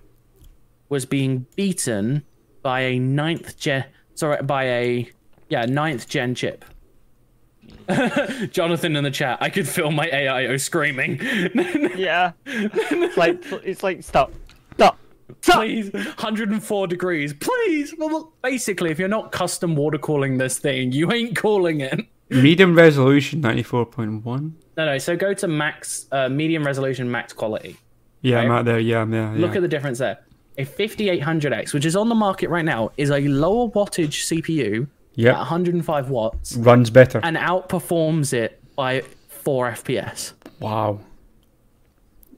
[SPEAKER 1] was being beaten by a ninth gen sorry by a yeah ninth gen chip jonathan in the chat i could feel my aio screaming
[SPEAKER 3] Yeah. it's like it's like stop, stop.
[SPEAKER 1] please 104 degrees please well look, basically if you're not custom water cooling this thing you ain't calling it
[SPEAKER 2] Medium resolution 94.1.
[SPEAKER 1] No, no. So go to max, uh, medium resolution, max quality.
[SPEAKER 2] Yeah, I'm
[SPEAKER 1] Right.
[SPEAKER 2] out there. Yeah, I'm there.
[SPEAKER 1] Look at the difference there. A 5800X, which is on the market right now, is a lower wattage CPU at
[SPEAKER 2] yeah.
[SPEAKER 1] 105 watts
[SPEAKER 2] Runs better.
[SPEAKER 1] and outperforms it by 4 FPS.
[SPEAKER 2] wow.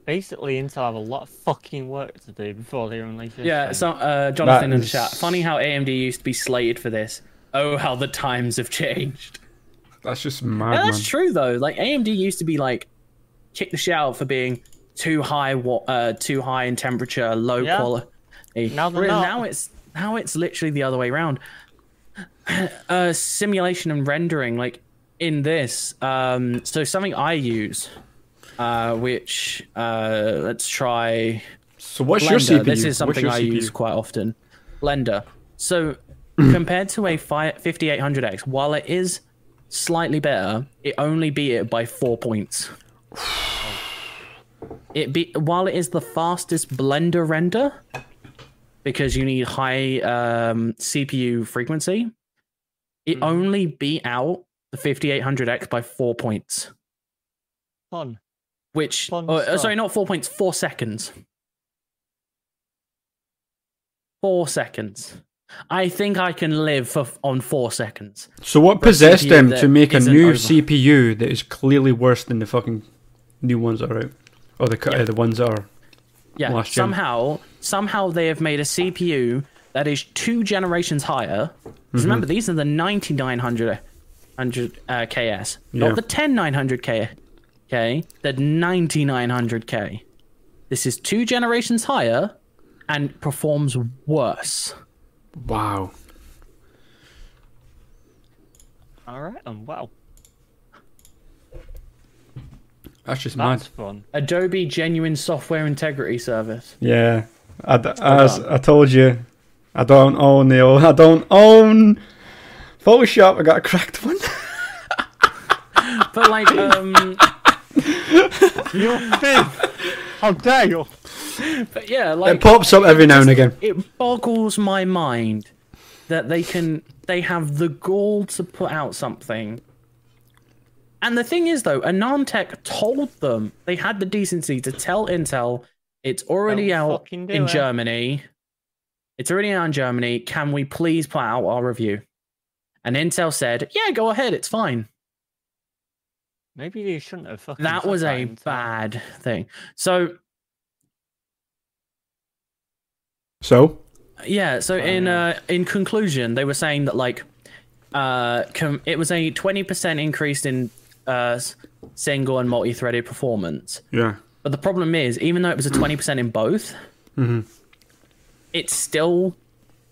[SPEAKER 3] Basically, Intel have a lot of fucking work to do before they unleash this.
[SPEAKER 1] Yeah,
[SPEAKER 3] thing.
[SPEAKER 1] so uh, Jonathan in the
[SPEAKER 2] is-
[SPEAKER 1] chat. Funny how AMD used to be slated for this. Oh, how the times have changed.
[SPEAKER 2] That's just mad,
[SPEAKER 1] Yeah,
[SPEAKER 2] man.
[SPEAKER 1] that's true though. Like AMD used to be like kicked the shit out for being too high, wa- uh, too high in temperature, low
[SPEAKER 3] Yeah.
[SPEAKER 1] quality.
[SPEAKER 3] Now they're
[SPEAKER 1] Whereas
[SPEAKER 3] not.
[SPEAKER 1] now it's now it's literally the other way around. uh, simulation and rendering, like in this, um, so something I use, uh, which uh, let's try
[SPEAKER 2] So what's
[SPEAKER 1] Blender.
[SPEAKER 2] your CPU?
[SPEAKER 1] This is
[SPEAKER 2] What's
[SPEAKER 1] something
[SPEAKER 2] your
[SPEAKER 1] I
[SPEAKER 2] CPU?
[SPEAKER 1] use quite often. Blender. So compared to a fi- 5800X, while it is slightly better, it only beat it by four points. It be while it is the fastest Blender render because you need high um, CPU frequency. It
[SPEAKER 2] Hmm.
[SPEAKER 1] only beat out the 5800X by four points,
[SPEAKER 3] Fun.
[SPEAKER 1] which
[SPEAKER 3] Fun
[SPEAKER 1] oh, uh,
[SPEAKER 3] stuff.
[SPEAKER 1] sorry, not four points, four seconds. Four seconds. I think I can live for on four seconds.
[SPEAKER 2] So what possessed
[SPEAKER 1] CPU
[SPEAKER 2] them
[SPEAKER 1] that
[SPEAKER 2] to make a
[SPEAKER 1] isn't
[SPEAKER 2] new
[SPEAKER 1] over.
[SPEAKER 2] CPU that is clearly worse than the fucking new ones that are out, or the cu- uh, the ones that are
[SPEAKER 1] Yeah.
[SPEAKER 2] Last gen.
[SPEAKER 1] somehow, somehow they have made a CPU that is two generations higher. 'Cause Remember, these are the 9900 100, uh, KS,
[SPEAKER 2] Yeah.
[SPEAKER 1] not the 10900 K. Okay, the 9900 K. This is two generations higher, and performs worse.
[SPEAKER 2] wow.
[SPEAKER 3] All right, and wow,
[SPEAKER 2] That's just
[SPEAKER 3] that's
[SPEAKER 2] mad.
[SPEAKER 3] fun.
[SPEAKER 1] Adobe Genuine Software Integrity Service.
[SPEAKER 2] Yeah, I d as I told you, I don't own the old. I don't own Photoshop. I got a cracked one.
[SPEAKER 1] But like, um,
[SPEAKER 3] You're fifth. How dare you?
[SPEAKER 1] but yeah,
[SPEAKER 2] it
[SPEAKER 1] like
[SPEAKER 2] pops up every now and again.
[SPEAKER 1] it boggles my mind that they can they have the gall to put out something and the thing is though anantech told them they had the decency to tell intel it's already
[SPEAKER 3] Don't
[SPEAKER 1] out
[SPEAKER 3] fucking do
[SPEAKER 1] in
[SPEAKER 3] it.
[SPEAKER 1] germany it's already out in germany can we please put out our review and intel said yeah go ahead it's fine
[SPEAKER 3] Maybe you shouldn't have fucking.
[SPEAKER 1] that
[SPEAKER 3] said
[SPEAKER 1] was a
[SPEAKER 3] until-
[SPEAKER 1] bad thing so
[SPEAKER 2] So
[SPEAKER 1] Yeah. So in uh, in conclusion, they were saying that like uh, com- it was a twenty percent increase in uh, s- single and multi-threaded performance.
[SPEAKER 2] yeah,
[SPEAKER 1] But the problem is, even though it was a twenty percent in both, it's still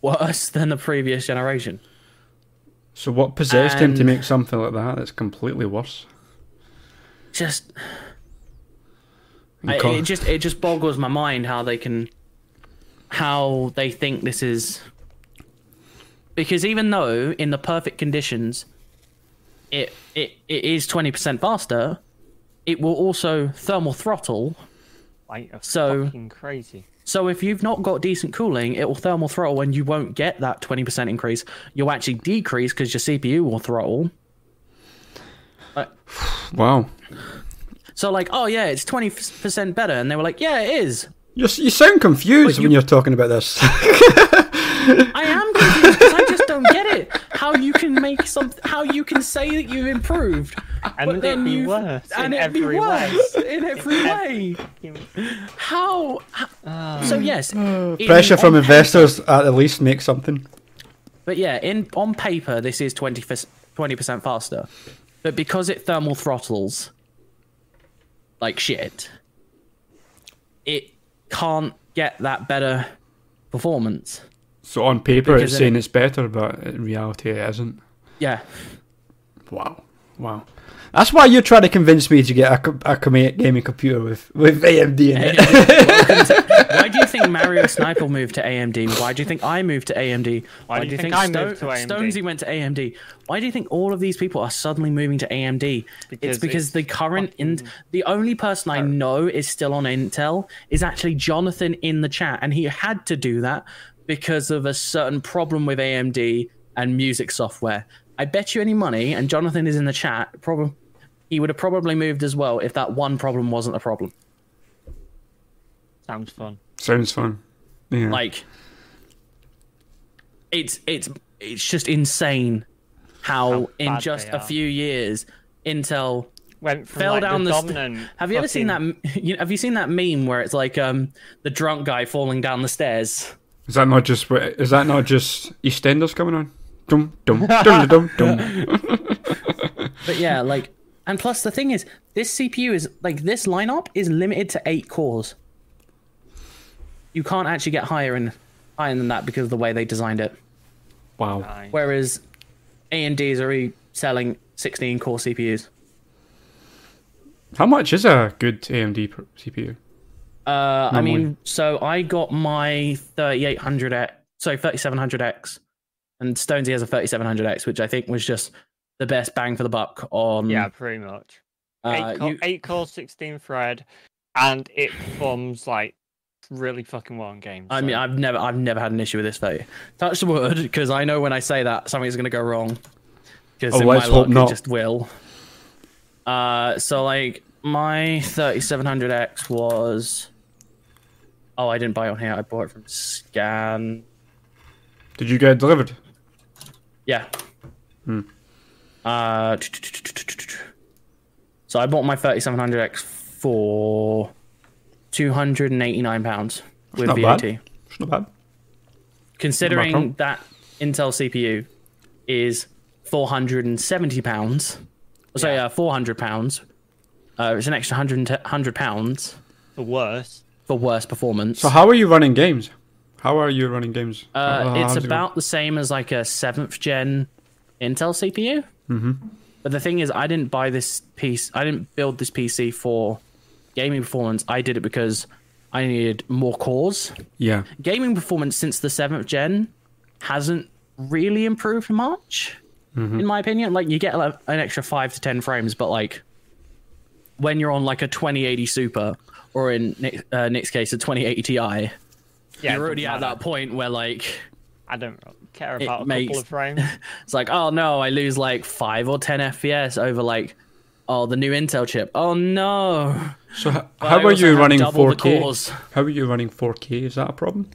[SPEAKER 1] worse than the previous generation.
[SPEAKER 2] so what possessed him to
[SPEAKER 1] And-
[SPEAKER 2] make something like that that's completely worse?
[SPEAKER 1] Just
[SPEAKER 2] And
[SPEAKER 1] I,
[SPEAKER 2] co-
[SPEAKER 1] it just it just boggles my mind how they can how they think this is because even though in the perfect conditions it it, it is 20% faster it will also thermal throttle
[SPEAKER 3] Like, a
[SPEAKER 1] So-
[SPEAKER 3] fucking crazy.
[SPEAKER 1] so if you've not got decent cooling it will thermal throttle and you won't get that 20% increase you'll actually decrease because your cpu will throttle
[SPEAKER 2] wow.
[SPEAKER 1] so like oh yeah it's 20% better and they were like yeah it is
[SPEAKER 2] You s- you sound confused
[SPEAKER 1] But
[SPEAKER 2] when
[SPEAKER 1] you-
[SPEAKER 2] you're talking about this.
[SPEAKER 1] I am confused because I just don't get it. How you can make some? How you can say that you've improved,
[SPEAKER 3] And
[SPEAKER 1] but
[SPEAKER 3] then
[SPEAKER 1] then
[SPEAKER 3] it'd be
[SPEAKER 1] you've-
[SPEAKER 3] worse
[SPEAKER 1] and
[SPEAKER 3] in
[SPEAKER 1] it'd be
[SPEAKER 3] every way.
[SPEAKER 1] worse in every way. How? how-
[SPEAKER 3] Ah.
[SPEAKER 1] so yes, in-
[SPEAKER 2] Pressure from
[SPEAKER 1] on-
[SPEAKER 2] investors at the least make something.
[SPEAKER 1] But yeah, in on paper this is 20 percent faster, but because it thermal throttles like shit, it can't get that better performance.
[SPEAKER 2] So on paper,
[SPEAKER 1] Because
[SPEAKER 2] it's
[SPEAKER 1] then
[SPEAKER 2] saying it's better, but in reality, it isn't.
[SPEAKER 1] Yeah.
[SPEAKER 2] Wow, wow. That's why you're trying to convince me to get a, co- a com- gaming computer with, with AMD in it.
[SPEAKER 1] Why do you think Mario Sniper moved to AMD? Why do you think I moved to AMD? Why,
[SPEAKER 3] do you think I moved to AMD?
[SPEAKER 1] Stonesy went to AMD? Why do you think all of these people are suddenly moving to AMD?
[SPEAKER 3] Because
[SPEAKER 1] it's because
[SPEAKER 3] it's
[SPEAKER 1] the current in, the only person I know is still on Intel is actually Jonathan in the chat, and he had to do that because of a certain problem with AMD and music software. I bet you any money, and Jonathan is in the chat. Problem, he would have probably moved as well if that one problem wasn't a problem.
[SPEAKER 3] Sounds fun.
[SPEAKER 2] Sounds fun. Yeah.
[SPEAKER 1] like it's it's it's just insane how, in
[SPEAKER 3] bad
[SPEAKER 1] just
[SPEAKER 3] they
[SPEAKER 1] a
[SPEAKER 3] are.
[SPEAKER 1] few years intel
[SPEAKER 3] Went from
[SPEAKER 1] fell
[SPEAKER 3] like,
[SPEAKER 1] down
[SPEAKER 3] the,
[SPEAKER 1] the, st-
[SPEAKER 3] dominant.
[SPEAKER 1] have you ever seen that
[SPEAKER 3] fucking-
[SPEAKER 1] m- you, have you seen that meme where it's like um the drunk guy falling down the stairs
[SPEAKER 2] Is that not just what- is that not just EastEnders coming on? Dum dum dum dum dum.
[SPEAKER 1] but yeah like And plus, the thing is, this CPU is like this lineup is limited to eight cores. You can't actually get higher in higher than that because of the way they designed it.
[SPEAKER 2] Wow.
[SPEAKER 1] Whereas AMD's are already selling 16 core CPUs.
[SPEAKER 2] How much is a good AMD pr- CPU?
[SPEAKER 1] Uh, I
[SPEAKER 2] Normally.
[SPEAKER 1] mean, so I got my 3800X, sorry, 3700X, and Stonesy has a 3700X, which I think was just the best bang for the buck on.
[SPEAKER 3] Yeah, pretty much.
[SPEAKER 1] uh,
[SPEAKER 3] eight, core,
[SPEAKER 1] you-
[SPEAKER 3] eight core, 16 thread, and it performs like really fucking well in games.
[SPEAKER 1] I
[SPEAKER 3] so-
[SPEAKER 1] mean, I've never, I've never had an issue with this though. Touch the wood, because I know when I say that something's going to go wrong. Because
[SPEAKER 2] Oh,
[SPEAKER 1] in
[SPEAKER 2] let's
[SPEAKER 1] my luck,
[SPEAKER 2] hope not.
[SPEAKER 1] it just will. Uh, so like my 3700X was. Oh, I didn't buy it on here. I bought it from Scan.
[SPEAKER 2] Did you get it delivered?
[SPEAKER 1] Yeah.
[SPEAKER 2] Hmm.
[SPEAKER 1] Uh, so I bought my 3700X for 289 pounds with
[SPEAKER 2] not
[SPEAKER 1] VAT.
[SPEAKER 2] bad. It's not bad.
[SPEAKER 1] considering
[SPEAKER 2] Macron.
[SPEAKER 1] that Intel CPU is 470 pounds, sorry,
[SPEAKER 3] Yeah.
[SPEAKER 1] uh, 400 pounds. Uh, it's an extra 100 100 pounds
[SPEAKER 3] the worst.
[SPEAKER 1] for worse performance.
[SPEAKER 2] So how are you running games? How are you running games? How-
[SPEAKER 1] uh,
[SPEAKER 2] how- how's
[SPEAKER 1] it's
[SPEAKER 2] it going?
[SPEAKER 1] about the same as like a seventh gen Intel CPU. Mm-hmm. But the thing is, I didn't buy this piece. I didn't build this PC for gaming performance. I did it because I needed more cores.
[SPEAKER 2] yeah.
[SPEAKER 1] gaming performance since the seventh gen hasn't really improved much, in my opinion. Like you get like, an extra five to ten frames, but like when you're on like a 2080 Super or in Nick, uh, Nick's case a 2080 Ti,
[SPEAKER 3] Yeah,
[SPEAKER 1] you're
[SPEAKER 3] it
[SPEAKER 1] already
[SPEAKER 3] doesn't
[SPEAKER 1] at that
[SPEAKER 3] matter.
[SPEAKER 1] point where like
[SPEAKER 3] I don't care about a
[SPEAKER 1] makes-
[SPEAKER 3] couple of frames.
[SPEAKER 1] it's like oh no, I lose like five or ten FPS over like oh the new Intel chip. Oh no,
[SPEAKER 2] So h-
[SPEAKER 1] But
[SPEAKER 2] how
[SPEAKER 1] I
[SPEAKER 2] are
[SPEAKER 1] also
[SPEAKER 2] you
[SPEAKER 1] have
[SPEAKER 2] running
[SPEAKER 1] double the
[SPEAKER 2] 4K?
[SPEAKER 1] cores.
[SPEAKER 2] How are you running 4K? Is that a problem?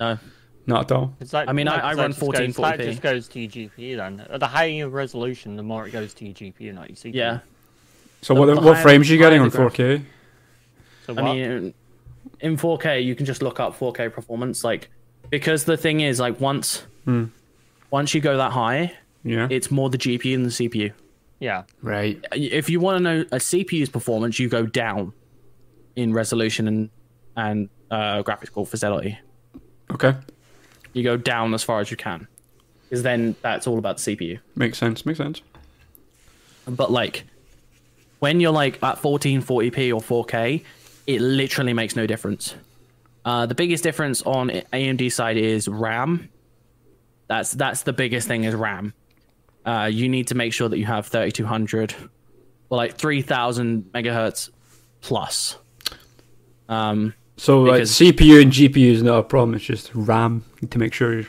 [SPEAKER 1] no.
[SPEAKER 2] Not at all.
[SPEAKER 3] Is that-
[SPEAKER 1] I mean, I-
[SPEAKER 3] no, 'cause
[SPEAKER 1] I
[SPEAKER 3] that
[SPEAKER 1] run
[SPEAKER 3] just goes-
[SPEAKER 1] 1440p.
[SPEAKER 3] That just goes to your GPU then. The higher your resolution, the more it goes to your GPU, not your CPU.
[SPEAKER 1] Yeah,
[SPEAKER 2] So
[SPEAKER 1] The-
[SPEAKER 2] what
[SPEAKER 1] the
[SPEAKER 2] what
[SPEAKER 1] higher-
[SPEAKER 2] frames are you
[SPEAKER 1] higher
[SPEAKER 2] getting
[SPEAKER 1] the
[SPEAKER 2] on
[SPEAKER 1] graph-
[SPEAKER 2] 4K?
[SPEAKER 3] So
[SPEAKER 1] I
[SPEAKER 3] what?
[SPEAKER 1] mean, in 4K, you can just look up 4K performance, like because the thing is, like once once you go that high,
[SPEAKER 2] Yeah.
[SPEAKER 1] it's more the GPU than the CPU.
[SPEAKER 3] yeah.
[SPEAKER 2] right.
[SPEAKER 1] If you want to know a CPU's performance, you go down in resolution and and uh, graphical fidelity.
[SPEAKER 2] Okay.
[SPEAKER 1] You go down as far as you can, because then that's all about the CPU.
[SPEAKER 2] Makes sense. Makes sense.
[SPEAKER 1] But like when you're like at 1440p or 4K, it literally makes no difference. Uh, the biggest difference on AMD side is RAM. That's that's the biggest thing is RAM. Uh, you need to make sure that you have 3200 or like 3000 megahertz plus. Um,
[SPEAKER 2] So like
[SPEAKER 1] Because-
[SPEAKER 2] CPU and GPU is not a problem. It's just RAM. Need to make sure you're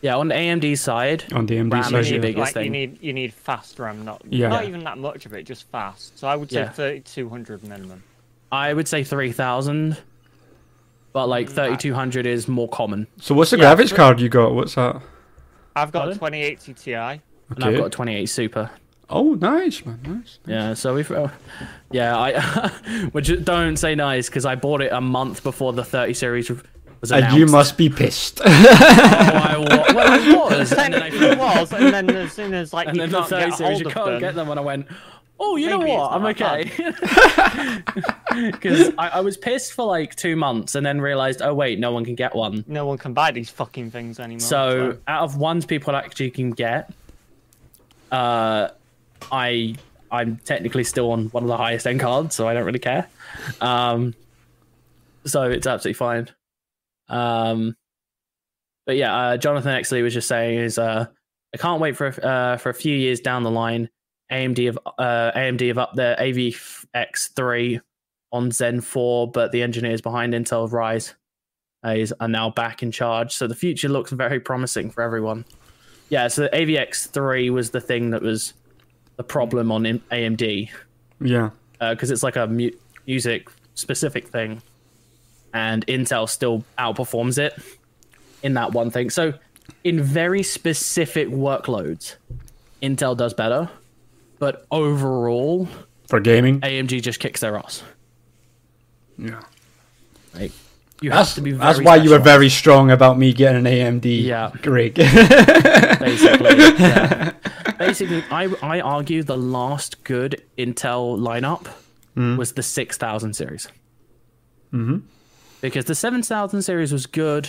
[SPEAKER 1] yeah, on the AMD side,
[SPEAKER 2] on the AMD
[SPEAKER 1] RAM
[SPEAKER 2] side.
[SPEAKER 1] is your
[SPEAKER 2] yeah.
[SPEAKER 1] biggest
[SPEAKER 3] like,
[SPEAKER 1] thing.
[SPEAKER 3] You need you need fast RAM, not
[SPEAKER 2] Yeah.
[SPEAKER 3] not even that much of it, just fast. So I would say
[SPEAKER 1] Yeah.
[SPEAKER 3] 3200 minimum.
[SPEAKER 1] I would say 3000, but
[SPEAKER 3] Mm,
[SPEAKER 1] like 3200 is more common.
[SPEAKER 2] So what's the
[SPEAKER 3] Yeah,
[SPEAKER 2] graphics
[SPEAKER 3] so-
[SPEAKER 2] card you got? What's that?
[SPEAKER 3] I've got
[SPEAKER 1] Pardon?
[SPEAKER 3] a 2080 Ti.
[SPEAKER 1] And I've
[SPEAKER 2] Okay.
[SPEAKER 1] got a 28 Super.
[SPEAKER 2] Oh, nice man. Nice.
[SPEAKER 1] Yeah, so we've. Uh, yeah, I. which don't say nice because I bought it a month before the 30 series was announced.
[SPEAKER 2] And you must be pissed.
[SPEAKER 1] Oh, I wa- well, I was, and then I
[SPEAKER 3] It was, and then as soon as like
[SPEAKER 1] and
[SPEAKER 3] you
[SPEAKER 1] then the
[SPEAKER 3] can't
[SPEAKER 1] 30
[SPEAKER 3] get a
[SPEAKER 1] series,
[SPEAKER 3] hold
[SPEAKER 1] you
[SPEAKER 3] of
[SPEAKER 1] can't
[SPEAKER 3] them,
[SPEAKER 1] get them. And I went, oh, you
[SPEAKER 3] Maybe
[SPEAKER 1] know
[SPEAKER 3] it's
[SPEAKER 1] what? I'm
[SPEAKER 3] not that
[SPEAKER 1] okay. Because I, I was pissed for like two months and then realized, oh, wait, no one can get one.
[SPEAKER 3] no one can buy these fucking things anymore.
[SPEAKER 1] So out of ones people actually can get, uh, I I'm technically still on one of the highest end cards, so I don't really care. Um, so it's absolutely fine. Um, but yeah, uh, Jonathan Exley was just saying is uh, I can't wait for a- uh, for a few years down the line. AMD of uh, AMD have up their AVX3 on Zen 4, but the engineers behind Intel Rise uh, is are now back in charge. So the future looks very promising for everyone. Yeah, so the AVX3 was the thing that was the problem on in- AMD
[SPEAKER 2] yeah.
[SPEAKER 1] because uh, it's like a mu- music specific thing, and Intel still outperforms it in that one thing. So in very specific workloads, Intel does better, but overall,
[SPEAKER 2] For gaming.
[SPEAKER 1] AMD just kicks their ass.
[SPEAKER 2] Yeah.
[SPEAKER 1] Like, you have
[SPEAKER 2] That's,
[SPEAKER 1] to be. Very
[SPEAKER 2] that's why you were
[SPEAKER 1] specialised.
[SPEAKER 2] very strong about me getting an AMD.
[SPEAKER 1] Yeah.
[SPEAKER 2] Greg.
[SPEAKER 1] basically. yeah. basically, I I argue the last good Intel lineup was the six thousand series. Mm-hmm. Because the seven thousand series was good,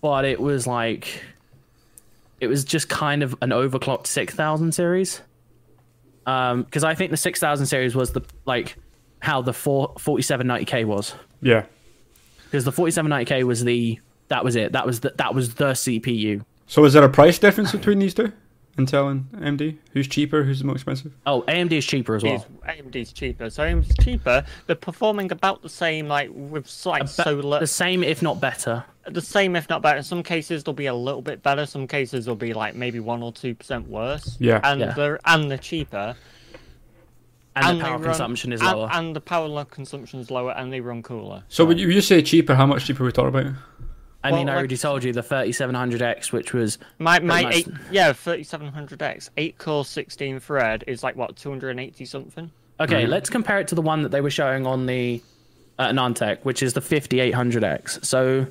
[SPEAKER 1] but it was like it was just kind of an overclocked six thousand series. Um, because I think the six thousand series was the like how the four forty seven ninety k was
[SPEAKER 2] Yeah.
[SPEAKER 1] because the forty seven ninety k was the that was it that was the, that was the CPU.
[SPEAKER 2] So is there a price difference between these two? Intel and AMD? Who's cheaper? Who's the more expensive?
[SPEAKER 1] Oh, AMD is cheaper as well.
[SPEAKER 3] Is- AMD's cheaper, so AMD's cheaper. They're performing about the same, like with slight
[SPEAKER 1] But
[SPEAKER 3] solar,
[SPEAKER 1] the same, if not better.
[SPEAKER 3] the same if not better. In some cases, they'll be a little bit better. Some cases, they'll be like maybe one or two percent worse.
[SPEAKER 2] Yeah.
[SPEAKER 3] and
[SPEAKER 1] Yeah.
[SPEAKER 3] they're and they're cheaper.
[SPEAKER 1] And, the
[SPEAKER 3] they
[SPEAKER 1] power
[SPEAKER 3] run-
[SPEAKER 1] consumption is
[SPEAKER 3] and-
[SPEAKER 1] lower.
[SPEAKER 3] And the power lo- consumption is lower, and they run cooler.
[SPEAKER 2] So when you, you say cheaper, how much cheaper are we talking about?
[SPEAKER 1] I mean,
[SPEAKER 3] well,
[SPEAKER 1] I already
[SPEAKER 3] like-
[SPEAKER 1] told you the 3700X, which was
[SPEAKER 3] My my
[SPEAKER 1] much.
[SPEAKER 3] eight, yeah, thirty-seven hundred X, eight core, sixteen thread is like what two hundred and eighty something.
[SPEAKER 1] okay.
[SPEAKER 3] Mm-hmm.
[SPEAKER 1] Let's compare it to the one that they were showing on the uh, Nantec, which is the 5800X. So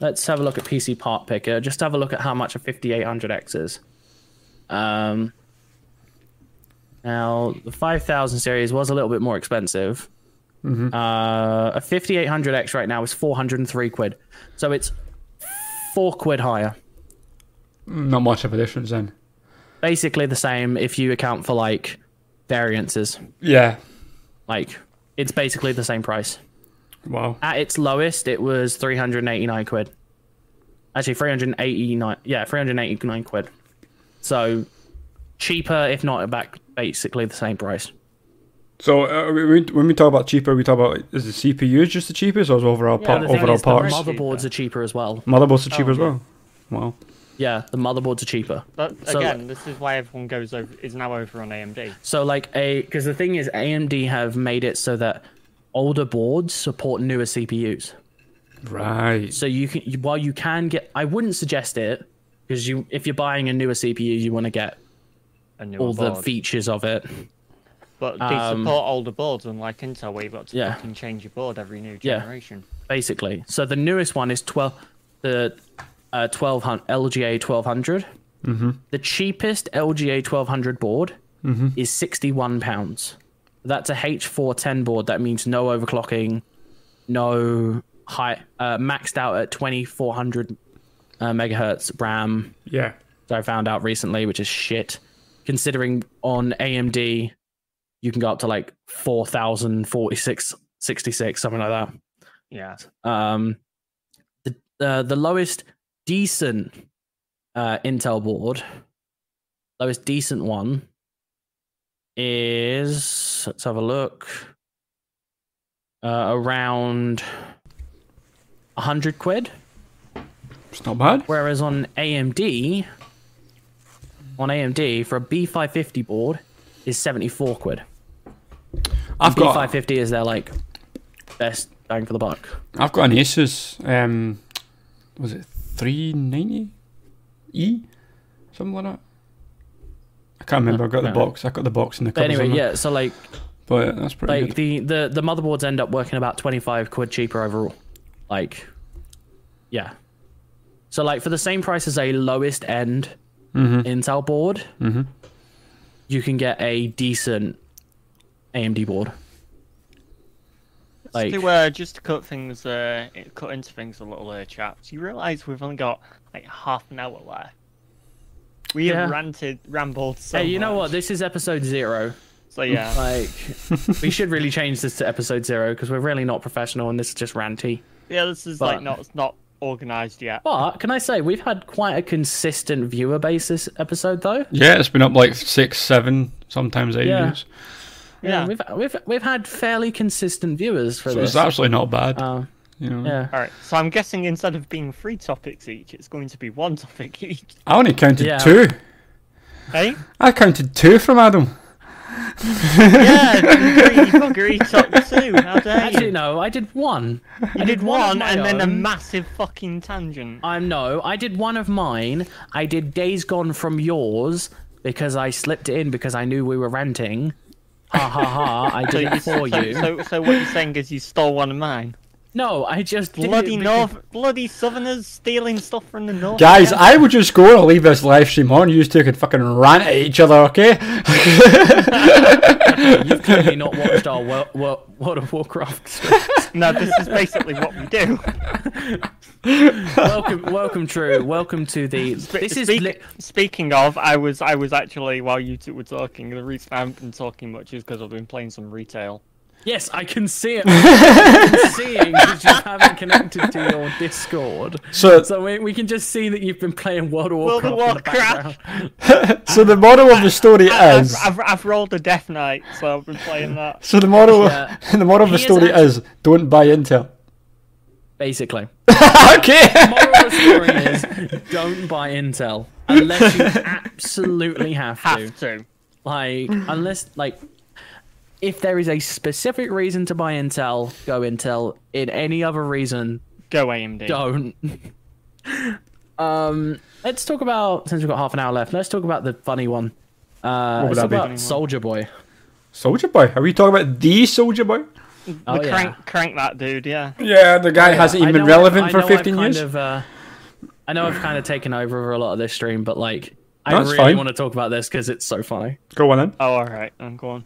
[SPEAKER 1] let's have a look at PC Part Picker. Just have a look at how much a 5800X is. Um, now the 5000 series was a little bit more expensive.
[SPEAKER 3] Mm-hmm.
[SPEAKER 1] Uh, a 5800X right now is 403 quid, so it's four quid higher.
[SPEAKER 2] Mm, Not much of a difference then.
[SPEAKER 1] basically the same if you account for like variances.
[SPEAKER 2] Yeah.
[SPEAKER 1] Like it's basically the same price.
[SPEAKER 2] Wow.
[SPEAKER 1] At its lowest, it was 389 quid. Actually, 389. Yeah, 389 quid. So cheaper, if not back, basically the same price.
[SPEAKER 2] So uh, we- we- when we talk about cheaper, we talk about is the CPU just the cheapest or is overall par-
[SPEAKER 1] And the Oh. thing
[SPEAKER 2] overall
[SPEAKER 1] is, the
[SPEAKER 2] parts?
[SPEAKER 3] mod-
[SPEAKER 1] motherboards are cheaper as well.
[SPEAKER 2] Motherboards are cheaper as
[SPEAKER 3] yeah.
[SPEAKER 2] well. Wow.
[SPEAKER 1] Yeah, the motherboards are cheaper.
[SPEAKER 3] But
[SPEAKER 1] So-
[SPEAKER 3] again, this is why everyone goes over is now over on AMD.
[SPEAKER 1] So like a because the thing is, AMD have made it so that older boards support newer CPUs.
[SPEAKER 2] Right.
[SPEAKER 1] So you can you- while you can get, I wouldn't suggest it because you if you're buying a newer CPU, you want to get
[SPEAKER 3] A
[SPEAKER 1] all
[SPEAKER 3] newer
[SPEAKER 1] the
[SPEAKER 3] board.
[SPEAKER 1] features of it.
[SPEAKER 3] But they
[SPEAKER 1] um,
[SPEAKER 3] support older boards, unlike Intel, where you've got to
[SPEAKER 1] Yeah.
[SPEAKER 3] fucking change your board every new
[SPEAKER 1] Yeah.
[SPEAKER 3] generation.
[SPEAKER 1] basically. So the newest one is twelve, the uh, twelve hundred LGA twelve The cheapest LGA twelve hundred board is sixty one pounds. That's a H four ten board. That means no overclocking, no high, uh, maxed out at twenty four hundred uh, megahertz RAM.
[SPEAKER 2] Yeah.
[SPEAKER 1] that I found out recently, which is shit. Considering on AMD, you can go up to like 4,046, 66, something like
[SPEAKER 3] Yeah.
[SPEAKER 1] that. Um, the, uh, the lowest decent uh, Intel board, lowest decent one is, let's have a look, uh, around 100 quid.
[SPEAKER 2] It's not bad.
[SPEAKER 1] Whereas on AMD, on AMD for a B550 board is 74 quid.
[SPEAKER 2] I've got
[SPEAKER 1] B550 is their like best bang for the buck.
[SPEAKER 2] I've got an Asus. Um, was it three ninety e something like that? I can't remember. I got the
[SPEAKER 1] no.
[SPEAKER 2] box. I got the box in the
[SPEAKER 1] But
[SPEAKER 2] cupboard
[SPEAKER 1] anyway,
[SPEAKER 2] somewhere.
[SPEAKER 1] yeah, so like
[SPEAKER 2] But that's pretty
[SPEAKER 1] like
[SPEAKER 2] good.
[SPEAKER 1] the, the the motherboards end up working about 25 quid cheaper overall. Like yeah. So like for the same price as a lowest end
[SPEAKER 2] Mm-hmm.
[SPEAKER 1] Intel board, you can get a decent AMD board. Like
[SPEAKER 3] to, uh, just to cut things, uh, it- cut into things a little, uh, chaps. You realise we've only got like half an hour left. We
[SPEAKER 1] Yeah.
[SPEAKER 3] have ranted, rambled. So
[SPEAKER 1] Hey, you know what?
[SPEAKER 3] much.
[SPEAKER 1] This is episode zero.
[SPEAKER 3] So yeah,
[SPEAKER 1] Like, we should really change this to episode zero because we're really not professional and this is just ranty.
[SPEAKER 3] yeah, this is
[SPEAKER 1] but-
[SPEAKER 3] like not not organised yet.
[SPEAKER 1] But can I say we've had quite a consistent viewer base this episode though?
[SPEAKER 2] Yeah, it's been up like six, seven, sometimes eight
[SPEAKER 1] Yeah.
[SPEAKER 2] years.
[SPEAKER 3] Yeah.
[SPEAKER 1] we've we've we've had fairly consistent viewers for
[SPEAKER 2] So
[SPEAKER 1] this.
[SPEAKER 2] it's actually not bad.
[SPEAKER 1] Uh,
[SPEAKER 2] you know.
[SPEAKER 1] yeah,
[SPEAKER 3] All right. So I'm guessing instead of being three topics each, it's going to be one topic each.
[SPEAKER 2] I only counted
[SPEAKER 1] Yeah.
[SPEAKER 2] two.
[SPEAKER 3] Hey?
[SPEAKER 2] I counted two from Adam.
[SPEAKER 3] Yeah, three buggery top two. How dare
[SPEAKER 1] actually
[SPEAKER 3] you?
[SPEAKER 1] no, I did one.
[SPEAKER 3] You did one
[SPEAKER 1] of my
[SPEAKER 3] and then a
[SPEAKER 1] own.
[SPEAKER 3] massive fucking tangent.
[SPEAKER 1] I no, I did one of mine. I did Days Gone from yours because I slipped it in because I knew we were ranting. Ha ha ha! I did it for
[SPEAKER 3] so,
[SPEAKER 1] you.
[SPEAKER 3] So, so what you're saying is you stole one of mine.
[SPEAKER 1] No, I just did it
[SPEAKER 3] Bloody
[SPEAKER 1] because-
[SPEAKER 3] North, bloody Southerners stealing stuff from the North.
[SPEAKER 2] Guys,
[SPEAKER 3] again.
[SPEAKER 2] I would just go and leave this live stream on. You two can fucking rant at each other, okay?
[SPEAKER 1] You've clearly not watched our World, World, World of Warcraft. stream.
[SPEAKER 3] No, this is basically what we do.
[SPEAKER 1] welcome, welcome, True. Welcome to the. This is
[SPEAKER 3] Speak-
[SPEAKER 1] li-
[SPEAKER 3] speaking of, I was I was actually while you two were talking, the reason I haven't been talking much is because I've been playing some retail.
[SPEAKER 1] yes, I can see it. I'm seeing because you haven't connected to your Discord,
[SPEAKER 2] so,
[SPEAKER 1] so we, we can just see that you've been playing World of
[SPEAKER 3] World
[SPEAKER 1] Warcraft.
[SPEAKER 3] of
[SPEAKER 1] In the
[SPEAKER 3] Warcraft.
[SPEAKER 1] background.
[SPEAKER 2] so the moral of the story
[SPEAKER 3] I've,
[SPEAKER 2] is.
[SPEAKER 3] I've, I've rolled a Death Knight, so I've been playing that.
[SPEAKER 2] So the moral,
[SPEAKER 1] Yeah.
[SPEAKER 2] the moral of the
[SPEAKER 1] He is
[SPEAKER 2] story
[SPEAKER 1] actually-
[SPEAKER 2] is don't buy Intel.
[SPEAKER 1] Basically,
[SPEAKER 2] okay.
[SPEAKER 1] moral of the story is don't buy Intel unless you absolutely have to.
[SPEAKER 3] Have to.
[SPEAKER 1] Like, unless, like, if there is a specific reason to buy Intel, go Intel. In any other reason,
[SPEAKER 3] Go AMD.
[SPEAKER 1] don't. um, let's talk about, since we've got half an hour left, let's talk about the funny one. Uh,
[SPEAKER 2] What would
[SPEAKER 1] let's
[SPEAKER 2] that
[SPEAKER 1] talk
[SPEAKER 2] be?
[SPEAKER 1] about Soldier Boy.
[SPEAKER 2] Soldier Boy. Are we talking about the Soldier Boy?
[SPEAKER 1] Oh,
[SPEAKER 3] the
[SPEAKER 1] yeah.
[SPEAKER 3] crank, crank that dude, yeah.
[SPEAKER 2] Yeah, the guy hasn't
[SPEAKER 1] I
[SPEAKER 2] even been
[SPEAKER 1] know I've-
[SPEAKER 2] relevant
[SPEAKER 1] I
[SPEAKER 2] for
[SPEAKER 1] know I've
[SPEAKER 2] 15
[SPEAKER 1] kind
[SPEAKER 2] years.
[SPEAKER 1] of, uh, I know I've kind of taken over for a lot of this stream, but, like, I
[SPEAKER 2] That's
[SPEAKER 1] really
[SPEAKER 2] fine.
[SPEAKER 1] want to talk about this because it's so funny.
[SPEAKER 2] Go on then.
[SPEAKER 3] Oh, alright, I'm going.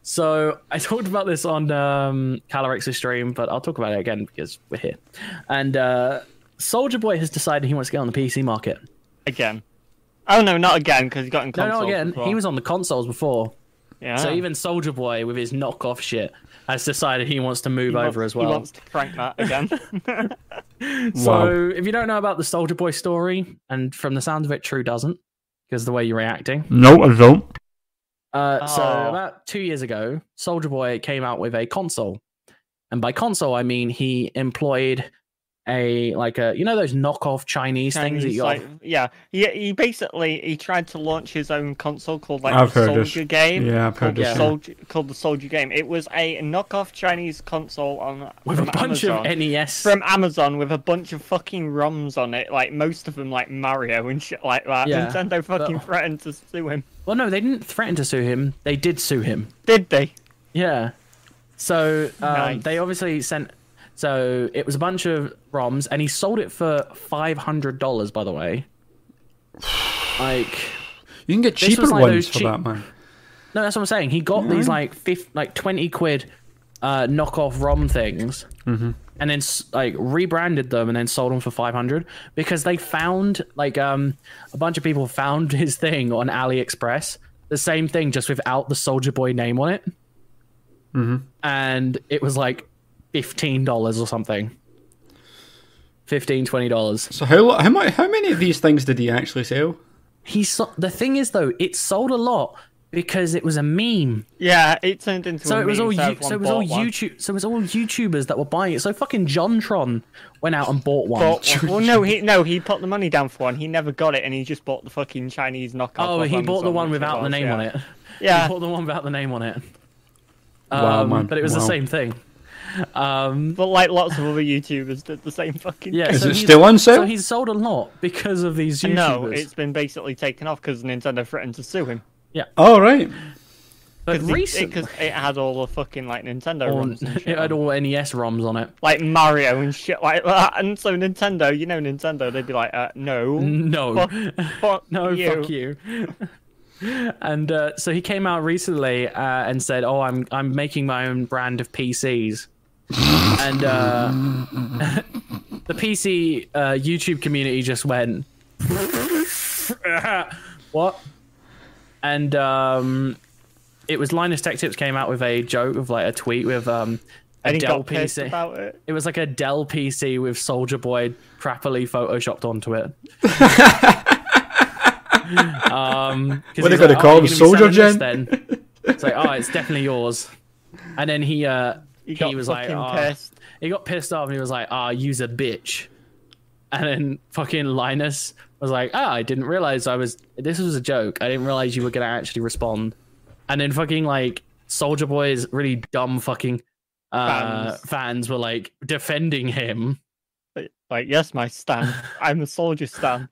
[SPEAKER 1] So I talked about this on um, Calorix's stream, but I'll talk about it again because we're here. And uh, Soldier Boy has decided he wants to get on the PC market.
[SPEAKER 3] Again. Oh no, not again, because he got in
[SPEAKER 1] No,
[SPEAKER 3] console.
[SPEAKER 1] no, again,
[SPEAKER 3] before.
[SPEAKER 1] he was on the consoles before.
[SPEAKER 3] yeah.
[SPEAKER 1] So even Soldier Boy with his knockoff shit has decided he wants to move
[SPEAKER 3] He wants-
[SPEAKER 1] over as well.
[SPEAKER 3] He wants to crank that again.
[SPEAKER 1] So if you don't know about the Soldier Boy story, and from the sound of it, True doesn't, because the way you're reacting.
[SPEAKER 2] No, I don't.
[SPEAKER 1] Uh, So
[SPEAKER 3] Oh.
[SPEAKER 1] about two years ago, Soldier Boy came out with a console, and by console I mean he employed a like a you know those knockoff Chinese, things that
[SPEAKER 3] Chinese,
[SPEAKER 1] you
[SPEAKER 3] like, yeah, he, he basically he tried to launch his own console called like
[SPEAKER 2] I've
[SPEAKER 3] the
[SPEAKER 2] heard this.
[SPEAKER 3] Soldier Game.
[SPEAKER 2] Yeah, I've heard
[SPEAKER 3] called the
[SPEAKER 1] this, yeah.
[SPEAKER 3] Soldier called the Soldier Game. It was a knockoff Chinese console on
[SPEAKER 1] with a
[SPEAKER 3] from
[SPEAKER 1] bunch
[SPEAKER 3] Amazon.
[SPEAKER 1] of E NES.
[SPEAKER 3] from Amazon with a bunch of fucking ROMs on it, like most of them like Mario and shit like that.
[SPEAKER 1] Yeah,
[SPEAKER 3] Nintendo fucking
[SPEAKER 1] but-
[SPEAKER 3] threatened to sue him.
[SPEAKER 1] well, no, they didn't threaten to sue him. They did sue him.
[SPEAKER 3] Did they?
[SPEAKER 1] Yeah. So um,
[SPEAKER 3] Nice.
[SPEAKER 1] they obviously sent. So it was a bunch of ROMs, and he sold it for five hundred dollars. By the way, like.
[SPEAKER 2] You can get
[SPEAKER 1] This was
[SPEAKER 2] cheaper
[SPEAKER 1] like
[SPEAKER 2] ones
[SPEAKER 1] those
[SPEAKER 2] for
[SPEAKER 1] cheap-
[SPEAKER 2] that, man.
[SPEAKER 1] No, that's what I'm saying. He got these like fif- like twenty quid uh, knockoff ROM things, and then s- like rebranded them and then sold them for five hundred because they found like um a bunch of people found his thing on AliExpress, the same thing just without the Soldier Boy name on it, and it was like fifteen dollars or something. 15 20 dollars
[SPEAKER 2] So how lo- how much, how many of these things did he actually sell?
[SPEAKER 1] he so- the thing is though it sold a lot because it was a meme
[SPEAKER 3] Yeah, it turned into
[SPEAKER 1] So
[SPEAKER 3] a
[SPEAKER 1] it was
[SPEAKER 3] meme,
[SPEAKER 1] all you,
[SPEAKER 3] everyone
[SPEAKER 1] so it was all
[SPEAKER 3] bought one.
[SPEAKER 1] YouTube so it was all YouTubers that were buying it. So fucking JonTron went out and bought one.
[SPEAKER 3] Bought one. Well, no, he no, he put the money down for one. He never got it, and he just bought the fucking Chinese knockoff.
[SPEAKER 1] oh,
[SPEAKER 3] off
[SPEAKER 1] he bought the
[SPEAKER 3] Amazon,
[SPEAKER 1] one
[SPEAKER 3] which it
[SPEAKER 1] without the
[SPEAKER 3] was,
[SPEAKER 1] name
[SPEAKER 3] yeah.
[SPEAKER 1] on it.
[SPEAKER 3] Yeah,
[SPEAKER 1] He bought the one without the name on it. Um,
[SPEAKER 2] Wow, man.
[SPEAKER 1] But it was the
[SPEAKER 2] Wow.
[SPEAKER 1] same thing.
[SPEAKER 3] but like lots of other YouTubers did the same fucking.
[SPEAKER 1] Yeah.
[SPEAKER 2] Is
[SPEAKER 1] so
[SPEAKER 2] it
[SPEAKER 1] he's-
[SPEAKER 2] still on sale?
[SPEAKER 1] So he's sold a lot because of these YouTubers.
[SPEAKER 3] No, it's been basically taken off because Nintendo threatened to sue him.
[SPEAKER 2] Oh right.
[SPEAKER 1] but recently,
[SPEAKER 3] because it, had all the fucking like Nintendo
[SPEAKER 1] on-
[SPEAKER 3] ROMs and shit
[SPEAKER 1] it had
[SPEAKER 3] on.
[SPEAKER 1] all NES ROMs on it.
[SPEAKER 3] like Mario and shit like that. And so Nintendo, you know Nintendo, they'd be like, uh, no,
[SPEAKER 1] No,
[SPEAKER 3] fuck, fuck
[SPEAKER 1] no,
[SPEAKER 3] you.
[SPEAKER 1] fuck you. and uh, so he came out recently uh, and said, "Oh, I'm I'm making my own brand of PCs." and uh, the PC uh, YouTube community just went, "What?" And um, it was Linus Tech Tips came out with a joke of like a tweet with um, a
[SPEAKER 3] And he
[SPEAKER 1] Dell
[SPEAKER 3] got pissed
[SPEAKER 1] PC.
[SPEAKER 3] about it.
[SPEAKER 1] It was like a Dell PC with Soldier Boy crappily photoshopped onto it. um,
[SPEAKER 2] What are they gonna call him, Soldier Gen?"
[SPEAKER 1] Then it's like, oh, it's definitely yours. And then he uh,
[SPEAKER 3] He
[SPEAKER 1] he,
[SPEAKER 3] got
[SPEAKER 1] was like,
[SPEAKER 3] fucking
[SPEAKER 1] "Ah."
[SPEAKER 3] pissed.
[SPEAKER 1] he got pissed off and he was like, ah, use a bitch. And then fucking Linus was like, ah, I didn't realize I was. This was a joke. I didn't realize you were gonna actually respond. And then fucking like Soldier Boy's really dumb fucking uh,
[SPEAKER 3] Fans.
[SPEAKER 1] fans. were like defending him.
[SPEAKER 3] Like, yes, my Stan. I'm a soldier Stan.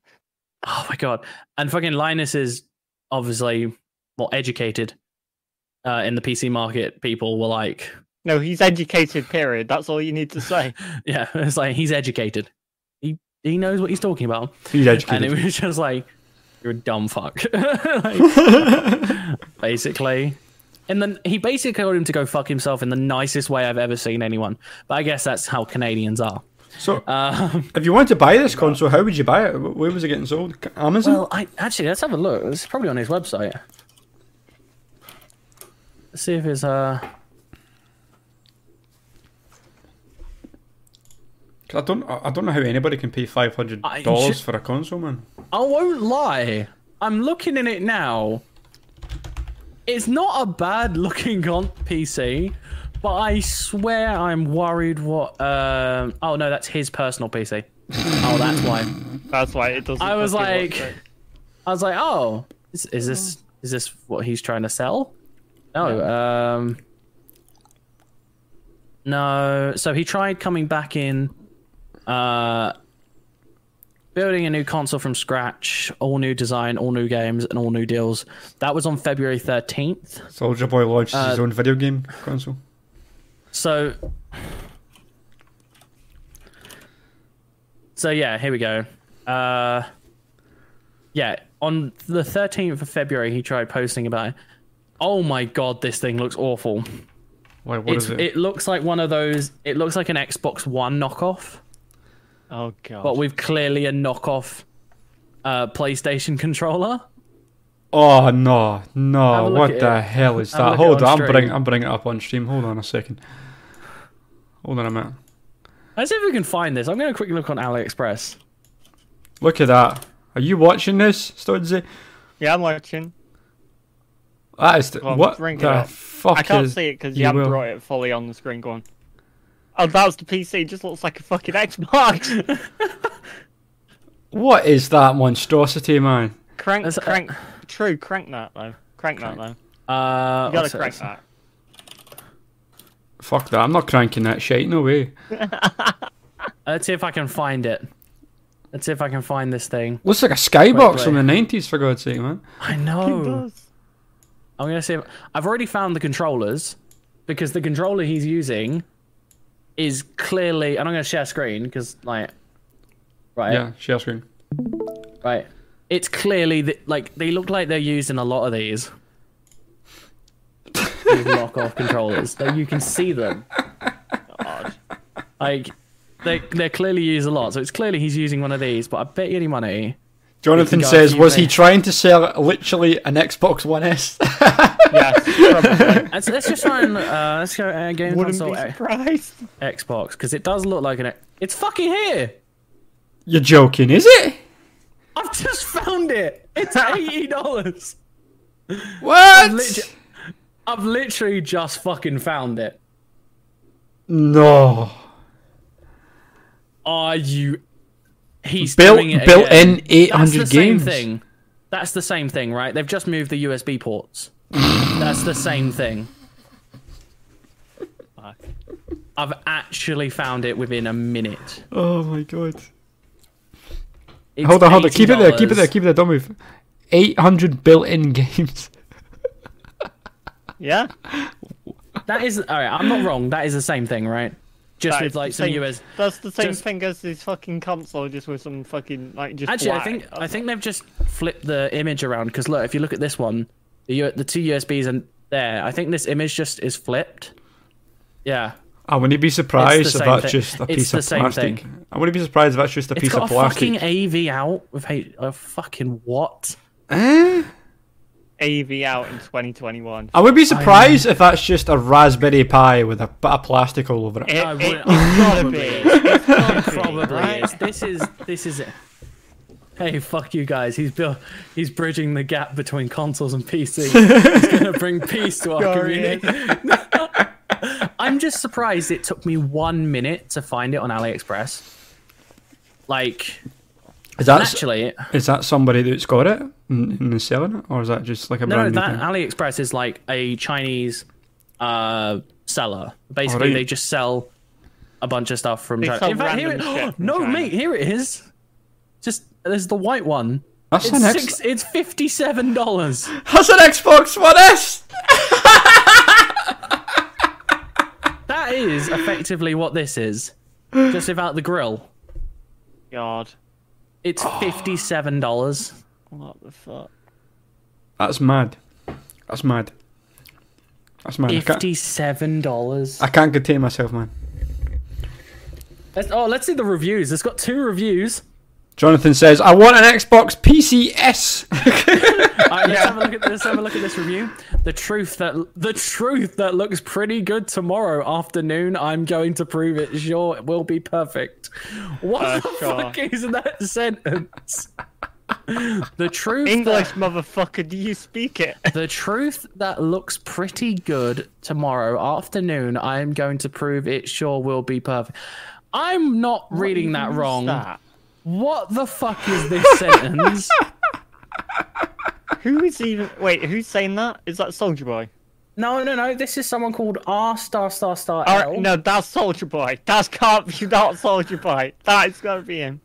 [SPEAKER 1] Oh my god! And fucking Linus is obviously more educated uh, in the PC market. People were like,
[SPEAKER 3] No, he's educated. Period. That's all you need to say.
[SPEAKER 1] Yeah, it's like he's educated. He he knows what he's talking about.
[SPEAKER 2] He's
[SPEAKER 1] And
[SPEAKER 2] educated.
[SPEAKER 1] it was just like, you're a dumb fuck. Like, basically. And then he basically told him to go fuck himself in the nicest way I've ever seen anyone. But I guess that's how Canadians are.
[SPEAKER 2] so,
[SPEAKER 1] Um,
[SPEAKER 2] if you wanted to buy this console, how would you buy it? Wh- Where was it getting sold? C- Amazon?
[SPEAKER 1] well, I actually let's have a look. It's probably on his website. Let's see if it's uh.
[SPEAKER 2] 'Cause I don't. I I don't know how anybody can pay five hundred
[SPEAKER 1] I-
[SPEAKER 2] dollars for a console, man.
[SPEAKER 1] I won't lie. I'm looking in it now. It's not a bad looking on PC, but I swear I'm worried what. Um, oh no, that's his personal PC. oh, that's why.
[SPEAKER 3] That's why it doesn't.
[SPEAKER 1] I was
[SPEAKER 3] fucking look
[SPEAKER 1] like-
[SPEAKER 3] great.
[SPEAKER 1] I was like, oh, is, is this is this what he's trying to sell? No, um, no. So he tried coming back in, uh, building a new console from scratch, all new design, all new games, and all new deals. That was on February thirteenth.
[SPEAKER 2] Soldier Boy launches his
[SPEAKER 1] Uh,
[SPEAKER 2] own video game console.
[SPEAKER 1] So, so yeah, here we go. Uh, yeah, on the 13th of February, he tried posting about it. Oh my god, this thing looks awful.
[SPEAKER 2] Why? What
[SPEAKER 1] It's,
[SPEAKER 2] is
[SPEAKER 1] it?
[SPEAKER 2] it?
[SPEAKER 1] looks like one of those. It looks like an Xbox One knockoff,
[SPEAKER 3] oh god.
[SPEAKER 1] but we've clearly a knockoff uh, PlayStation controller.
[SPEAKER 2] Oh no,
[SPEAKER 1] Have a
[SPEAKER 2] no!
[SPEAKER 1] look
[SPEAKER 2] What
[SPEAKER 1] at
[SPEAKER 2] the
[SPEAKER 1] it.
[SPEAKER 2] hell is
[SPEAKER 1] Have a look
[SPEAKER 2] that?
[SPEAKER 1] at it
[SPEAKER 2] Hold
[SPEAKER 1] on
[SPEAKER 2] on, I'm
[SPEAKER 1] stream.
[SPEAKER 2] bringing. I'm bringing it up on stream. Hold on a second. Hold on a minute.
[SPEAKER 1] Let's see if we can find this. I'm going to quickly look on AliExpress.
[SPEAKER 2] Look at that. Are you watching this, Studsy?
[SPEAKER 3] yeah, I'm watching.
[SPEAKER 2] That is the,
[SPEAKER 3] Well,
[SPEAKER 2] what
[SPEAKER 3] bring it
[SPEAKER 2] the
[SPEAKER 3] up.
[SPEAKER 2] fuck
[SPEAKER 3] I can't
[SPEAKER 2] is?
[SPEAKER 3] see it because you,
[SPEAKER 2] you
[SPEAKER 3] haven't
[SPEAKER 2] will.
[SPEAKER 3] brought it fully on the screen. Go on. Oh, that was the PC. It just looks like a fucking Xbox.
[SPEAKER 2] What is that monstrosity, man?
[SPEAKER 3] crank,
[SPEAKER 1] That's-
[SPEAKER 3] crank. True, crank that though. Crank, that though.
[SPEAKER 1] Uh,
[SPEAKER 3] You gotta
[SPEAKER 1] what's
[SPEAKER 3] crank
[SPEAKER 1] this?
[SPEAKER 3] that.
[SPEAKER 2] Fuck that! I'm not cranking that shit. No way.
[SPEAKER 1] Let's see if I can find it. Let's see if I can find this thing.
[SPEAKER 2] Looks like a skybox
[SPEAKER 1] play.
[SPEAKER 2] from the '90s, for God's sake, man.
[SPEAKER 1] I
[SPEAKER 3] It
[SPEAKER 1] know.
[SPEAKER 3] does.
[SPEAKER 1] I'm gonna see. If, I've already found the controllers because the controller he's using is clearly. And I'm gonna share screen because like, right,
[SPEAKER 2] Yeah, share screen.
[SPEAKER 1] right. It's clearly the, like they look like they're used in a lot of these. these knockoff controllers. Like, you can see them.
[SPEAKER 3] God.
[SPEAKER 1] Like they they're clearly used a lot. So it's clearly he's using one of these. But I bet you any money.
[SPEAKER 2] Jonathan
[SPEAKER 1] Go on,
[SPEAKER 2] says,
[SPEAKER 1] you
[SPEAKER 2] "Was he
[SPEAKER 1] play.
[SPEAKER 2] trying to sell literally an Xbox One S?"
[SPEAKER 3] Yes, probably.
[SPEAKER 1] Let's, let's just try and uh, let's go uh, game
[SPEAKER 3] Wouldn't
[SPEAKER 1] console
[SPEAKER 3] be
[SPEAKER 1] X-
[SPEAKER 3] surprised.
[SPEAKER 1] Xbox because it does look like an. X- It's fucking here.
[SPEAKER 2] You're joking, is it?
[SPEAKER 1] I've just found it. It's eighty dollars.
[SPEAKER 2] What?
[SPEAKER 1] Liter- I've literally just fucking found it.
[SPEAKER 2] No.
[SPEAKER 1] Are you? He's
[SPEAKER 2] Built
[SPEAKER 1] doing it
[SPEAKER 2] built
[SPEAKER 1] again.
[SPEAKER 2] in 800
[SPEAKER 1] That's the
[SPEAKER 2] games.
[SPEAKER 1] same thing. That's the same thing, right? They've just moved the USB ports. That's the same thing.
[SPEAKER 3] Fuck.
[SPEAKER 1] I've actually found it within a minute.
[SPEAKER 2] Oh my god.
[SPEAKER 1] It's
[SPEAKER 2] hold on, hold on. Keep it there. Keep it
[SPEAKER 1] $80.
[SPEAKER 2] there. Keep it there. Don't move. 800 built-in games.
[SPEAKER 3] Yeah.
[SPEAKER 1] That is all right. I'm not wrong. That is the same thing, right? Just
[SPEAKER 3] That
[SPEAKER 1] with
[SPEAKER 3] is
[SPEAKER 1] like
[SPEAKER 3] the
[SPEAKER 1] some
[SPEAKER 3] same-
[SPEAKER 1] USB.
[SPEAKER 3] That's the same
[SPEAKER 1] Just-
[SPEAKER 3] thing as this fucking console, just with some fucking like just.
[SPEAKER 1] Actually, I
[SPEAKER 3] black.
[SPEAKER 1] think I think they've just flipped the image around because look, if you look at this one, the U- the two USBs and there, I think this image just is flipped. Yeah,
[SPEAKER 2] I wouldn't be surprised
[SPEAKER 1] It's the
[SPEAKER 2] if
[SPEAKER 1] same
[SPEAKER 2] that's
[SPEAKER 1] thing.
[SPEAKER 2] just a
[SPEAKER 1] It's
[SPEAKER 2] piece
[SPEAKER 1] the
[SPEAKER 2] of
[SPEAKER 1] same
[SPEAKER 2] plastic. I wouldn't be surprised if that's just a
[SPEAKER 1] it's
[SPEAKER 2] piece
[SPEAKER 1] got
[SPEAKER 2] of
[SPEAKER 1] a
[SPEAKER 2] plastic.
[SPEAKER 1] fucking e- AV out with a, a fucking what?
[SPEAKER 2] Eh?
[SPEAKER 3] AV out in 2021.
[SPEAKER 2] I would be surprised if that's just a Raspberry Pi with a bit of plastic all over it.
[SPEAKER 3] It,
[SPEAKER 1] I
[SPEAKER 3] it,
[SPEAKER 1] would-
[SPEAKER 3] it's gotta be. It's gotta be,
[SPEAKER 1] Probably
[SPEAKER 3] right?
[SPEAKER 1] is. This is this is it. Hey, fuck you guys. He's built. He's bridging the gap between consoles and PC. he's gonna bring peace to our
[SPEAKER 3] Glorious.
[SPEAKER 1] community. I'm just surprised it took me one minute to find it on AliExpress. Like,
[SPEAKER 2] Is that
[SPEAKER 1] actually,
[SPEAKER 2] is that somebody that's got it and, and is selling it, or is that just like a
[SPEAKER 1] No,
[SPEAKER 2] brand new
[SPEAKER 1] that
[SPEAKER 2] thing?
[SPEAKER 1] AliExpress is like a Chinese uh, seller. Basically,
[SPEAKER 2] Alright.
[SPEAKER 1] they just sell a bunch of stuff from
[SPEAKER 3] They
[SPEAKER 1] China.
[SPEAKER 3] sell
[SPEAKER 1] In fact, here it,
[SPEAKER 3] random shit from
[SPEAKER 1] no,
[SPEAKER 3] China.
[SPEAKER 1] mate, here it is. Just there's the white one.
[SPEAKER 2] That's
[SPEAKER 1] It's
[SPEAKER 2] an X-
[SPEAKER 1] six. It's fifty-seven dollars.
[SPEAKER 2] That's an Xbox One S.
[SPEAKER 1] is effectively what this is, just without the grill.
[SPEAKER 3] God,
[SPEAKER 1] It's fifty-seven dollars.
[SPEAKER 3] what the fuck?
[SPEAKER 2] That's mad. That's mad. That's mad. I can't,
[SPEAKER 1] Fifty-seven dollars.
[SPEAKER 2] I can't contain myself, man.
[SPEAKER 1] Let's- Oh, let's see the reviews. It's got two reviews.
[SPEAKER 2] Jonathan says, I want an Xbox PCS.
[SPEAKER 1] All right, let's, have a look at, let's have a look at this review. The truth that the truth that looks pretty good tomorrow afternoon. I'm going to prove it. Sure, it will be perfect. What
[SPEAKER 3] Uh,
[SPEAKER 1] the
[SPEAKER 3] sure.
[SPEAKER 1] fuck is that sentence? the truth
[SPEAKER 3] English motherfucker, do you speak it?
[SPEAKER 1] The truth that looks pretty good tomorrow afternoon. I am going to prove it sure will be perfect. I'm not reading that wrong.
[SPEAKER 3] That?
[SPEAKER 1] What the fuck is this sentence?
[SPEAKER 3] Who is even? Wait, who's saying that? Is that Soldier Boy?
[SPEAKER 1] No, no, no. This is someone called R star star star
[SPEAKER 3] All
[SPEAKER 1] L.
[SPEAKER 3] right, no, that's Soldier Boy. That's can't be not Soldier Boy. That is gotta be him.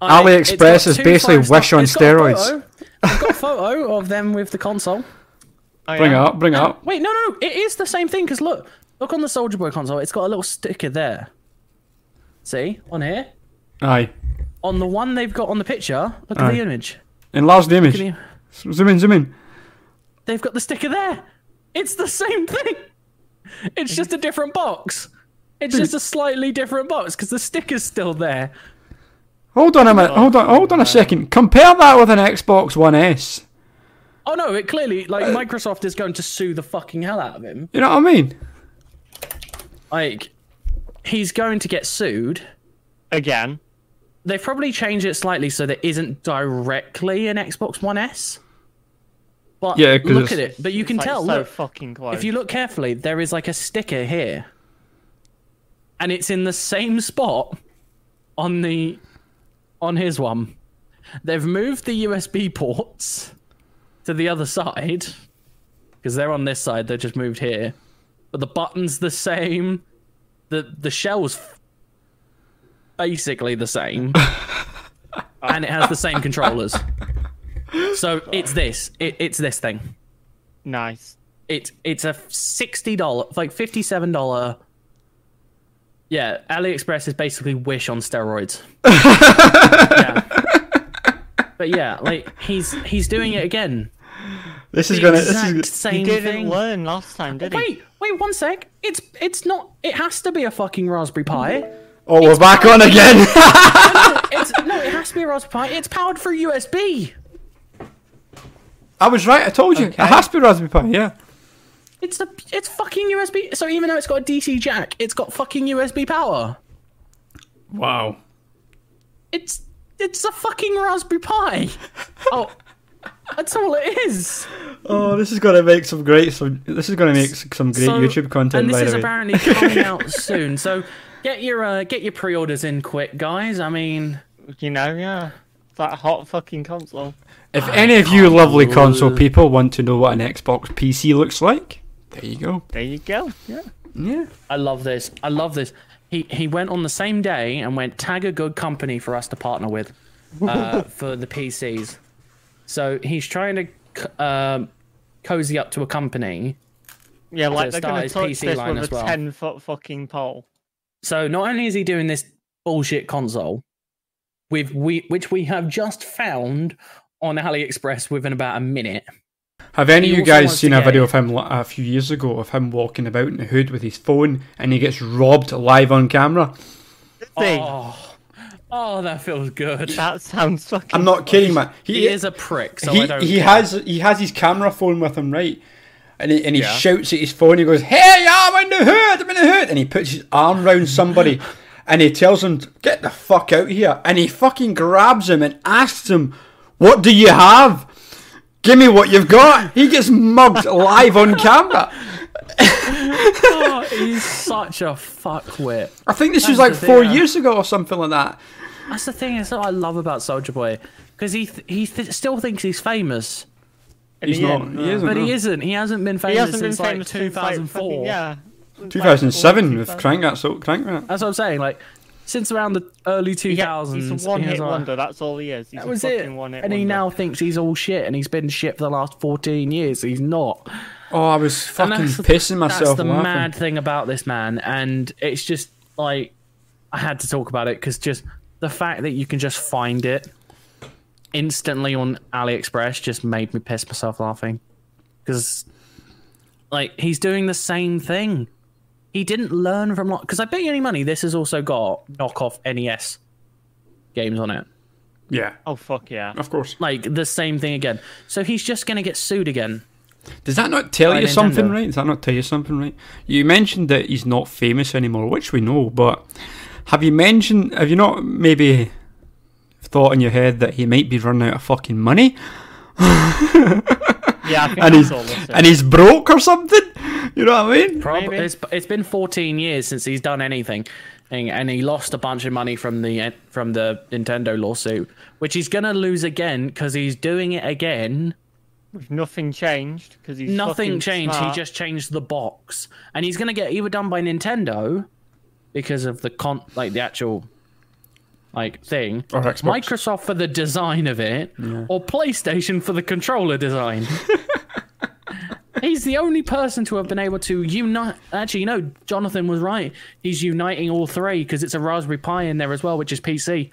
[SPEAKER 1] I- it's
[SPEAKER 2] AliExpress
[SPEAKER 1] got
[SPEAKER 2] is
[SPEAKER 1] two
[SPEAKER 2] basically
[SPEAKER 1] five-star-
[SPEAKER 2] Wish on
[SPEAKER 1] it's got a
[SPEAKER 2] steroids.
[SPEAKER 1] photo. I've got a photo of them with the console.
[SPEAKER 3] Oh,
[SPEAKER 2] bring it
[SPEAKER 3] yeah.
[SPEAKER 2] up, bring it up.
[SPEAKER 1] Wait, no, no, no. It is the same thing because look, look on the Soldier Boy console. It's got a little sticker there. See on here,
[SPEAKER 2] Aye.
[SPEAKER 1] on the one they've got on the picture. Look at
[SPEAKER 2] Aye.
[SPEAKER 1] the image.
[SPEAKER 2] Enlarge the
[SPEAKER 1] Can
[SPEAKER 2] image.
[SPEAKER 1] you-
[SPEAKER 2] Zoom in, zoom in.
[SPEAKER 1] They've got the sticker there. It's the same thing. It's just a different box. It's just a slightly different box because the sticker's still there.
[SPEAKER 2] Hold on a minute. Hold on. Hold on a second. Compare that with an Xbox One S.
[SPEAKER 1] Oh no! It clearly like Microsoft is going to sue the fucking hell out of him.
[SPEAKER 2] You know what I mean?
[SPEAKER 1] Like, he's going to get sued.
[SPEAKER 3] again.
[SPEAKER 1] They've probably changed it slightly so there isn't directly an Xbox One S. But
[SPEAKER 2] Yeah, 'cause
[SPEAKER 1] look at
[SPEAKER 2] it's-
[SPEAKER 1] it. But you can
[SPEAKER 3] Like,
[SPEAKER 1] tell.
[SPEAKER 3] so
[SPEAKER 1] look,
[SPEAKER 3] fucking close.
[SPEAKER 1] if you look carefully, there is like a sticker here, and it's in the same spot on the on his one. They've moved the USB ports to the other side because they're on this side. They just moved here, but the button's the same. the The shell's basically the same, and it has the same controllers. So it's this. It, it's this thing
[SPEAKER 3] nice.
[SPEAKER 1] it's it's a sixty dollar like fifty seven dollar yeah aliexpress is basically wish on steroids yeah. but yeah like he's he's doing it again
[SPEAKER 2] This is
[SPEAKER 1] The
[SPEAKER 2] gonna. This
[SPEAKER 1] exact
[SPEAKER 2] is.
[SPEAKER 1] same
[SPEAKER 3] he didn't
[SPEAKER 1] thing
[SPEAKER 3] learn last time, did he?
[SPEAKER 1] wait wait one sec it's it's not it has to be a fucking raspberry pi
[SPEAKER 2] Oh, we're back on again.
[SPEAKER 1] it's no it has to be a raspberry pi it's powered through usb
[SPEAKER 2] I was right. I told you.
[SPEAKER 3] Okay.
[SPEAKER 2] It has to be Raspberry Pi. Yeah.
[SPEAKER 1] it's a it's fucking usb so even though it's got a dc jack it's got fucking usb power
[SPEAKER 2] Wow.
[SPEAKER 1] It's it's a fucking Raspberry Pi. Oh, that's all it is.
[SPEAKER 2] Oh, this is gonna make some great. Some, this is gonna make some great
[SPEAKER 1] So-
[SPEAKER 2] YouTube content.
[SPEAKER 1] and this
[SPEAKER 2] by
[SPEAKER 1] is
[SPEAKER 2] the way.
[SPEAKER 1] apparently coming out soon. So get your uh, get your pre-orders in quick, guys. I mean,
[SPEAKER 3] You know, yeah. That hot fucking console.
[SPEAKER 2] If any of you lovely console people want to know what an Xbox PC looks like, there you go.
[SPEAKER 3] There you go. Yeah.
[SPEAKER 2] Yeah.
[SPEAKER 1] I love this. I love this. He he went on the same day and went tag a good company for us to partner with uh, for the PCs. So he's trying to c- um cozy up to a company.
[SPEAKER 3] Yeah, like
[SPEAKER 1] it's
[SPEAKER 3] they're
[SPEAKER 1] not
[SPEAKER 3] gonna
[SPEAKER 1] his
[SPEAKER 3] touch
[SPEAKER 1] PC
[SPEAKER 3] this
[SPEAKER 1] line
[SPEAKER 3] with
[SPEAKER 1] as
[SPEAKER 3] a
[SPEAKER 1] well.
[SPEAKER 3] ten foot fucking pole.
[SPEAKER 1] So not only is he doing this bullshit console, with we which we have just found on AliExpress within about a minute.
[SPEAKER 2] Have any
[SPEAKER 1] He
[SPEAKER 2] of you
[SPEAKER 1] also
[SPEAKER 2] guys
[SPEAKER 1] wants
[SPEAKER 2] seen
[SPEAKER 1] to
[SPEAKER 2] a
[SPEAKER 1] get-
[SPEAKER 2] video of him li- a few years ago of him walking about in a hood with his phone and he gets robbed live on camera?
[SPEAKER 3] Thing.
[SPEAKER 1] Oh, oh, that feels good.
[SPEAKER 3] That sounds fucking.
[SPEAKER 2] I'm not kidding, man. He,
[SPEAKER 1] He is a prick, so I
[SPEAKER 2] he,
[SPEAKER 1] don't.
[SPEAKER 2] he has he has his camera phone with him, right? And he, and he
[SPEAKER 3] Yeah.
[SPEAKER 2] shouts at his phone. He goes, "Hey, I'm in the hood. I'm in the hood." And he puts his arm round somebody, and he tells him, "Get the fuck out of here!" And he fucking grabs him and asks him, "What do you have? Give me what you've got." He gets mugged live on camera.
[SPEAKER 1] Oh, he's such a fuckwit.
[SPEAKER 2] I think this was
[SPEAKER 1] That's
[SPEAKER 2] like
[SPEAKER 1] the
[SPEAKER 2] four
[SPEAKER 1] thing, uh,
[SPEAKER 2] years ago or something like that.
[SPEAKER 1] That's the thing. That's what I love about Soldier Boy because he th- he th- still thinks he's famous,
[SPEAKER 2] He's
[SPEAKER 3] Yeah.
[SPEAKER 2] not. He isn't.
[SPEAKER 1] but he
[SPEAKER 2] no.
[SPEAKER 1] isn't. He hasn't been famous
[SPEAKER 3] He hasn't been
[SPEAKER 1] since
[SPEAKER 3] famous
[SPEAKER 1] like
[SPEAKER 3] since, like, fucking-
[SPEAKER 1] 2004.
[SPEAKER 3] yeah.
[SPEAKER 2] 2007
[SPEAKER 3] Like,
[SPEAKER 2] with Crank That. So Crank That.
[SPEAKER 1] That's what I'm saying. Like since around the early two
[SPEAKER 3] Yeah,
[SPEAKER 1] thousands.
[SPEAKER 3] he's a one-hit wonder. That's all he is. He's
[SPEAKER 1] That
[SPEAKER 3] a
[SPEAKER 1] was
[SPEAKER 3] fucking
[SPEAKER 1] it.
[SPEAKER 3] one-hit
[SPEAKER 1] And
[SPEAKER 3] wonder.
[SPEAKER 1] he now thinks he's all shit, and he's been shit for the last fourteen years. He's not.
[SPEAKER 2] Oh, I was
[SPEAKER 1] And
[SPEAKER 2] fucking
[SPEAKER 1] that's the-
[SPEAKER 2] pissing myself
[SPEAKER 1] That's the
[SPEAKER 2] laughing.
[SPEAKER 1] mad thing about this man, and it's just like I had to talk about it because just the fact that you can just find it instantly on AliExpress just made me piss myself laughing because like he's doing the same thing. He didn't learn from because I bet you any money this has also got knockoff NES games on it
[SPEAKER 2] Yeah,
[SPEAKER 3] Oh fuck yeah!
[SPEAKER 2] of course.
[SPEAKER 1] like the same thing again. So he's just gonna get sued again.
[SPEAKER 2] Does that not tell
[SPEAKER 1] By
[SPEAKER 2] you something,
[SPEAKER 1] Nintendo.
[SPEAKER 2] right? Does that not tell you something, right? You mentioned that he's not famous anymore, which we know, but have you mentioned, have you not maybe thought in your head that he might be running out of fucking money
[SPEAKER 3] Yeah, I
[SPEAKER 2] and
[SPEAKER 3] think that's
[SPEAKER 2] he's,
[SPEAKER 3] all this is.
[SPEAKER 2] and he's broke or something? You know what I mean?
[SPEAKER 1] Prob-
[SPEAKER 3] Maybe.
[SPEAKER 1] it's, it's been 14 years since he's done anything, and and he lost a bunch of money from the from the Nintendo lawsuit, which he's gonna lose again because he's doing it again.
[SPEAKER 3] Nothing changed because he's
[SPEAKER 1] Nothing
[SPEAKER 3] fucking
[SPEAKER 1] changed.
[SPEAKER 3] Smart.
[SPEAKER 1] He just changed the box, and he's gonna get either done by Nintendo because of the con like the actual like thing,
[SPEAKER 2] Or Xbox.
[SPEAKER 1] Microsoft for the design of it, or PlayStation for the controller design. He's the only person to have been able to unite. Actually, no, Jonathan was right. He's uniting all three because it's a Raspberry Pi in there as well, which is PC.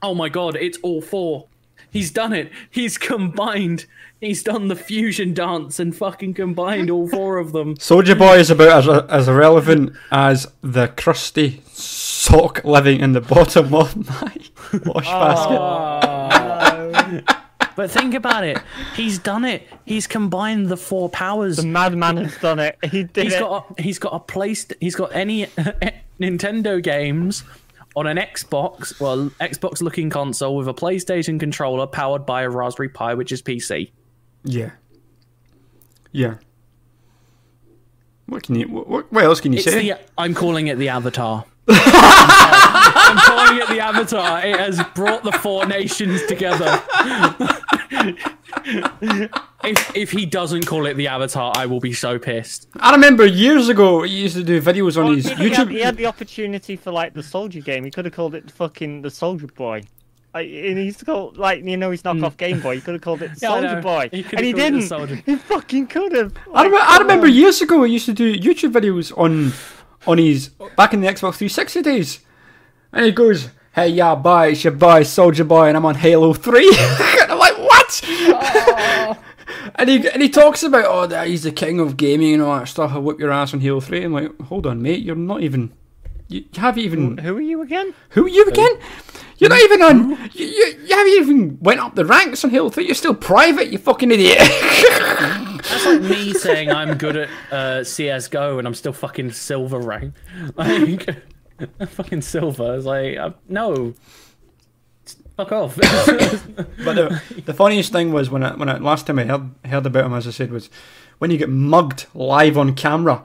[SPEAKER 1] Oh my god, it's all four. He's done it. He's combined. He's done the fusion dance and fucking combined all four of them.
[SPEAKER 2] Soldier Boy is about as, as irrelevant as the crusty sock living in the bottom of my wash basket.
[SPEAKER 1] But think about it. He's done it. He's combined the four powers.
[SPEAKER 3] The madman has done it. He did
[SPEAKER 1] He's
[SPEAKER 3] it.
[SPEAKER 1] got a, he's got a place. He's got any Nintendo games on an Xbox, well, Xbox looking console with a PlayStation controller powered by a Raspberry Pi, which is PC.
[SPEAKER 2] Yeah. Yeah. What can you? What, what, what else can you
[SPEAKER 1] It's
[SPEAKER 2] say?
[SPEAKER 1] the I'm calling it the Avatar. I'm calling it the Avatar. It has brought the four nations together. if if he doesn't call it the Avatar, I will be so pissed.
[SPEAKER 2] I remember years ago he used to do videos on his
[SPEAKER 3] He had,
[SPEAKER 2] YouTube.
[SPEAKER 3] he had the opportunity for like the soldier game. He could have called it fucking the soldier boy. Like, and he's called like you know he's knocked off Game Boy. He could have called it
[SPEAKER 1] Mm. Yeah, I
[SPEAKER 3] Soldier
[SPEAKER 1] know.
[SPEAKER 3] Boy,
[SPEAKER 1] He could
[SPEAKER 3] and he
[SPEAKER 1] have called it
[SPEAKER 3] didn't.
[SPEAKER 1] Soldier-
[SPEAKER 3] He fucking uh, could have.
[SPEAKER 2] I, remember, I remember years ago he used to do YouTube videos on on his back in the Xbox 360 days, and he goes, "Hey ya, boy, it's your boy Soldier Boy, and I'm on Halo 3." and I'm like, "What?" and he and he talks about, "Oh, that he's the king of gaming and all that stuff. I whip your ass on Halo 3." I'm like, "Hold on, mate, you're not even." You you haven't even
[SPEAKER 3] Who are you again?
[SPEAKER 2] Who are you again? You're not even on. You, you, you haven't even went up the ranks on Hill 3. You're still private, you fucking idiot.
[SPEAKER 1] That's like me saying I'm good at uh, CS:GO and I'm still fucking silver rank. Like fucking silver. It's like uh, no. Fuck off.
[SPEAKER 2] but the, the funniest thing was when I, when I last time I heard, heard about him, as I said, was when you get mugged live on camera.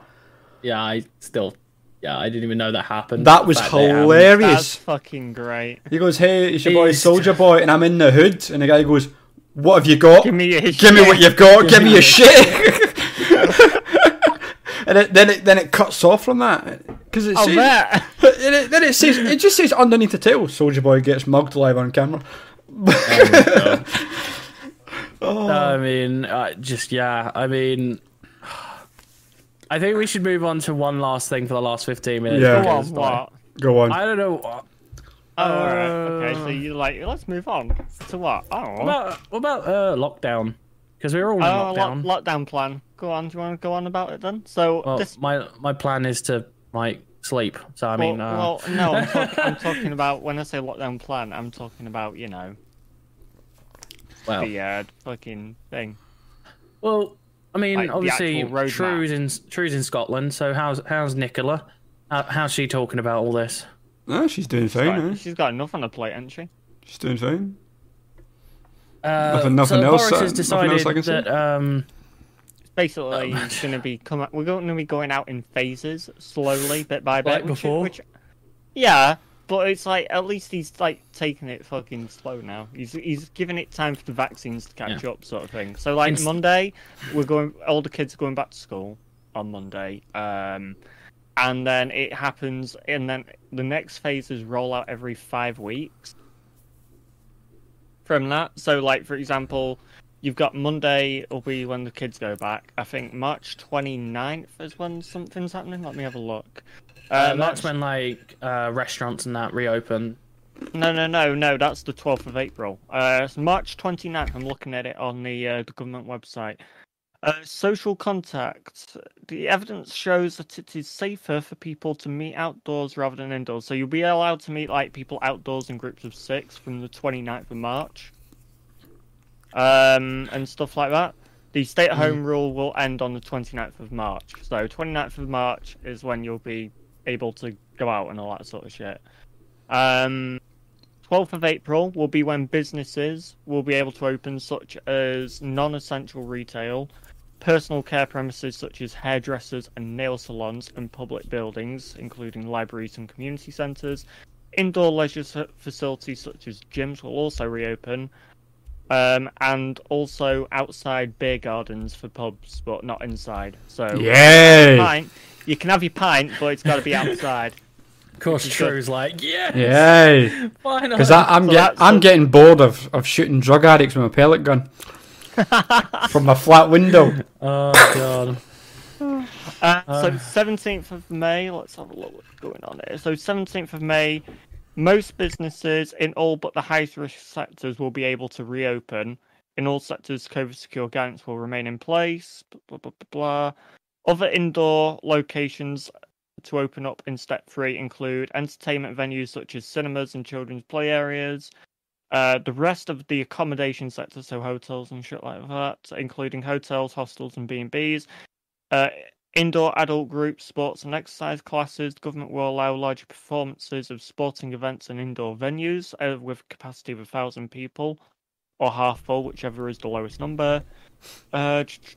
[SPEAKER 1] yeah, I still. Yeah, I didn't even know that happened.
[SPEAKER 2] That was
[SPEAKER 1] The fact it happened.
[SPEAKER 3] That's
[SPEAKER 2] hilarious.
[SPEAKER 3] fucking great.
[SPEAKER 2] He goes, "Hey, it's your boy
[SPEAKER 1] He's-
[SPEAKER 2] Soldier Boy," and I'm in the hood, and the guy goes, "What have you got?
[SPEAKER 3] Give me your
[SPEAKER 2] Give me
[SPEAKER 3] shit."
[SPEAKER 2] what you've got. Give, me
[SPEAKER 1] me
[SPEAKER 2] your
[SPEAKER 1] your
[SPEAKER 2] shit." and it, then it then it cuts off from that because it's.
[SPEAKER 3] Oh, that.
[SPEAKER 2] But then it, then it says it just says underneath the title, Soldier Boy gets mugged live on camera.
[SPEAKER 1] I mean, uh, just yeah. I mean, I think we should move on to one last thing for the last fifteen minutes.
[SPEAKER 2] Yeah.
[SPEAKER 3] Go on,
[SPEAKER 1] because, like,
[SPEAKER 3] what?
[SPEAKER 2] Go on.
[SPEAKER 1] I don't know.
[SPEAKER 3] Oh, alright. Okay, so you like let's move on to what? Oh,
[SPEAKER 1] What about, what about uh, lockdown? Because we were all in
[SPEAKER 3] oh
[SPEAKER 1] lockdown.
[SPEAKER 3] lock- lockdown plan. Go on. Do you want to go on about it then? So
[SPEAKER 1] Well,
[SPEAKER 3] this
[SPEAKER 1] my my plan is to like sleep. So I mean, uh,
[SPEAKER 3] well, well, no, I'm, talk- I'm talking about when I say lockdown plan, I'm talking about you know
[SPEAKER 1] well,
[SPEAKER 3] the uh, fucking thing.
[SPEAKER 1] well, I mean,
[SPEAKER 3] Like, the
[SPEAKER 1] obviously,
[SPEAKER 3] actual roadmap.
[SPEAKER 1] True's in True's in Scotland. So how's how's Nicola? How, how's she talking about all this?
[SPEAKER 2] No, she's doing
[SPEAKER 3] Right,
[SPEAKER 2] fine. eh?
[SPEAKER 3] She's got enough on her plate, hasn't she?
[SPEAKER 2] She's doing fine.
[SPEAKER 1] Uh,
[SPEAKER 2] Nothing- nothing
[SPEAKER 1] so
[SPEAKER 2] else,
[SPEAKER 1] Boris has
[SPEAKER 2] uh, nothing
[SPEAKER 1] decided
[SPEAKER 2] else I can say?
[SPEAKER 1] that um,
[SPEAKER 3] Basically, it's gonna be come. We're going to be going out in phases, slowly, bit by bit.
[SPEAKER 1] Like
[SPEAKER 3] which is-
[SPEAKER 1] before?
[SPEAKER 3] Which, yeah, but it's like at least he's like taking it fucking slow now. He's he's giving it time for the vaccines to catch up, sort of thing. So like
[SPEAKER 1] Inst-
[SPEAKER 3] Monday, we're going. All the kids are going back to school on Monday. Um, and then it happens, and then the next phases roll out every five weeks from that. So, like for example, you've got Monday will be when the kids go back. I think March 29th is when something's happening. Let me have a look. Uh,
[SPEAKER 1] Um, that's when like uh, restaurants and that reopen.
[SPEAKER 3] No, no, no, no. That's the 12th of April. Uh, it's March 29th. I'm looking at it on the uh, the government website. Uh, social contact. The evidence shows that it is safer for people to meet outdoors rather than indoors. So you'll be allowed to meet like people outdoors in groups of six from the 29th of March. Um, and stuff like that. The stay-at-home rule will end on the 29th of March. So 29th of March is when you'll be able to go out and all that sort of shit. Um, 12th of April will be when businesses will be able to open, such as non essential retail, personal care premises such as hairdressers and nail salons, and public buildings, including libraries and community centres. Indoor leisure s- facilities such as gyms will also reopen, um, and also outside beer gardens for pubs, but not inside. So,
[SPEAKER 2] Yeah.
[SPEAKER 3] pint, you can have your pint, but it's got to be outside.
[SPEAKER 1] Of course,
[SPEAKER 3] Which is good.
[SPEAKER 1] True's like, yeah,
[SPEAKER 2] Yeah.
[SPEAKER 1] finally.
[SPEAKER 2] Because I'm
[SPEAKER 3] So
[SPEAKER 2] get,
[SPEAKER 3] that's
[SPEAKER 2] I'm
[SPEAKER 3] the-
[SPEAKER 2] getting bored of, of shooting drug addicts with my pellet gun from my flat window.
[SPEAKER 1] Oh god.
[SPEAKER 3] Uh, so 17th of May, let's have a look what's going on here. So 17th of May, most businesses in all but the highest risk sectors will be able to reopen. In all sectors, COVID secure guidance will remain in place. Blah, blah, blah, blah, blah. Other indoor locations to open up in step three include entertainment venues such as cinemas and children's play areas. Uh, the rest of the accommodation sector, so hotels and shit like that, including hotels, hostels, and B&Bs. Uh, Indoor adult groups, sports and exercise classes. The government will allow larger performances of sporting events in indoor venues uh, with capacity of a thousand people or half full, whichever is the lowest number. Uh, ch- ch-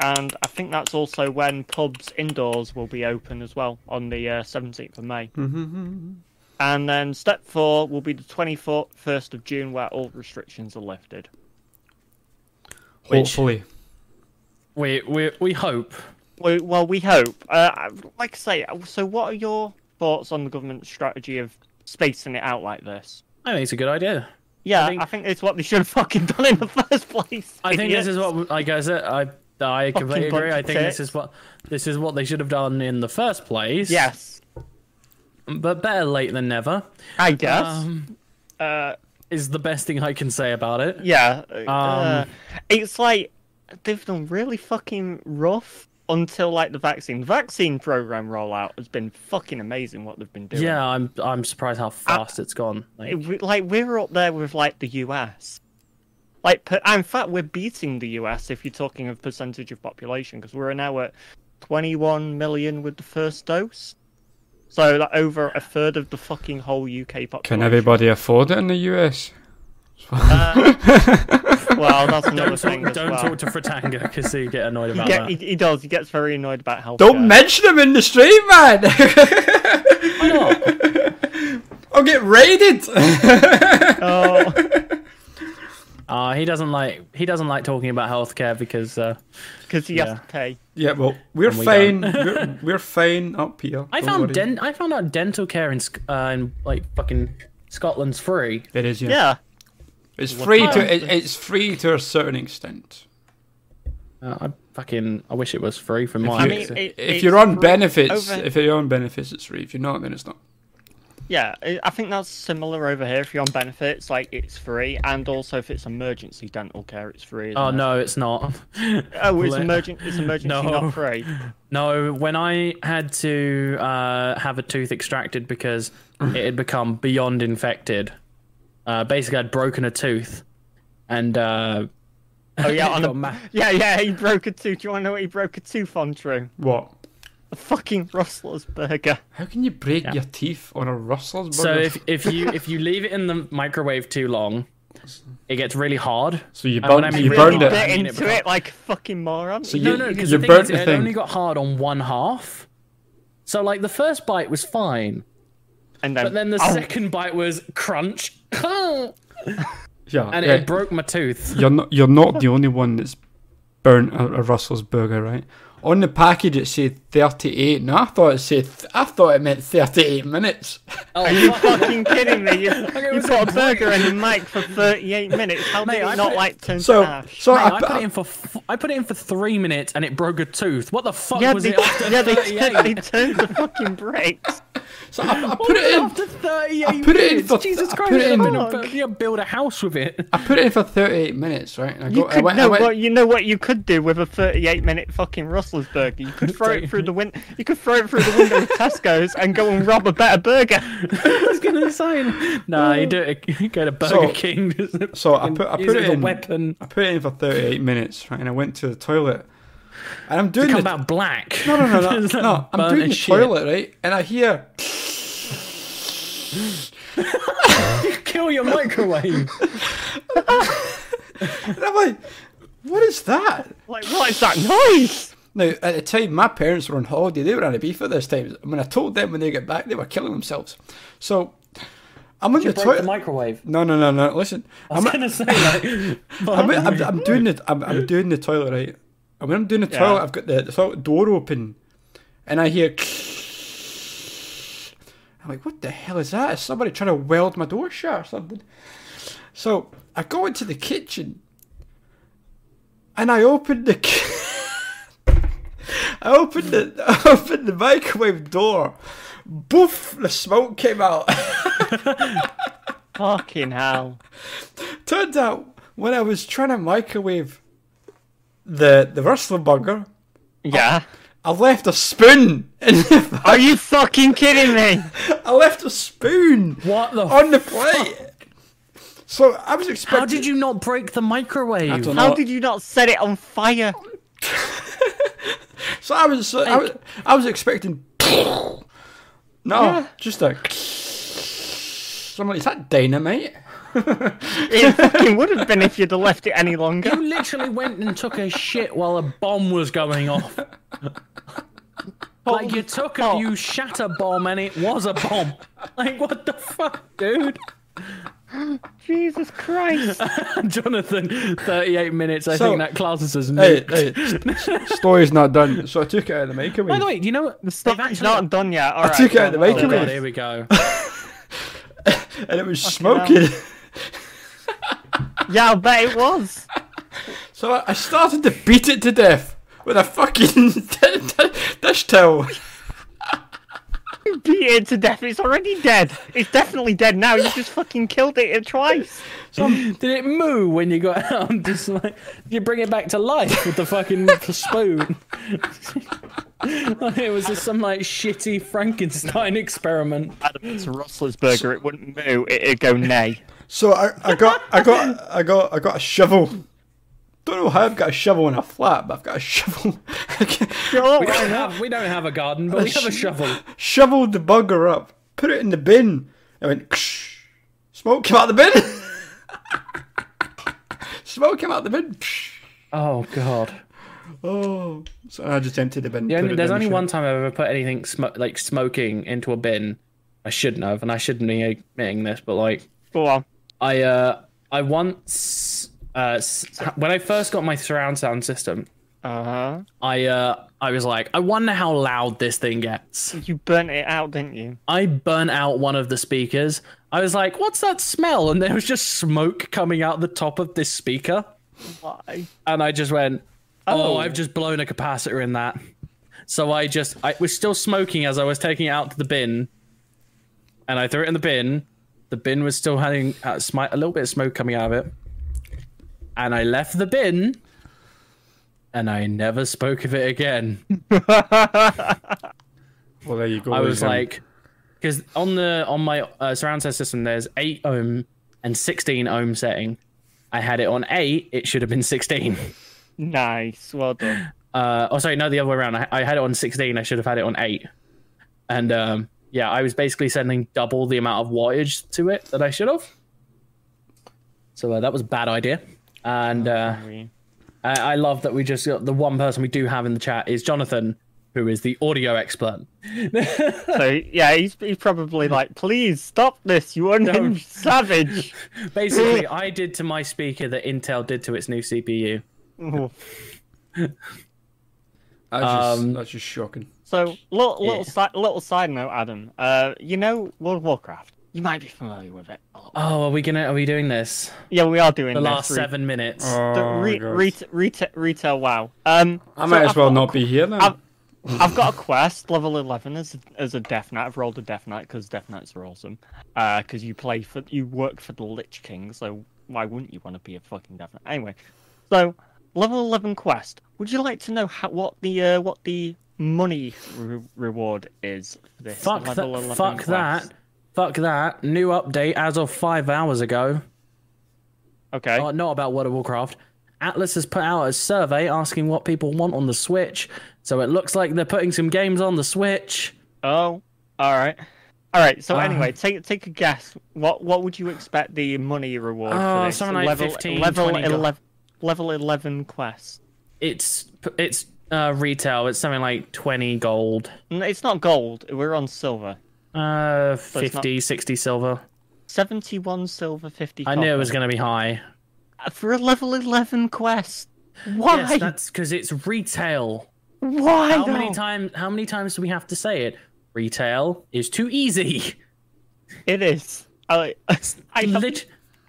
[SPEAKER 3] and I think that's also when pubs indoors will be open as well on the uh, 17th of May. And then step four will be the 24th, 1st of June, where all restrictions are lifted.
[SPEAKER 1] Which-
[SPEAKER 2] Hopefully.
[SPEAKER 1] We we we hope.
[SPEAKER 3] We, well, we hope. Uh, I- like I say, so what are your thoughts on the government's strategy of spacing it out like this?
[SPEAKER 1] I think it's a good idea.
[SPEAKER 3] Yeah, I think,
[SPEAKER 1] think-
[SPEAKER 3] it's what they should have fucking done in the first place.
[SPEAKER 1] I think this is what I guess it. I I completely
[SPEAKER 3] bunch
[SPEAKER 1] agree.
[SPEAKER 3] of
[SPEAKER 1] I think
[SPEAKER 3] tits.
[SPEAKER 1] this is what this is what they should have done in the first place.
[SPEAKER 3] Yes,
[SPEAKER 1] But better late than never.
[SPEAKER 3] I guess.
[SPEAKER 1] Um,
[SPEAKER 3] uh,
[SPEAKER 1] is the best thing I can say about it.
[SPEAKER 3] yeah,
[SPEAKER 1] um,
[SPEAKER 3] uh, it's like they've done really fucking rough until like the vaccine the vaccine program rollout has been fucking amazing. What they've been doing.
[SPEAKER 1] Yeah, I'm I'm surprised how fast it's gone. Like,
[SPEAKER 3] Uh, It- we- like we're up there with like the US. Like, per, in fact, we're beating the US if you're talking of percentage of population because we're now at 21 million with the first dose. So like over a third of the fucking whole UK population.
[SPEAKER 2] Can everybody afford it in the US?
[SPEAKER 3] Well, that's another
[SPEAKER 1] don't
[SPEAKER 3] thing.
[SPEAKER 1] talk,
[SPEAKER 3] as
[SPEAKER 1] don't
[SPEAKER 3] well.
[SPEAKER 1] talk to Fratanga because he get annoyed about
[SPEAKER 3] yeah,
[SPEAKER 1] that.
[SPEAKER 3] he, he does. He gets very annoyed about health.
[SPEAKER 2] Don't mention them in the street, man. I'll get raided.
[SPEAKER 3] Oh,
[SPEAKER 1] Uh, he doesn't like he doesn't like talking about healthcare because uh,
[SPEAKER 3] because he
[SPEAKER 1] Yeah.
[SPEAKER 3] has to pay.
[SPEAKER 2] yeah, well, we're
[SPEAKER 1] And we
[SPEAKER 2] fine.
[SPEAKER 1] don't.
[SPEAKER 2] we're, we're fine up here.
[SPEAKER 1] I
[SPEAKER 2] Don't
[SPEAKER 1] found
[SPEAKER 2] worry.
[SPEAKER 1] dent I found out dental care in Sc- uh, in like fucking Scotland's free.
[SPEAKER 2] It is, yeah.
[SPEAKER 3] Yeah.
[SPEAKER 2] It's free
[SPEAKER 1] time?
[SPEAKER 2] to it, it's free to a certain extent.
[SPEAKER 1] Uh, I fucking I wish it was free for
[SPEAKER 2] You-
[SPEAKER 1] mine.
[SPEAKER 3] mean, it-
[SPEAKER 2] if
[SPEAKER 3] it's
[SPEAKER 2] you're on
[SPEAKER 3] free
[SPEAKER 2] benefits,
[SPEAKER 3] over-
[SPEAKER 2] if you're on benefits, it's free. If you're not, then it's not.
[SPEAKER 3] Yeah, I I think that's similar over here. If you're on benefits, like it's free, and also if it's emergency dental care, it's free. isn't
[SPEAKER 1] oh
[SPEAKER 3] it?
[SPEAKER 1] no, it's not.
[SPEAKER 3] Oh, it's
[SPEAKER 1] Let-
[SPEAKER 3] emergent. It's emergency,
[SPEAKER 1] No.
[SPEAKER 3] not free.
[SPEAKER 1] No, when I had to uh, have a tooth extracted because it had become beyond infected. Uh, basically, I'd broken a tooth, and uh,
[SPEAKER 3] Oh yeah, on
[SPEAKER 1] Got ma-
[SPEAKER 3] a... yeah, yeah. He broke a tooth. Do you want to know what he broke a tooth on? True.
[SPEAKER 2] What?
[SPEAKER 3] A fucking Rustler's burger.
[SPEAKER 2] How can you break your teeth on a rustler's
[SPEAKER 1] so
[SPEAKER 2] burger?
[SPEAKER 1] if if you if you leave it in the microwave too long, it gets really hard.
[SPEAKER 2] So you
[SPEAKER 1] And when
[SPEAKER 2] burnt,
[SPEAKER 1] I mean
[SPEAKER 2] you
[SPEAKER 1] really
[SPEAKER 2] burned
[SPEAKER 1] big,
[SPEAKER 2] it.
[SPEAKER 1] I
[SPEAKER 3] Bit
[SPEAKER 1] mean, it
[SPEAKER 3] into
[SPEAKER 1] becomes-
[SPEAKER 3] it like a fucking moron.
[SPEAKER 2] So
[SPEAKER 1] No,
[SPEAKER 2] you-
[SPEAKER 1] no, because
[SPEAKER 2] you
[SPEAKER 1] the thing
[SPEAKER 2] burnt
[SPEAKER 1] is,
[SPEAKER 2] the
[SPEAKER 1] it
[SPEAKER 2] thing.
[SPEAKER 1] only got hard on one half. So like the first bite was fine,
[SPEAKER 3] and then,
[SPEAKER 1] but then the
[SPEAKER 3] Oh,
[SPEAKER 1] second bite was crunch, and
[SPEAKER 2] Yeah, yeah.
[SPEAKER 1] it broke my tooth.
[SPEAKER 2] You're not you're not the only one that's burnt a, a Russell's burger, right? On the package, it said 38, and I thought it said I thought it meant 38 minutes.
[SPEAKER 1] Oh,
[SPEAKER 3] Are you fucking kidding me? You, you
[SPEAKER 1] what's
[SPEAKER 3] put a burger in the mic for 38 minutes. How
[SPEAKER 1] Mate,
[SPEAKER 3] did
[SPEAKER 1] I
[SPEAKER 3] it not
[SPEAKER 1] put-
[SPEAKER 3] like turn
[SPEAKER 2] So,
[SPEAKER 3] to ash?
[SPEAKER 2] so
[SPEAKER 1] Mate,
[SPEAKER 2] I,
[SPEAKER 1] I
[SPEAKER 2] put-
[SPEAKER 1] put it in for f- I put it in for three minutes and it broke a tooth. What the fuck
[SPEAKER 3] yeah,
[SPEAKER 1] Oh, was
[SPEAKER 3] they,
[SPEAKER 1] it after
[SPEAKER 3] yeah, they, turned-
[SPEAKER 1] 38?
[SPEAKER 3] they turned the fucking brakes.
[SPEAKER 2] so I, I put it in.
[SPEAKER 1] After 38
[SPEAKER 2] I put it in
[SPEAKER 1] minutes?
[SPEAKER 2] for-
[SPEAKER 1] Jesus
[SPEAKER 2] I
[SPEAKER 1] Christ,
[SPEAKER 2] put it in-
[SPEAKER 1] I'm gonna bu- yeah, build a house with it.
[SPEAKER 2] I put it in for 38 minutes, right? And I,
[SPEAKER 3] You
[SPEAKER 2] got, I
[SPEAKER 3] could
[SPEAKER 2] went, I
[SPEAKER 3] no,
[SPEAKER 2] went-
[SPEAKER 3] well, you know what you could do with a 38 minute fucking Russell's burger. You could throw it through the win- You could throw it through the window of Tesco's and go and rob a better burger.
[SPEAKER 1] I was gonna say, nah, you do it. You go to Burger
[SPEAKER 2] So-
[SPEAKER 1] King. just
[SPEAKER 2] so I
[SPEAKER 1] fucking
[SPEAKER 2] put I
[SPEAKER 1] use
[SPEAKER 2] put
[SPEAKER 1] it
[SPEAKER 2] it
[SPEAKER 1] as a
[SPEAKER 2] in.
[SPEAKER 1] weapon.
[SPEAKER 2] I put it in for 38 minutes, right? And I went to the toilet, and I'm doing
[SPEAKER 1] Come
[SPEAKER 2] the,
[SPEAKER 1] about black.
[SPEAKER 2] No, no, no,
[SPEAKER 1] It's
[SPEAKER 2] no.
[SPEAKER 1] like
[SPEAKER 2] no. I'm
[SPEAKER 1] burnt
[SPEAKER 2] doing
[SPEAKER 1] as
[SPEAKER 2] the
[SPEAKER 1] shit.
[SPEAKER 2] toilet, right? And I hear,
[SPEAKER 1] Kill your microwave.
[SPEAKER 2] and I'm like, what is that?
[SPEAKER 3] like, what is that noise?
[SPEAKER 2] Now, at the time, my parents were on holiday. They were on a beef at this time. When I told them when they get back, they were killing themselves. So, I'm on the
[SPEAKER 1] Break the
[SPEAKER 2] toilet.
[SPEAKER 1] microwave.
[SPEAKER 2] no, no, no, no. Listen,
[SPEAKER 1] I
[SPEAKER 2] I'm,
[SPEAKER 1] was gonna say like,
[SPEAKER 2] I'm, I'm, I'm doing the I'm, I'm doing the toilet right. And when I'm doing the
[SPEAKER 3] Yeah.
[SPEAKER 2] toilet, I've got the, the toilet door open, and I hear. I'm like, what the hell is that? Is somebody trying to weld my door shut or something? So I go into the kitchen, and I open the. ki- I opened the I opened the microwave door. Boof! The smoke came out.
[SPEAKER 3] Fucking hell.
[SPEAKER 2] Turns out when I was trying to microwave the the wrestling burger,
[SPEAKER 3] Yeah.
[SPEAKER 2] I left a spoon in the,
[SPEAKER 3] Are you fucking kidding me?
[SPEAKER 2] I left a spoon
[SPEAKER 1] What the?
[SPEAKER 2] on the plate. So I was expecting.
[SPEAKER 1] How did you not break the microwave?
[SPEAKER 2] I don't know.
[SPEAKER 3] How did you not set it on fire?
[SPEAKER 2] So I was. So I, was I was expecting. No,
[SPEAKER 3] Yeah.
[SPEAKER 2] just a. So I'm like, is that dynamite?
[SPEAKER 3] It fucking would have been if you'd have left it any longer.
[SPEAKER 1] You literally went and took a shit while a bomb was going off. like you took a
[SPEAKER 3] fuck.
[SPEAKER 1] you shat a bomb and it was a bomb. Like what the fuck, dude?
[SPEAKER 3] Jesus Christ.
[SPEAKER 1] Jonathan, thirty-eight minutes. I
[SPEAKER 2] So-
[SPEAKER 1] think that classes as
[SPEAKER 2] Hey, uh,
[SPEAKER 1] nuked.
[SPEAKER 2] hey, st- story's not done. So I took it out of the microwave.
[SPEAKER 1] By the way, you know
[SPEAKER 3] The
[SPEAKER 1] they've
[SPEAKER 3] stuff's
[SPEAKER 1] actually.
[SPEAKER 3] not done yet. All right.
[SPEAKER 2] took it
[SPEAKER 3] go
[SPEAKER 2] out of
[SPEAKER 3] on,
[SPEAKER 2] the
[SPEAKER 3] go
[SPEAKER 1] Oh
[SPEAKER 3] on.
[SPEAKER 2] microwave.
[SPEAKER 1] god, here we go.
[SPEAKER 2] and it was smoking.
[SPEAKER 3] Yeah, I bet it was.
[SPEAKER 2] So I- I started to beat it to death with a fucking di- di- dish towel.
[SPEAKER 3] You beat it to death. It's already dead. It's definitely dead now. You just fucking killed it twice.
[SPEAKER 1] Did it moo when you got out? I'm just like, did you bring it back to life with the fucking spoon? it was just some like shitty Frankenstein experiment.
[SPEAKER 3] Adam, it's a Rustler's burger. It wouldn't moo. It'd go nay.
[SPEAKER 2] So I, I got I got I got I got a shovel. Don't know how I've got a shovel in a flat, but I've got a shovel.
[SPEAKER 1] We don't have we don't have a garden, but we have a shovel.
[SPEAKER 2] Shoveled the bugger up, put it in the bin. I went, Ksh. smoke came out the bin. smoke came out the bin. Ksh.
[SPEAKER 1] Oh god.
[SPEAKER 2] Oh, so I just emptied the bin.
[SPEAKER 1] The
[SPEAKER 2] put
[SPEAKER 1] only-
[SPEAKER 2] it
[SPEAKER 1] there's
[SPEAKER 2] down
[SPEAKER 1] only
[SPEAKER 2] the shelf.
[SPEAKER 1] one time I've ever put anything sm- like smoking into a bin. I shouldn't have, and I shouldn't be admitting this, but like
[SPEAKER 3] Go on.
[SPEAKER 1] I uh I once uh s- when I first got my surround sound system,
[SPEAKER 3] Uh huh.
[SPEAKER 1] I uh I was like, I wonder how loud this thing gets.
[SPEAKER 3] You burnt it out, didn't you?
[SPEAKER 1] I burnt out one of the speakers. I was like, what's that smell? And there was just smoke coming out the top of this speaker.
[SPEAKER 3] Why?
[SPEAKER 1] and I just went, "Oh,
[SPEAKER 3] Oh.
[SPEAKER 1] I've just blown a capacitor in that." So I just I was still smoking as I was taking it out to the bin, and I threw it in the bin. The bin was still having uh, smi- a little bit of smoke coming out of it, and I left the bin, and I never spoke of it again.
[SPEAKER 2] Well, there you go.
[SPEAKER 1] I was
[SPEAKER 2] then.
[SPEAKER 1] like, because on the on my uh, surround sound system, there's eight ohm and sixteen ohm setting. I had it on eight; it should have been sixteen.
[SPEAKER 3] Nice. Well done.
[SPEAKER 1] uh, oh sorry, no, the other way around. I, I had it on 16. I should have had it on eight. And um, yeah, I was basically sending double the amount of wattage to it that I should have. So uh, that was a bad idea. And uh, I, I love that we just got the one person we do have in the chat is Jonathan, who is the audio expert.
[SPEAKER 3] So yeah, he's, he's probably like, please stop this, you unhinged savage.
[SPEAKER 1] Basically, I did to my speaker that Intel did to its new CPU.
[SPEAKER 3] Oh,
[SPEAKER 2] That's just,
[SPEAKER 1] Um,
[SPEAKER 2] that's just shocking.
[SPEAKER 3] So, little little,
[SPEAKER 1] Yeah.
[SPEAKER 3] si- little side note, Adam. Uh, you know World of Warcraft. You might be familiar with it. a lot.
[SPEAKER 1] Oh, are we gonna? Are we doing this?
[SPEAKER 3] Yeah, we are doing
[SPEAKER 1] The
[SPEAKER 3] this
[SPEAKER 1] last
[SPEAKER 3] re-
[SPEAKER 1] seven minutes.
[SPEAKER 3] The
[SPEAKER 2] Oh,
[SPEAKER 3] re-
[SPEAKER 2] God.
[SPEAKER 3] reta- reta- retail WoW. Um,
[SPEAKER 2] I
[SPEAKER 3] so
[SPEAKER 2] might as
[SPEAKER 3] I've
[SPEAKER 2] well
[SPEAKER 3] got-
[SPEAKER 2] not be here then.
[SPEAKER 3] I've- I've got a quest, level eleven, as as a Death Knight. I've rolled a Death Knight because Death Knights are awesome. Uh, because you play for you work for the Lich King, so why wouldn't you want to be a fucking Death Knight? Anyway, so level eleven quest. Would you like to know how what the uh, what the money re- reward is for this
[SPEAKER 1] fuck
[SPEAKER 3] level
[SPEAKER 1] that!
[SPEAKER 3] 11
[SPEAKER 1] Fuck
[SPEAKER 3] quest?
[SPEAKER 1] that! Fuck that! New update as of five hours ago.
[SPEAKER 3] Okay.
[SPEAKER 1] Oh, not about World of Warcraft. Atlas has put out a survey asking what people want on the Switch. So it looks like they're putting some games on the Switch.
[SPEAKER 3] Oh, all right. All right. So
[SPEAKER 1] Ah.
[SPEAKER 3] anyway, take take a guess. What what would you expect the money reward
[SPEAKER 1] Oh,
[SPEAKER 3] for this
[SPEAKER 1] something like
[SPEAKER 3] level
[SPEAKER 1] 15,
[SPEAKER 3] level
[SPEAKER 1] 20 go-
[SPEAKER 3] eleven level eleven quest?
[SPEAKER 1] It's it's uh, retail. It's something like twenty gold,
[SPEAKER 3] N- It's not gold. We're on silver.
[SPEAKER 1] uh,
[SPEAKER 3] it's
[SPEAKER 1] 50, 60 silver.
[SPEAKER 3] Seventy-one silver, fifty.
[SPEAKER 1] I knew it was
[SPEAKER 3] copper.
[SPEAKER 1] going to be high.
[SPEAKER 3] for a level eleven quest. Why?
[SPEAKER 1] Yes, that's because it's retail.
[SPEAKER 3] Why?
[SPEAKER 1] How many
[SPEAKER 3] though?
[SPEAKER 1] times? How many times do we have to say it? Retail is too easy.
[SPEAKER 3] It is. I, I have-
[SPEAKER 1] Lit-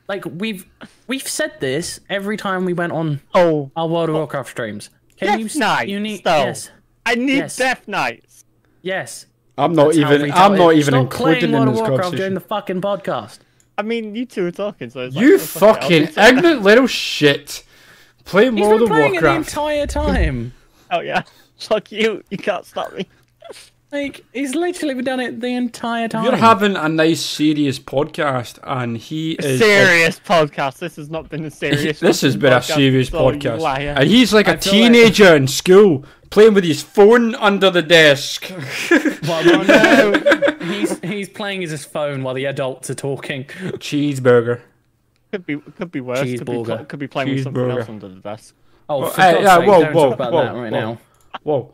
[SPEAKER 1] like we've we've said this every time we went on
[SPEAKER 3] oh,
[SPEAKER 1] our World of Warcraft streams. Can
[SPEAKER 3] Death
[SPEAKER 1] you? s-
[SPEAKER 3] Knights,
[SPEAKER 1] You need
[SPEAKER 3] though.
[SPEAKER 1] yes,
[SPEAKER 3] I need
[SPEAKER 1] Yes.
[SPEAKER 3] Death Knights.
[SPEAKER 1] yes.
[SPEAKER 2] I'm not
[SPEAKER 1] That's how
[SPEAKER 2] even.
[SPEAKER 1] retail
[SPEAKER 2] I'm not
[SPEAKER 1] is.
[SPEAKER 2] even
[SPEAKER 1] Stop
[SPEAKER 2] included
[SPEAKER 1] playing
[SPEAKER 2] in
[SPEAKER 1] World of
[SPEAKER 2] this
[SPEAKER 1] Warcraft during
[SPEAKER 2] conversation.
[SPEAKER 1] the fucking podcast.
[SPEAKER 3] I mean, you two are talking, so it's like,
[SPEAKER 2] you
[SPEAKER 3] oh, fuck it, I'll
[SPEAKER 2] fucking
[SPEAKER 3] just-
[SPEAKER 2] ignorant little shit. Play
[SPEAKER 1] He's
[SPEAKER 2] World
[SPEAKER 1] been
[SPEAKER 2] of
[SPEAKER 1] playing it the
[SPEAKER 2] Warcraft.
[SPEAKER 1] entire time.
[SPEAKER 3] Oh yeah, fuck you. You can't stop me.
[SPEAKER 1] like he's literally been done it the entire time.
[SPEAKER 2] You're having a nice, serious podcast, and he is.
[SPEAKER 3] serious podcast. This has not been a serious.
[SPEAKER 2] This has been a
[SPEAKER 3] fucking
[SPEAKER 2] serious
[SPEAKER 3] so you
[SPEAKER 2] podcast,
[SPEAKER 3] liar.
[SPEAKER 2] and he's like a
[SPEAKER 1] feel like-
[SPEAKER 2] teenager in school playing with his phone under the desk.
[SPEAKER 1] Well, well, no, he's he's playing his phone while the adults are talking.
[SPEAKER 2] Cheeseburger.
[SPEAKER 3] could be could be worse. Could be, pl-
[SPEAKER 1] Cheeseburger.
[SPEAKER 3] could be playing with something
[SPEAKER 2] Cheeseburger.
[SPEAKER 3] else under the desk.
[SPEAKER 1] Oh, for
[SPEAKER 2] hey,
[SPEAKER 1] God's
[SPEAKER 2] yeah,
[SPEAKER 1] sake,
[SPEAKER 2] whoa,
[SPEAKER 1] don't
[SPEAKER 2] whoa,
[SPEAKER 1] talk about
[SPEAKER 2] whoa,
[SPEAKER 1] that right
[SPEAKER 2] whoa.
[SPEAKER 1] now.
[SPEAKER 2] Whoa,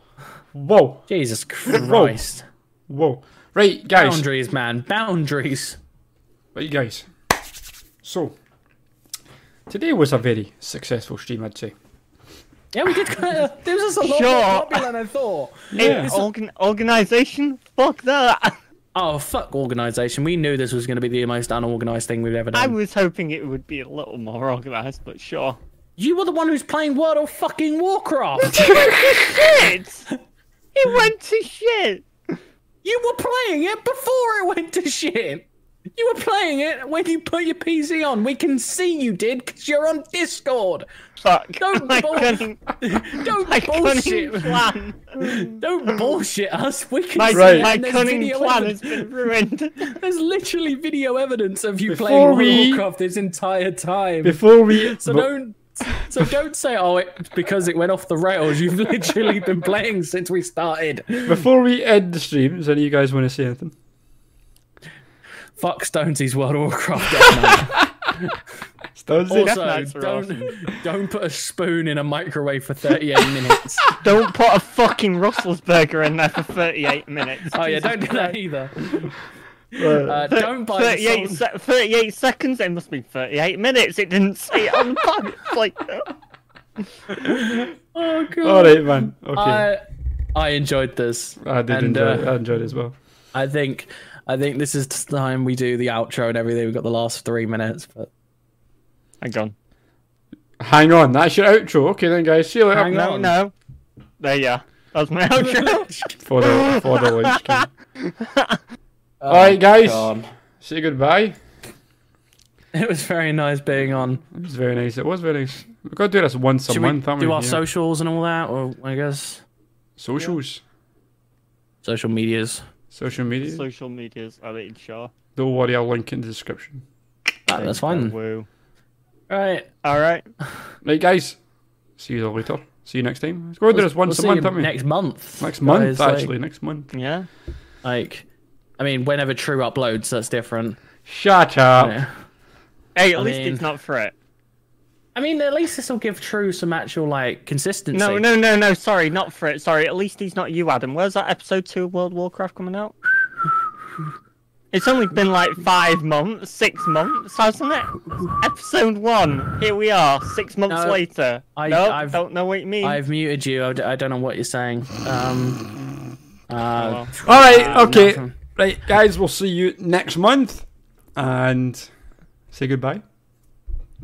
[SPEAKER 2] whoa,
[SPEAKER 1] Jesus Christ.
[SPEAKER 2] whoa! Right, guys.
[SPEAKER 1] Boundaries, man. Boundaries.
[SPEAKER 2] Right, guys. So, today was a very successful stream, I'd say.
[SPEAKER 1] Yeah, we did. Kind of, there was just a lot
[SPEAKER 3] Sure.
[SPEAKER 1] more popular than I thought.
[SPEAKER 2] Yeah.
[SPEAKER 3] Hey, organ- organization, fuck that.
[SPEAKER 1] Oh fuck, organisation. We knew this was going to be the most unorganised thing we've ever
[SPEAKER 3] I
[SPEAKER 1] done.
[SPEAKER 3] was hoping it would be a little more organized, but sure.
[SPEAKER 1] you were the one who's playing World of fucking Warcraft.
[SPEAKER 3] Shit! it went to shit.
[SPEAKER 1] you were playing it before it went to shit. You were playing it when you put your PC on. We can see you did because you're on Discord.
[SPEAKER 3] Fuck.
[SPEAKER 1] Don't
[SPEAKER 3] I
[SPEAKER 1] bull-
[SPEAKER 3] couldn't,
[SPEAKER 1] Don't
[SPEAKER 3] I
[SPEAKER 1] bullshit.
[SPEAKER 3] couldn't plan.
[SPEAKER 1] Don't bullshit us. We can
[SPEAKER 3] My,
[SPEAKER 1] see
[SPEAKER 2] Right.
[SPEAKER 1] it,
[SPEAKER 3] my
[SPEAKER 1] and there's
[SPEAKER 3] cunning
[SPEAKER 1] video
[SPEAKER 3] plan
[SPEAKER 1] evidence.
[SPEAKER 3] has been ruined.
[SPEAKER 1] There's literally video evidence of you
[SPEAKER 2] Before
[SPEAKER 1] playing World
[SPEAKER 2] we-
[SPEAKER 1] of Warcraft this entire time.
[SPEAKER 2] Before we.
[SPEAKER 1] so don't. So don't say, "Oh, it, because it went off the rails." You've literally been playing since we started.
[SPEAKER 2] Before we end the stream, does any of you guys want to say anything?
[SPEAKER 1] Fuck Stonesy's World of Warcraft. Death Knight.
[SPEAKER 2] Stones in-
[SPEAKER 1] also,
[SPEAKER 3] Knights are
[SPEAKER 1] don't don't put a spoon in a microwave for 38 minutes.
[SPEAKER 3] Don't put a fucking Russell's burger in there for 38 minutes.
[SPEAKER 1] Oh yeah,
[SPEAKER 3] Jesus
[SPEAKER 1] don't do that either.
[SPEAKER 2] Right.
[SPEAKER 1] Uh, don't buy the
[SPEAKER 3] 38,
[SPEAKER 1] salt-
[SPEAKER 3] se- 38 seconds. It must be 38 minutes. It didn't say it on the bag. It's like,
[SPEAKER 1] Oh god.
[SPEAKER 2] All right, man. Okay.
[SPEAKER 1] I I enjoyed this.
[SPEAKER 2] I did
[SPEAKER 1] and,
[SPEAKER 2] enjoy
[SPEAKER 1] uh,
[SPEAKER 2] it. I enjoyed it as well.
[SPEAKER 1] I think I think this is the time we do the outro and everything. We've got the last three minutes, but
[SPEAKER 3] hang on.
[SPEAKER 2] Hang on, that's your outro. Okay then, guys. See you later.
[SPEAKER 1] Hang
[SPEAKER 3] No,
[SPEAKER 1] on.
[SPEAKER 3] no. There you are. That's my outro.
[SPEAKER 2] For the for the lunch. King. All right, guys.
[SPEAKER 1] oh, God.
[SPEAKER 2] Say goodbye.
[SPEAKER 1] It was very nice being on.
[SPEAKER 2] It was very nice. It was very nice. We've got to do this once a
[SPEAKER 1] Should we
[SPEAKER 2] month, haven't we?
[SPEAKER 1] do our
[SPEAKER 2] Yeah.
[SPEAKER 1] socials and all that, or I guess
[SPEAKER 2] socials,
[SPEAKER 1] social medias?
[SPEAKER 2] social media.
[SPEAKER 3] Social medias. I mean, sure.
[SPEAKER 2] Don't worry, I'll link in the description.
[SPEAKER 1] Ah, that's fine.
[SPEAKER 3] Woo.
[SPEAKER 1] Right.
[SPEAKER 3] All right.
[SPEAKER 2] Right, guys. See you later. See you next time. Let's go do this
[SPEAKER 1] We'll
[SPEAKER 2] once
[SPEAKER 1] see
[SPEAKER 2] a
[SPEAKER 1] you
[SPEAKER 2] month, haven't we?
[SPEAKER 1] next month.
[SPEAKER 2] Next month,
[SPEAKER 1] guys, like-
[SPEAKER 2] actually. Next month.
[SPEAKER 3] Yeah.
[SPEAKER 1] Like, I mean, whenever True uploads, that's different.
[SPEAKER 2] Shut
[SPEAKER 3] Oh.
[SPEAKER 2] up.
[SPEAKER 1] Yeah.
[SPEAKER 3] Hey, at
[SPEAKER 1] I
[SPEAKER 3] least
[SPEAKER 1] mean-
[SPEAKER 3] it's not for it.
[SPEAKER 1] I mean, at least this will give True some actual like consistency.
[SPEAKER 3] No, no, no, no. Sorry, not for it. Sorry. At least he's not you, Adam. Where's that episode two of World of Warcraft coming out? It's only been like five months, six months, hasn't it? Episode one. Here we are, six months
[SPEAKER 1] No,
[SPEAKER 3] later.
[SPEAKER 1] I-
[SPEAKER 3] no, I
[SPEAKER 1] I've-
[SPEAKER 3] don't know what you mean.
[SPEAKER 1] I've muted you. I d- I don't know what you're saying. Um, uh,
[SPEAKER 3] well.
[SPEAKER 2] All right,
[SPEAKER 1] Uh,
[SPEAKER 2] okay,
[SPEAKER 1] nothing.
[SPEAKER 2] right, guys. We'll see you next month, and say goodbye.